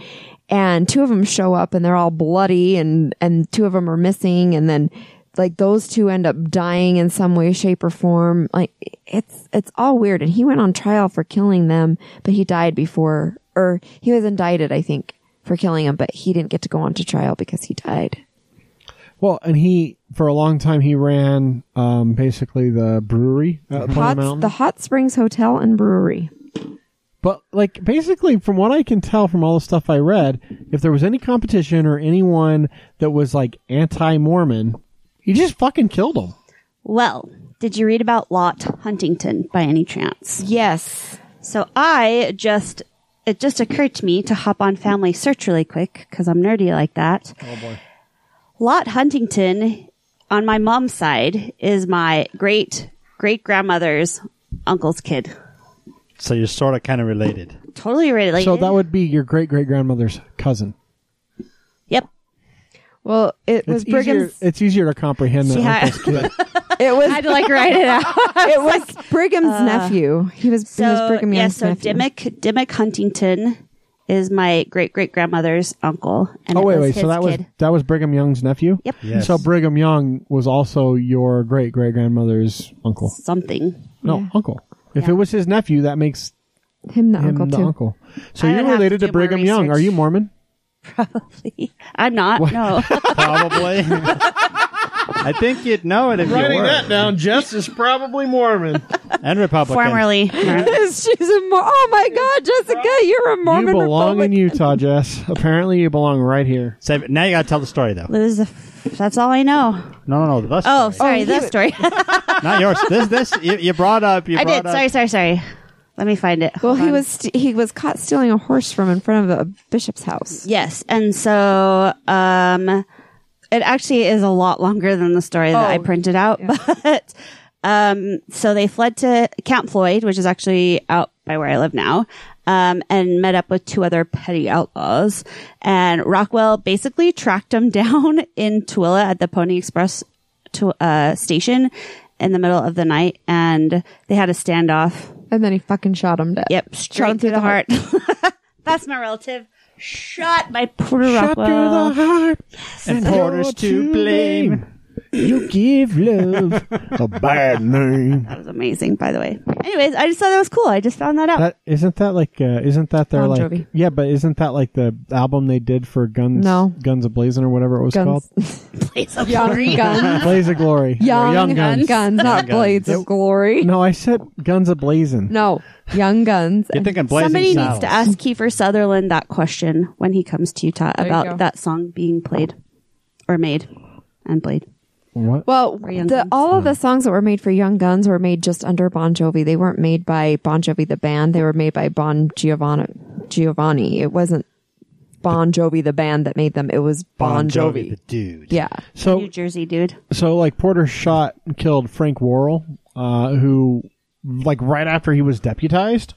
[SPEAKER 4] and two of them show up and they're all bloody, and and two of them are missing, and then like those two end up dying in some way, shape, or form. Like it's it's all weird. And he went on trial for killing them, but he died before, or he was indicted, I think, for killing them, but he didn't get to go on to trial because he died.
[SPEAKER 1] Well, and he for a long time he ran um, basically the brewery at Plum
[SPEAKER 4] Hot,
[SPEAKER 1] Mountain.
[SPEAKER 4] the Hot Springs Hotel and Brewery.
[SPEAKER 1] but like basically, from what I can tell from all the stuff I read, if there was any competition or anyone that was like anti-Mormon, he just fucking killed them.
[SPEAKER 2] Well, did you read about Lot Huntington by any chance?
[SPEAKER 4] Yes.
[SPEAKER 2] So I just it just occurred to me to hop on Family Search really quick because I'm nerdy like that. Oh boy. Lot Huntington on my mom's side is my great great grandmother's uncle's kid.
[SPEAKER 3] So you're sort of kind of related.
[SPEAKER 2] Totally related.
[SPEAKER 1] So that would be your great great grandmother's cousin.
[SPEAKER 2] Yep.
[SPEAKER 4] Well, it
[SPEAKER 1] It's
[SPEAKER 4] was
[SPEAKER 1] easier,
[SPEAKER 4] Brigham's.
[SPEAKER 1] it's easier to comprehend than
[SPEAKER 2] See how-
[SPEAKER 1] uncle's kid.
[SPEAKER 4] It
[SPEAKER 2] I
[SPEAKER 4] was
[SPEAKER 2] had to like write it out. Uh,
[SPEAKER 4] it was Brigham's nephew. He was, he was
[SPEAKER 2] So
[SPEAKER 4] Brigham
[SPEAKER 2] yeah,
[SPEAKER 4] Young's
[SPEAKER 2] so
[SPEAKER 4] nephew.
[SPEAKER 2] Dimmock Dimmock Huntington is my great great grandmother's uncle. And
[SPEAKER 1] Oh
[SPEAKER 2] it
[SPEAKER 1] wait,
[SPEAKER 2] was
[SPEAKER 1] wait. So
[SPEAKER 2] his
[SPEAKER 1] that was
[SPEAKER 2] kid.
[SPEAKER 1] that was Brigham Young's nephew.
[SPEAKER 2] Yep.
[SPEAKER 1] And So Brigham Young was also your great great grandmother's uncle.
[SPEAKER 2] something.
[SPEAKER 1] No, uncle. If it was his nephew, that makes
[SPEAKER 4] him the
[SPEAKER 1] him
[SPEAKER 4] uncle
[SPEAKER 1] the
[SPEAKER 4] too.
[SPEAKER 1] uncle. So
[SPEAKER 2] I would
[SPEAKER 1] you're
[SPEAKER 2] have
[SPEAKER 1] related
[SPEAKER 2] to
[SPEAKER 1] to,
[SPEAKER 2] do more
[SPEAKER 1] Brigham Young. Are
[SPEAKER 2] research.
[SPEAKER 1] you Mormon?
[SPEAKER 2] I'm not. No.
[SPEAKER 3] Probably. I think you'd know it if you were.
[SPEAKER 1] down. Jess is probably Mormon.
[SPEAKER 3] And Republican.
[SPEAKER 2] Formerly.
[SPEAKER 4] She's a Mor- oh my god, Jessica, you're a
[SPEAKER 1] you
[SPEAKER 4] Mormon
[SPEAKER 1] belong in
[SPEAKER 4] Republican.
[SPEAKER 1] Utah, Jess. Apparently, you belong right here.
[SPEAKER 3] Save it. Now you got to tell the story though.
[SPEAKER 2] Lose the f- that's all I know.
[SPEAKER 3] No, no, no. The
[SPEAKER 2] Oh,
[SPEAKER 3] story.
[SPEAKER 2] sorry,
[SPEAKER 4] he
[SPEAKER 2] that
[SPEAKER 4] was-
[SPEAKER 2] story.
[SPEAKER 3] not yours. This, this. You, you brought up. You
[SPEAKER 2] I
[SPEAKER 3] brought
[SPEAKER 2] did.
[SPEAKER 3] Up,
[SPEAKER 2] Sorry, sorry, sorry. Let me find it.
[SPEAKER 4] Well,
[SPEAKER 2] Hold
[SPEAKER 4] he
[SPEAKER 2] on.
[SPEAKER 4] was st- he was caught stealing a horse from in front of a bishop's house.
[SPEAKER 2] Yes, and so um, it actually is a lot longer than the story that I
[SPEAKER 4] Oh,
[SPEAKER 2] printed out. But um, so they fled to Camp Floyd, which is actually out by where I live now, um, and met up with two other petty outlaws. And Rockwell basically tracked them down in Tooele at the Pony Express to uh, station in the middle of the night, and they had a standoff.
[SPEAKER 4] And then he fucking shot him dead.
[SPEAKER 2] Yep,
[SPEAKER 4] Shot
[SPEAKER 2] straight
[SPEAKER 4] him
[SPEAKER 2] through, the heart. That's my relative. Shot by Porter
[SPEAKER 1] Shot through
[SPEAKER 2] Rockwell.
[SPEAKER 1] the heart.
[SPEAKER 3] And Porter's to blame.
[SPEAKER 1] You give love a bad name.
[SPEAKER 2] That was amazing, by the way. Anyways, I just thought that was cool. I just found that out.
[SPEAKER 1] That isn't that like uh, isn't that their
[SPEAKER 4] Bon
[SPEAKER 1] like
[SPEAKER 4] Jovi.
[SPEAKER 1] yeah, but isn't that like the album they did for Guns
[SPEAKER 4] No.
[SPEAKER 1] Guns of Blazing or whatever it was
[SPEAKER 4] Guns.
[SPEAKER 2] Place of
[SPEAKER 4] Young
[SPEAKER 2] glory.
[SPEAKER 4] guns.
[SPEAKER 1] called? Blaze of Glory.
[SPEAKER 4] Young,
[SPEAKER 1] Or
[SPEAKER 4] guns. not blades of glory. No.
[SPEAKER 1] No, I said Guns of Blazing.
[SPEAKER 4] young guns.
[SPEAKER 3] You're thinking blazing
[SPEAKER 2] Somebody needs
[SPEAKER 3] saddles.
[SPEAKER 2] to ask Kiefer Sutherland that question when he comes to Utah
[SPEAKER 4] There you go.
[SPEAKER 2] about that song being played or made and played.
[SPEAKER 1] What?
[SPEAKER 4] Well,
[SPEAKER 2] Young
[SPEAKER 4] the,
[SPEAKER 2] Guns.
[SPEAKER 4] all of the songs that were made for Young Guns were made just under Bon Jovi. They weren't made by Bon Jovi the band. They were made by Bon Giovanni. Giovanni. It wasn't Bon Jovi the band that made them. It was Bon, Jovi.
[SPEAKER 3] the dude.
[SPEAKER 4] Yeah.
[SPEAKER 1] So
[SPEAKER 2] New Jersey dude.
[SPEAKER 1] so like Porter shot and killed Frank Worrell, uh, who like right after he was deputized.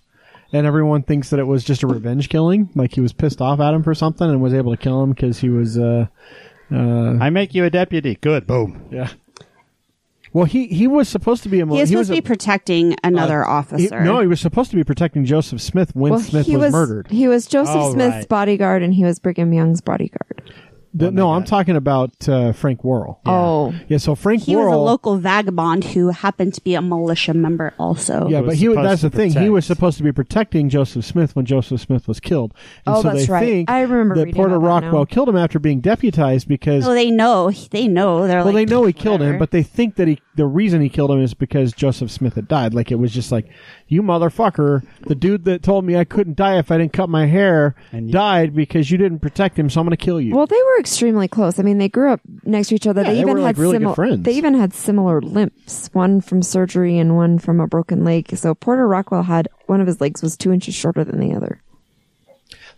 [SPEAKER 1] And everyone thinks that it was just a revenge killing, like he was pissed off at him for something and was able to kill him because he was uh,
[SPEAKER 3] I make you a deputy. Good. Boom.
[SPEAKER 1] Yeah. Well, he he was supposed to be a mil-
[SPEAKER 2] He was supposed to
[SPEAKER 1] a- Uh,
[SPEAKER 2] be protecting another
[SPEAKER 1] he-
[SPEAKER 2] officer.
[SPEAKER 1] no, he was supposed to be protecting Joseph Smith when
[SPEAKER 4] Well,
[SPEAKER 1] Smith
[SPEAKER 4] he
[SPEAKER 1] was,
[SPEAKER 4] was
[SPEAKER 1] murdered.
[SPEAKER 4] He was Joseph
[SPEAKER 3] All
[SPEAKER 4] Smith's
[SPEAKER 3] right.
[SPEAKER 4] bodyguard, and he was Brigham Young's bodyguard.
[SPEAKER 1] The- no, I'm talking about uh, Frank Worrell. Yeah.
[SPEAKER 4] Oh,
[SPEAKER 1] so Frank
[SPEAKER 2] He was
[SPEAKER 1] Worrell.
[SPEAKER 2] a local vagabond who happened to be a militia member also.
[SPEAKER 1] yeah, but
[SPEAKER 3] was
[SPEAKER 1] he was-
[SPEAKER 3] supposed
[SPEAKER 1] that's
[SPEAKER 3] to
[SPEAKER 1] the thing. He was
[SPEAKER 3] protect.
[SPEAKER 1] supposed to be protecting Joseph Smith when Joseph Smith was killed. And
[SPEAKER 4] Oh,
[SPEAKER 1] so
[SPEAKER 4] that's
[SPEAKER 1] they
[SPEAKER 4] right.
[SPEAKER 1] think
[SPEAKER 4] I remember
[SPEAKER 1] that
[SPEAKER 4] reading
[SPEAKER 1] Porter
[SPEAKER 4] about that
[SPEAKER 1] Rockwell
[SPEAKER 4] now.
[SPEAKER 1] killed him after being deputized because
[SPEAKER 2] So they know. They know. They're
[SPEAKER 1] well,
[SPEAKER 2] like,
[SPEAKER 1] they know he killed him,
[SPEAKER 2] whatever.
[SPEAKER 1] but they think that he the reason he killed him is because Joseph Smith had died. Like it was just like, you motherfucker, the dude that told me I couldn't die if I didn't cut my hair
[SPEAKER 3] And you-
[SPEAKER 1] died because you didn't protect him, so I'm going to kill you.
[SPEAKER 4] well, they were extremely close. I mean, they grew up next to each other.
[SPEAKER 1] Yeah, they
[SPEAKER 4] even
[SPEAKER 1] were, like,
[SPEAKER 4] had
[SPEAKER 1] really good
[SPEAKER 4] similar.
[SPEAKER 1] friends.
[SPEAKER 4] They even had similar limps. One from surgery and one from a broken leg. So Porter Rockwell had one of his legs was two inches shorter than the other.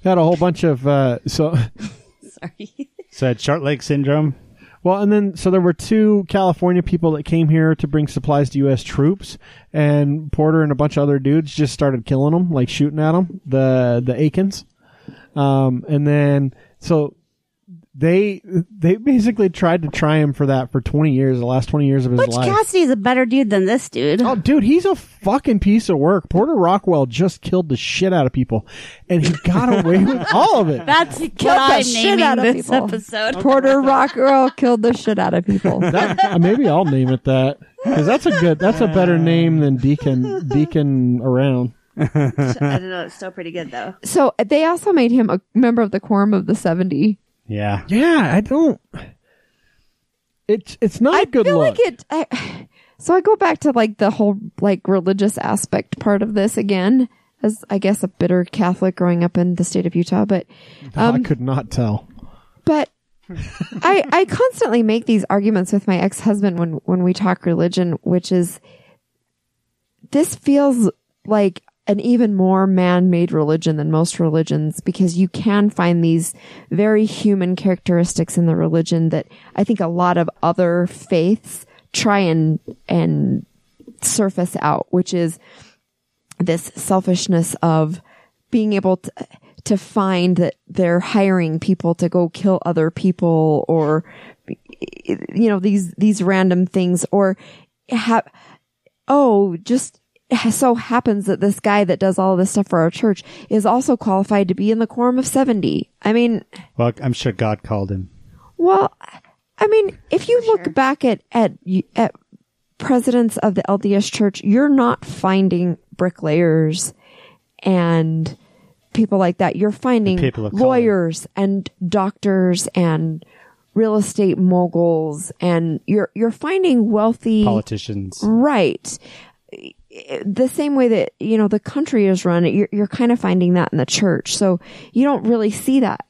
[SPEAKER 1] They had a whole bunch of uh, so
[SPEAKER 2] Sorry.
[SPEAKER 3] Said short leg syndrome.
[SPEAKER 1] well, and then so there were two California people that came here to bring supplies to U.S. troops, and Porter and a bunch of other dudes just started killing them, like shooting at them. The the Aikens. Um, and then so they they basically tried to try him for that for 20 years, the last 20 years of his
[SPEAKER 2] Butch
[SPEAKER 1] life.
[SPEAKER 2] Cassidy's a better dude than this dude.
[SPEAKER 1] Oh, dude, he's a fucking piece of work. Porter Rockwell just killed the shit out of people, and he got away with all of it.
[SPEAKER 2] That's
[SPEAKER 4] killed
[SPEAKER 2] what
[SPEAKER 4] the
[SPEAKER 2] I'm
[SPEAKER 4] shit
[SPEAKER 2] naming
[SPEAKER 4] out of
[SPEAKER 2] this
[SPEAKER 4] people.
[SPEAKER 2] episode.
[SPEAKER 4] Porter Rockwell killed the shit out of people.
[SPEAKER 1] That- uh, maybe I'll name it that because that's a good, that's a better name than Deacon Deacon around.
[SPEAKER 2] I don't know. It's still pretty good though.
[SPEAKER 4] So they also made him a member of the Quorum of the Seventy.
[SPEAKER 3] Yeah.
[SPEAKER 1] Yeah, I don't. It's it's not a good
[SPEAKER 4] feel
[SPEAKER 1] look.
[SPEAKER 4] like it. I, so I go back to like the whole like religious aspect part of this again, as I guess a bitter Catholic growing up in the state of Utah, but
[SPEAKER 1] I
[SPEAKER 4] um,
[SPEAKER 1] could not tell.
[SPEAKER 4] but I I constantly make these arguments with my ex husband when when we talk religion, which is this feels like an even more man-made religion than most religions because you can find these very human characteristics in the religion that I think a lot of other faiths try and and surface out, which is this selfishness of being able to, to find that they're hiring people to go kill other people or you know these these random things or have oh just so happens that this guy that does all this stuff for our church is also qualified to be in the quorum of 70 i mean
[SPEAKER 3] Well, I'm sure God called him.
[SPEAKER 4] well, I mean, if you look back at at at presidents of the LDS Church, you're not finding bricklayers and people like that. You're finding
[SPEAKER 3] people of color.
[SPEAKER 4] lawyers and doctors and real estate moguls, and you're you're finding wealthy
[SPEAKER 3] Politicians.
[SPEAKER 4] Right. The same way that, you know, the country is run, you're, you're kind of finding that in the church. So you don't really see that,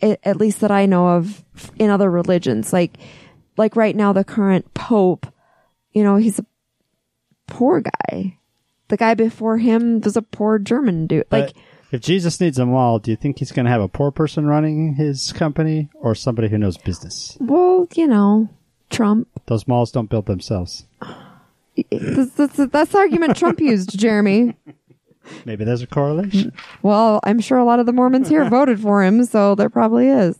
[SPEAKER 4] a- at least that I know of in other religions. Like, like right now, the current Pope, you know, he's a poor guy. The guy before him was a poor German dude. Like,
[SPEAKER 3] But if Jesus needs them all, do you think he's going to have a poor person running his company or somebody who knows business?
[SPEAKER 4] well, you know, Trump.
[SPEAKER 3] Those malls don't build themselves.
[SPEAKER 4] that's, that's, that's the argument Trump used, Jeremy.
[SPEAKER 3] Maybe there's a correlation.
[SPEAKER 4] Well, I'm sure a lot of the Mormons here voted for him, so there probably is.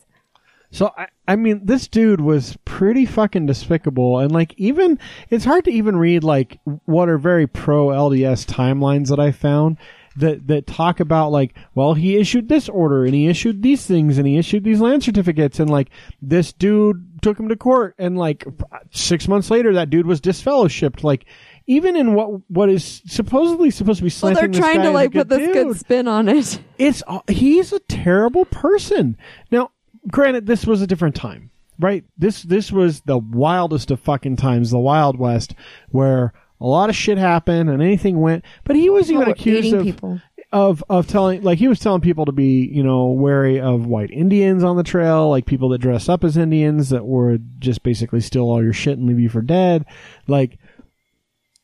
[SPEAKER 1] So I, I mean, this dude was pretty fucking despicable, and like even it's hard to even read like what are very pro LDS timelines that I found that that talk about like, well, he issued this order and he issued these things and he issued these land certificates and like this dude took him to court and like six months later that dude was disfellowshipped. Like even in what what is supposedly supposed to be
[SPEAKER 4] Well,
[SPEAKER 1] slanting
[SPEAKER 4] they're
[SPEAKER 1] this
[SPEAKER 4] trying
[SPEAKER 1] guy
[SPEAKER 4] to
[SPEAKER 1] as a
[SPEAKER 4] like put this good
[SPEAKER 1] dude,
[SPEAKER 4] spin on it.
[SPEAKER 1] it's he's a terrible person. Now, granted, this was a different time, right? This this was the wildest of fucking times, the Wild West, where a lot of shit happened and anything went. But he was even
[SPEAKER 4] Oh,
[SPEAKER 1] accused
[SPEAKER 4] eating
[SPEAKER 1] of
[SPEAKER 4] people.
[SPEAKER 1] of of telling like he was telling people to be you know wary of white Indians on the trail, like people that dress up as Indians that would just basically steal all your shit and leave you for dead, like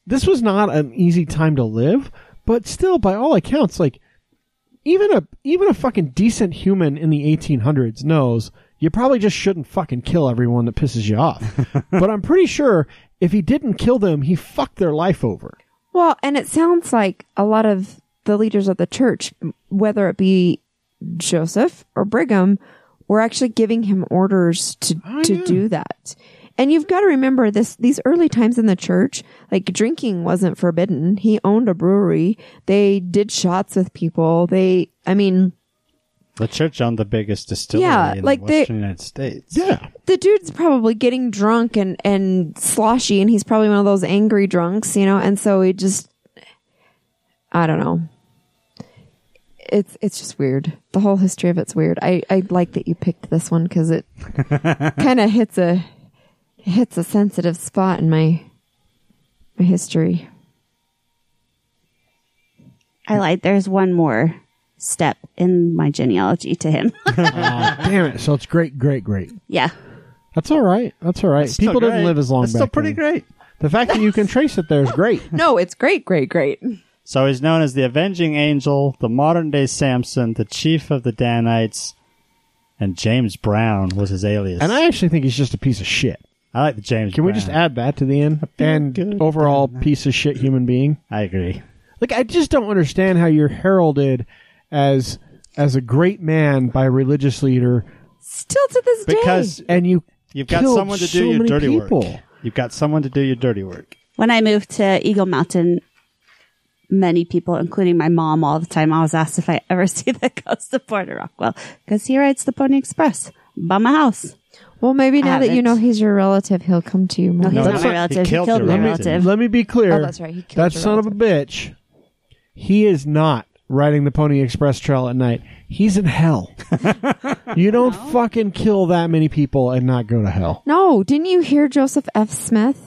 [SPEAKER 1] this was not an easy time to live, but still, by all accounts, like even a even a fucking decent human in the 1800s knows you probably just shouldn't fucking kill everyone that pisses you off. but I'm pretty sure if he didn't kill them, he fucked their life over.
[SPEAKER 4] Well, and it sounds like a lot of the leaders of the church, whether it be Joseph or Brigham, were actually giving him orders to to do that. And you've got to remember this these early times in the church, like drinking wasn't forbidden. He owned a brewery. They did shots with people. They I mean,
[SPEAKER 3] The church owned the biggest distillery
[SPEAKER 4] Yeah,
[SPEAKER 3] in
[SPEAKER 4] like
[SPEAKER 3] the
[SPEAKER 4] they-
[SPEAKER 3] Western United States.
[SPEAKER 1] Yeah,
[SPEAKER 4] the dude's probably getting drunk and and sloshy and he's probably one of those angry drunks you know and so he just i don't know it's it's just weird the whole history of it's weird i i like that you picked this one because it kind of hits a hits a sensitive spot in my my history
[SPEAKER 2] I lied. There's one more step in my genealogy to him.
[SPEAKER 1] damn it. So it's great, great, great.
[SPEAKER 2] yeah.
[SPEAKER 1] That's all right. That's all right.
[SPEAKER 3] Still
[SPEAKER 1] People
[SPEAKER 3] great.
[SPEAKER 1] didn't live as long.
[SPEAKER 3] That's
[SPEAKER 1] back
[SPEAKER 3] still pretty
[SPEAKER 1] then.
[SPEAKER 3] great.
[SPEAKER 1] The fact that you can trace it there is great.
[SPEAKER 4] no it's great great great
[SPEAKER 3] So he's known as the Avenging Angel, the modern day Samson, the Chief of the Danites, and James Brown was his alias.
[SPEAKER 1] And I actually think he's just a piece of shit.
[SPEAKER 3] I like the James.
[SPEAKER 1] Can we
[SPEAKER 3] Brown.
[SPEAKER 1] just add that to the end? And overall piece of shit human being.
[SPEAKER 3] I agree.
[SPEAKER 1] Like I just don't understand how you're heralded as as a great man by a religious leader,
[SPEAKER 4] still to this day
[SPEAKER 3] Because
[SPEAKER 1] and you
[SPEAKER 3] you've got
[SPEAKER 1] killed
[SPEAKER 3] someone to do
[SPEAKER 1] so
[SPEAKER 3] your
[SPEAKER 1] many
[SPEAKER 3] dirty
[SPEAKER 1] people.
[SPEAKER 3] work. You've got someone to do your dirty work.
[SPEAKER 2] When I moved to Eagle Mountain, many people, including my mom, all the time, I was asked if I ever see the ghost of Porter Rockwell because he rides the Pony Express by my house.
[SPEAKER 4] well maybe now that you
[SPEAKER 2] haven't.
[SPEAKER 4] know he's your relative he'll come to you
[SPEAKER 2] No,
[SPEAKER 4] more
[SPEAKER 2] he's
[SPEAKER 3] Ah, No,
[SPEAKER 2] not
[SPEAKER 3] that's
[SPEAKER 2] my
[SPEAKER 3] not- he
[SPEAKER 2] relative. He
[SPEAKER 3] killed
[SPEAKER 2] killed,
[SPEAKER 3] your
[SPEAKER 2] my
[SPEAKER 3] relative.
[SPEAKER 2] relative.
[SPEAKER 1] Let me be clear.
[SPEAKER 4] Oh, that's right. He killed
[SPEAKER 1] that
[SPEAKER 4] your
[SPEAKER 1] son of a bitch. He is not riding the Pony Express trail at night. He's in hell. you don't fucking kill that many people and not go to hell.
[SPEAKER 4] No, didn't you hear Joseph F. Smith?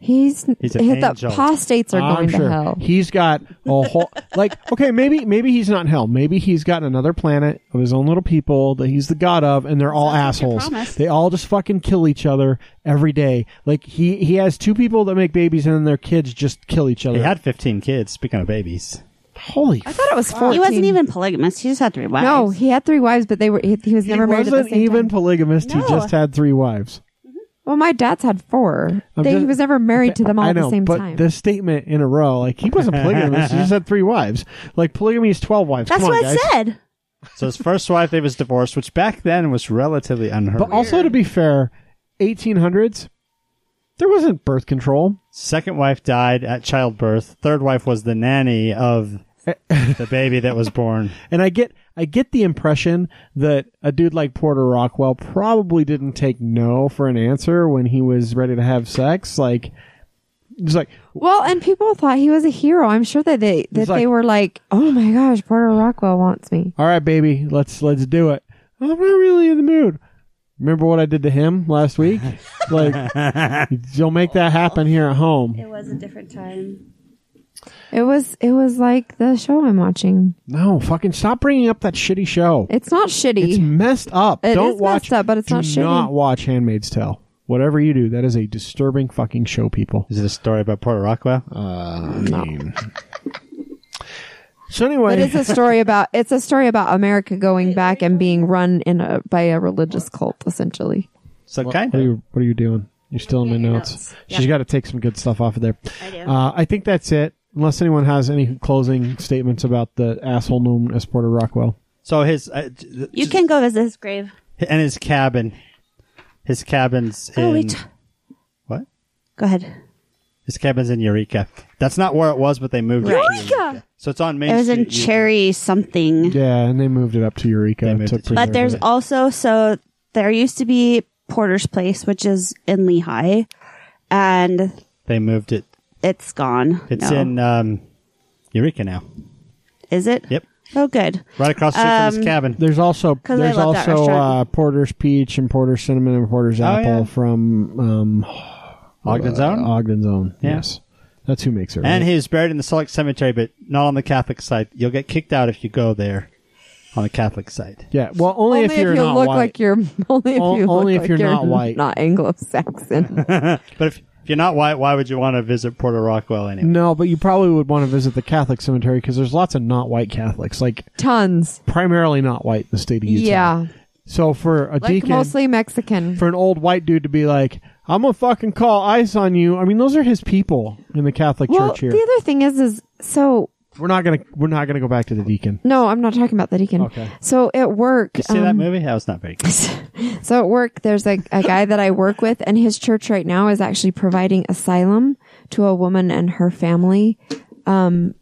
[SPEAKER 4] He's,
[SPEAKER 3] He's an
[SPEAKER 4] hit the
[SPEAKER 3] angel.
[SPEAKER 4] apostates are
[SPEAKER 1] Oh, I'm
[SPEAKER 4] going
[SPEAKER 1] sure
[SPEAKER 4] to hell.
[SPEAKER 1] he's got a whole like. Okay, maybe maybe he's not in hell. Maybe he's got another planet of his own little people that he's the god of, and they're all
[SPEAKER 2] Sounds like your
[SPEAKER 1] assholes.
[SPEAKER 2] promise.
[SPEAKER 1] They all just fucking kill each other every day. Like he he has two people that make babies, and then their kids just kill each other.
[SPEAKER 3] He had 15 kids. Speaking of babies,
[SPEAKER 1] Holy
[SPEAKER 4] I thought it was four.
[SPEAKER 2] He wasn't even polygamous. He just had three wives.
[SPEAKER 4] No, he had three wives, but they were he, he was never
[SPEAKER 1] he
[SPEAKER 4] married
[SPEAKER 1] wasn't
[SPEAKER 4] at the same
[SPEAKER 1] even
[SPEAKER 4] time.
[SPEAKER 1] polygamous. He
[SPEAKER 2] No.
[SPEAKER 1] just had three wives.
[SPEAKER 4] Well, my dad's had 4
[SPEAKER 1] I'm
[SPEAKER 4] They, he
[SPEAKER 1] just-
[SPEAKER 4] was never married to them all
[SPEAKER 1] I
[SPEAKER 4] at
[SPEAKER 1] know,
[SPEAKER 4] the same
[SPEAKER 1] but
[SPEAKER 4] time.
[SPEAKER 1] the statement in a row, like he wasn't polygamous. he just had three wives. Like polygamy is twelve wives.
[SPEAKER 2] That's
[SPEAKER 1] Come on,
[SPEAKER 2] what
[SPEAKER 1] guys.
[SPEAKER 2] I said.
[SPEAKER 3] so his first wife, they was divorced, which back then was relatively unheard.
[SPEAKER 1] But
[SPEAKER 3] of.
[SPEAKER 1] also to be fair, eighteen hundreds, there wasn't birth control.
[SPEAKER 3] Second wife died at childbirth. Third wife was the nanny of the baby that was born.
[SPEAKER 1] And I get I get the impression that a dude like Porter Rockwell probably didn't take no for an answer when he was ready to have sex. Like it's like
[SPEAKER 4] well, and people thought he was a hero. I'm sure that they that
[SPEAKER 1] It's like-
[SPEAKER 4] they were like, "Oh my gosh, Porter Rockwell wants me."
[SPEAKER 1] all right, baby, let's let's do it. I'm not really in the mood. Remember what I did to him last week? like, you'll make that happen here at home.
[SPEAKER 2] It was a different time.
[SPEAKER 4] It was it was like the show I'm watching.
[SPEAKER 1] No, fucking stop bringing up that shitty show.
[SPEAKER 4] It's not shitty.
[SPEAKER 1] It's messed up.
[SPEAKER 4] It
[SPEAKER 1] Don't
[SPEAKER 4] is
[SPEAKER 1] watch
[SPEAKER 4] messed up, but it's
[SPEAKER 1] do
[SPEAKER 4] not shitty.
[SPEAKER 1] not watch Handmaid's Tale. Whatever you do, that is a disturbing fucking show, people.
[SPEAKER 3] Is it a story about Porter Rockwell? Uh,
[SPEAKER 1] So
[SPEAKER 4] But
[SPEAKER 1] anyway,
[SPEAKER 4] it's a story about it's a story about America going back and being run in a by a religious cult, essentially.
[SPEAKER 3] so kind
[SPEAKER 1] what
[SPEAKER 3] of.
[SPEAKER 1] are you what are you doing? You're still in my notes. She's got to take some good stuff off of there.
[SPEAKER 2] I do.
[SPEAKER 1] Uh, I think that's it. Unless anyone has any closing statements about the asshole known as Porter Rockwell.
[SPEAKER 3] so his uh, j-
[SPEAKER 2] you can go visit his grave.
[SPEAKER 3] and his cabin, his cabin's
[SPEAKER 2] Oh,
[SPEAKER 3] in
[SPEAKER 2] wait.
[SPEAKER 3] what?
[SPEAKER 2] Go ahead.
[SPEAKER 3] His cabin's in Eureka. That's not where it was, but they moved it. to Eureka. So it's on Main
[SPEAKER 2] It was
[SPEAKER 3] Street.
[SPEAKER 2] in
[SPEAKER 3] Eureka.
[SPEAKER 2] Cherry something.
[SPEAKER 1] Yeah, and they moved it up to Eureka.
[SPEAKER 3] They moved
[SPEAKER 1] to
[SPEAKER 3] it to
[SPEAKER 2] But there's also so there used to be Porter's Place, which is in Lehigh, and
[SPEAKER 3] They moved it.
[SPEAKER 2] it's gone.
[SPEAKER 3] It's
[SPEAKER 2] No.
[SPEAKER 3] in um, Eureka now.
[SPEAKER 2] Is it?
[SPEAKER 3] Yep.
[SPEAKER 2] Oh, good.
[SPEAKER 3] Right across the street from
[SPEAKER 2] Um,
[SPEAKER 3] his cabin.
[SPEAKER 1] There's also
[SPEAKER 2] 'Cause I
[SPEAKER 1] there's
[SPEAKER 2] love that
[SPEAKER 1] also
[SPEAKER 2] restaurant.
[SPEAKER 1] uh, Porter's Peach and Porter's Cinnamon and Porter's
[SPEAKER 3] Oh,
[SPEAKER 1] Apple
[SPEAKER 3] yeah.
[SPEAKER 1] from um,
[SPEAKER 3] Ogden's own.
[SPEAKER 1] Uh, Ogden's own.
[SPEAKER 3] Yeah.
[SPEAKER 1] Yes, that's who makes it. Right?
[SPEAKER 3] Uh, And he was buried in the Salt Lake Cemetery, but not on the Catholic side. You'll get kicked out if you go there on the Catholic side.
[SPEAKER 1] yeah, well, only,
[SPEAKER 4] only
[SPEAKER 1] if you're
[SPEAKER 4] you
[SPEAKER 1] not
[SPEAKER 4] look
[SPEAKER 1] white.
[SPEAKER 4] like you're only if
[SPEAKER 1] O-
[SPEAKER 4] you
[SPEAKER 1] only
[SPEAKER 4] look
[SPEAKER 1] if
[SPEAKER 4] like
[SPEAKER 1] you're not white.
[SPEAKER 4] not Anglo-Saxon.
[SPEAKER 3] But if, if you're not white, why would you want to visit Porter Rockwell anyway?
[SPEAKER 1] no, but you probably would want to visit the Catholic cemetery because there's lots of not white Catholics, like
[SPEAKER 4] Tons.
[SPEAKER 1] primarily not white in the state of Utah.
[SPEAKER 4] Yeah,
[SPEAKER 1] So for a
[SPEAKER 4] like
[SPEAKER 1] deacon,
[SPEAKER 4] mostly Mexican.
[SPEAKER 1] for an old white dude to be like, "I'm gonna fucking call ICE on you," I mean, those are his people in the Catholic
[SPEAKER 4] well,
[SPEAKER 1] Church here.
[SPEAKER 4] the other thing is, is so
[SPEAKER 1] we're not gonna we're not gonna go back to the deacon.
[SPEAKER 4] no, I'm not talking about the deacon.
[SPEAKER 1] Okay.
[SPEAKER 4] So at work,
[SPEAKER 3] You see that
[SPEAKER 4] um,
[SPEAKER 3] movie? That was not very good.
[SPEAKER 4] So at work, there's a, a guy that I work with, and his church right now is actually providing asylum to a woman and her family, um,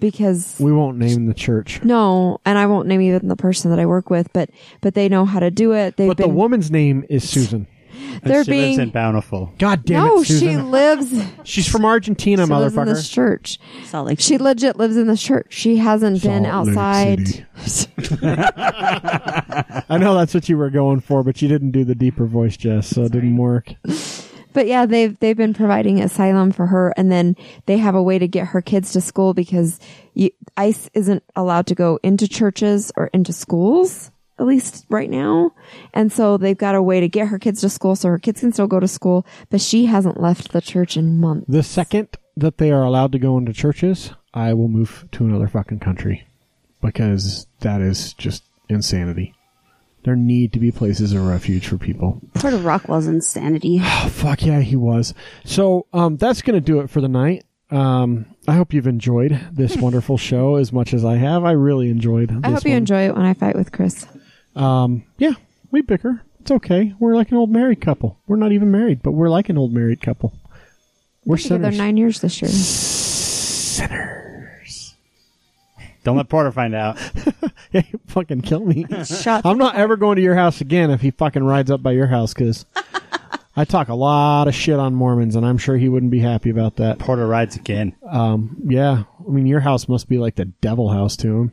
[SPEAKER 4] because
[SPEAKER 1] We won't name the church.
[SPEAKER 4] no, and I won't name even the person that I work with, but but they know how to do it. They've
[SPEAKER 1] But the
[SPEAKER 4] been
[SPEAKER 1] woman's name is Susan.
[SPEAKER 4] they're
[SPEAKER 3] she
[SPEAKER 4] being
[SPEAKER 3] lives in Bountiful.
[SPEAKER 1] God damn
[SPEAKER 4] no,
[SPEAKER 1] it,
[SPEAKER 4] she
[SPEAKER 1] Susan.
[SPEAKER 4] lives she
[SPEAKER 1] She's from Argentina,
[SPEAKER 4] lives in this
[SPEAKER 1] motherfucker.
[SPEAKER 4] church.
[SPEAKER 2] Salt Lake.
[SPEAKER 4] She legit lives in this church. She hasn't been
[SPEAKER 1] Salt Lake
[SPEAKER 4] outside.
[SPEAKER 1] City. I know that's what you were going for, but you didn't do the deeper voice, Jess, so it didn't work.
[SPEAKER 4] But yeah, they've they've been providing asylum for her, and then they have a way to get her kids to school because you, ICE isn't allowed to go into churches or into schools, at least right now. And so they've got a way to get her kids to school, so her kids can still go to school. But she hasn't left the church in months.
[SPEAKER 1] The second that they are allowed to go into churches, I will move to another fucking country because that is just insanity. There need to be places of refuge for people.
[SPEAKER 2] Part of Rockwell's insanity.
[SPEAKER 1] Oh, fuck yeah, he was. So um, that's going to do it for the night. Um, I hope you've enjoyed this wonderful show as much as I have. I really enjoyed. This
[SPEAKER 4] I hope you
[SPEAKER 1] one.
[SPEAKER 4] enjoy it when I fight with Chris.
[SPEAKER 1] Um, yeah, we bicker. It's okay. We're like an old married couple. We're not even married, but we're like an old married couple. We're
[SPEAKER 4] Together
[SPEAKER 1] sinners.
[SPEAKER 4] nine years this year.
[SPEAKER 3] Don't let Porter find out.
[SPEAKER 1] Yeah, you fucking kill me.
[SPEAKER 2] Shut.
[SPEAKER 1] I'm not ever going to your house again if he fucking rides up by your house because I talk a lot of shit on Mormons, and I'm sure he wouldn't be happy about that.
[SPEAKER 3] Porter rides again.
[SPEAKER 1] Yeah, I mean, your house must be like the devil house to him.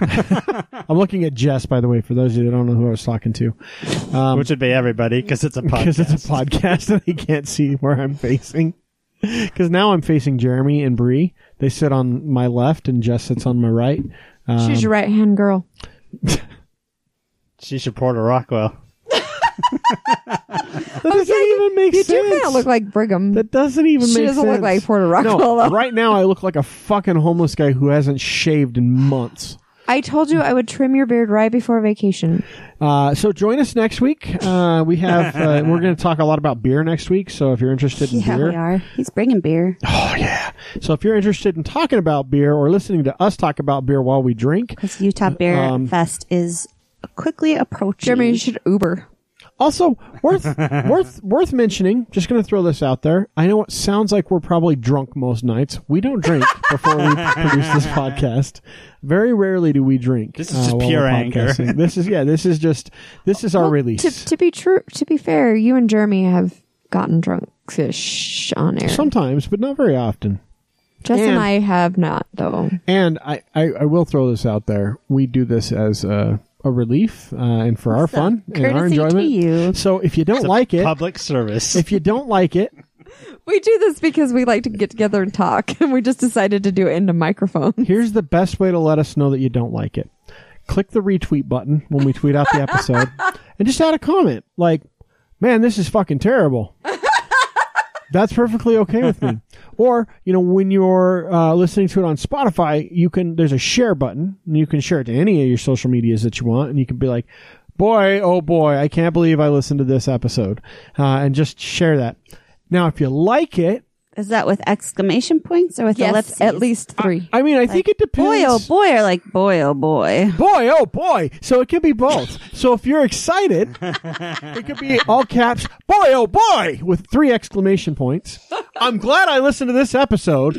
[SPEAKER 1] I'm looking at Jess, by the way, for those of you that don't know who I was talking to,
[SPEAKER 3] which would be everybody because Um, it's a
[SPEAKER 1] because
[SPEAKER 3] podcast.
[SPEAKER 1] it's a podcast and they can't see where I'm facing. Because now I'm facing Jeremy and Bree. They sit on my left, and Jess sits on my right. Um,
[SPEAKER 4] She's your right hand girl.
[SPEAKER 3] she should Porter Rockwell.
[SPEAKER 1] That doesn't even make
[SPEAKER 4] Oh, You
[SPEAKER 1] sense.
[SPEAKER 4] do kind of look like Brigham.
[SPEAKER 1] that doesn't even
[SPEAKER 4] She
[SPEAKER 1] make
[SPEAKER 4] doesn't
[SPEAKER 1] sense.
[SPEAKER 4] look like Porter Rockwell.
[SPEAKER 1] No,
[SPEAKER 4] though.
[SPEAKER 1] right now I look like a fucking homeless guy who hasn't shaved in months.
[SPEAKER 4] I told you I would trim your beard right before vacation.
[SPEAKER 1] Uh, so join us next week. Uh, we have uh, we're going to talk a lot about beer next week. So if you're interested in
[SPEAKER 2] Yeah,
[SPEAKER 1] beer,
[SPEAKER 2] we are. He's bringing beer.
[SPEAKER 1] oh yeah. So if you're interested in talking about beer or listening to us talk about beer while we drink,
[SPEAKER 2] Because Utah Beer
[SPEAKER 3] Um,
[SPEAKER 2] Fest is quickly approaching.
[SPEAKER 4] Jeremy, you should Uber.
[SPEAKER 1] Also, worth worth worth mentioning. Just going to throw this out there. I know it sounds like we're probably drunk most nights. We don't drink before we produce this podcast. Very rarely do we drink. uh,
[SPEAKER 3] This is just
[SPEAKER 1] while
[SPEAKER 3] pure
[SPEAKER 1] we're
[SPEAKER 3] anger.
[SPEAKER 1] podcasting. This is yeah. This is just this is our release.
[SPEAKER 4] To, to be true, to be fair, you and Jeremy have gotten drunk fish on air.
[SPEAKER 1] Sometimes, but not very often.
[SPEAKER 4] Jess and
[SPEAKER 1] and-
[SPEAKER 4] I have not, though.
[SPEAKER 1] And I, I, I will throw this out there. We do this as a, a relief uh, and for our fun and our
[SPEAKER 2] courtesy to
[SPEAKER 1] enjoyment.
[SPEAKER 2] you.
[SPEAKER 1] So if you don't
[SPEAKER 3] It's a
[SPEAKER 1] like it,
[SPEAKER 3] Public service.
[SPEAKER 1] if you don't like it,
[SPEAKER 4] We do this because we like to get together and talk, and we just decided to do it into microphone.
[SPEAKER 1] Here's the best way to let us know that you don't like it. Click the retweet button when we tweet out the episode and just add a comment like, man, this is fucking terrible. That's perfectly okay with me. Or, you know, when you're uh, listening to it on Spotify, you can, there's a share button and you can share it to any of your social medias that you want. And you can be like, boy, oh boy, I can't believe I listened to this episode. Uh, and just share that. Now, if you like it,
[SPEAKER 2] Is that with exclamation points or with
[SPEAKER 4] Yes,
[SPEAKER 2] ellipses?
[SPEAKER 4] at least three.
[SPEAKER 1] I mean, I think it
[SPEAKER 2] Boy,
[SPEAKER 1] depends.
[SPEAKER 2] oh boy, or like boy, oh boy.
[SPEAKER 1] boy, oh boy. So it could be both. so if you're excited, it could be all caps, boy, oh boy, with three exclamation points. I'm glad I listened to this episode.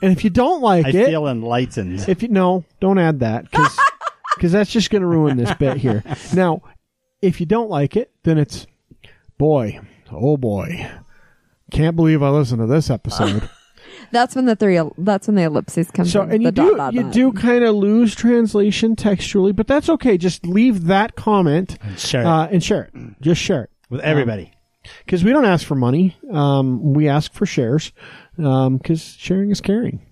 [SPEAKER 1] And if you don't like
[SPEAKER 3] I
[SPEAKER 1] it,
[SPEAKER 3] feel enlightened.
[SPEAKER 1] if you no, don't add that because that's just going to ruin this bit here. Now, if you don't like it, then it's boy, oh boy, can't believe I listened to this episode.
[SPEAKER 4] That's when the three. el- That's when the ellipses come.
[SPEAKER 1] So
[SPEAKER 4] in,
[SPEAKER 1] and
[SPEAKER 4] the
[SPEAKER 1] you
[SPEAKER 4] dot,
[SPEAKER 1] do
[SPEAKER 4] dot,
[SPEAKER 1] you
[SPEAKER 4] dot.
[SPEAKER 1] do kind of lose translation textually, but that's okay. Just leave that comment
[SPEAKER 3] Share it
[SPEAKER 1] uh, and share it. Just share it
[SPEAKER 3] with everybody.
[SPEAKER 1] because we don't ask for money. Um, we ask for shares because sharing is caring.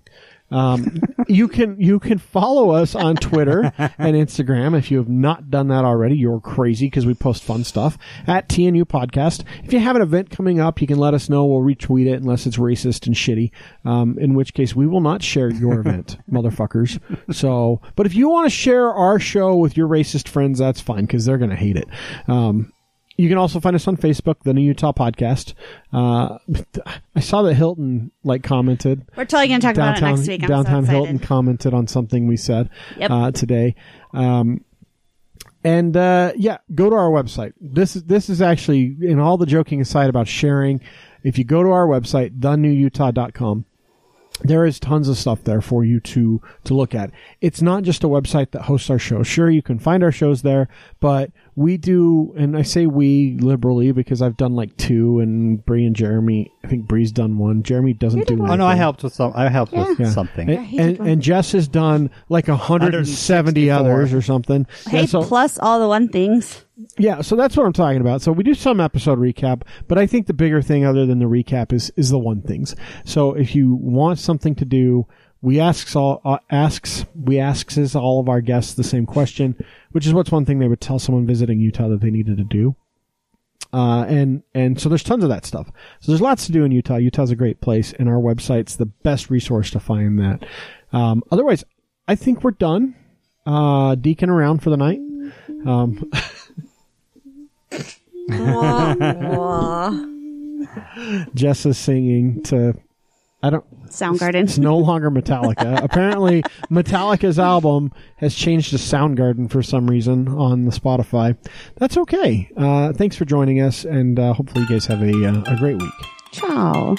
[SPEAKER 1] Um, you can you can follow us on Twitter and Instagram if you have not done that already. You're crazy because we post fun stuff at TNU Podcast. If you have an event coming up, you can let us know. We'll retweet it unless it's racist and shitty. Um, in which case, we will not share your event, motherfuckers. So, but if you want to share our show with your racist friends, that's fine because they're going to hate it. Um, you can also find us on Facebook, the New Utah Podcast. Uh, I saw that Hilton like commented
[SPEAKER 2] We're totally going to talk
[SPEAKER 1] downtown
[SPEAKER 2] about it next week. I'm so
[SPEAKER 1] downtown
[SPEAKER 2] excited.
[SPEAKER 1] Hilton commented on something we said
[SPEAKER 2] Yep.
[SPEAKER 1] uh, today. Um, and uh, yeah, go to our website. This is this is actually in all the joking aside about sharing. If you go to our website, thenewutah.com, there is tons of stuff there for you to to look at. It's not just a website that hosts our show. Sure, you can find our shows there, but we do, and I say we liberally because I've done like two, and Bree and Jeremy. I think Bree's done one. Jeremy doesn't do one.
[SPEAKER 3] Oh no, I helped with some. I helped with
[SPEAKER 1] Yeah.
[SPEAKER 3] something.
[SPEAKER 1] And,
[SPEAKER 4] he did
[SPEAKER 1] and,
[SPEAKER 4] one.
[SPEAKER 1] and Jess has done like 170
[SPEAKER 3] 164.
[SPEAKER 1] others or something.
[SPEAKER 2] Hey,
[SPEAKER 1] And so-
[SPEAKER 2] plus all the one things.
[SPEAKER 1] yeah, so that's what I'm talking about. So we do some episode recap, but I think the bigger thing other than the recap is is the one things. So if you want something to do, we asks all uh, asks we asks is all of our guests the same question, which is what's one thing they would tell someone visiting Utah that they needed to do. Uh, and and so there's tons of that stuff. So there's lots to do in Utah. Utah's a great place, and our website's the best resource to find that. Um, otherwise, I think we're done. Uh, Deacon around for the night. Um, Jess is singing to I don't it's
[SPEAKER 2] Soundgarden.
[SPEAKER 1] no longer Metallica. Apparently Metallica's album has changed to Soundgarden for some reason on the Spotify. That's okay. Uh, thanks for joining us and uh, hopefully you guys have a uh, a great week.
[SPEAKER 2] Ciao.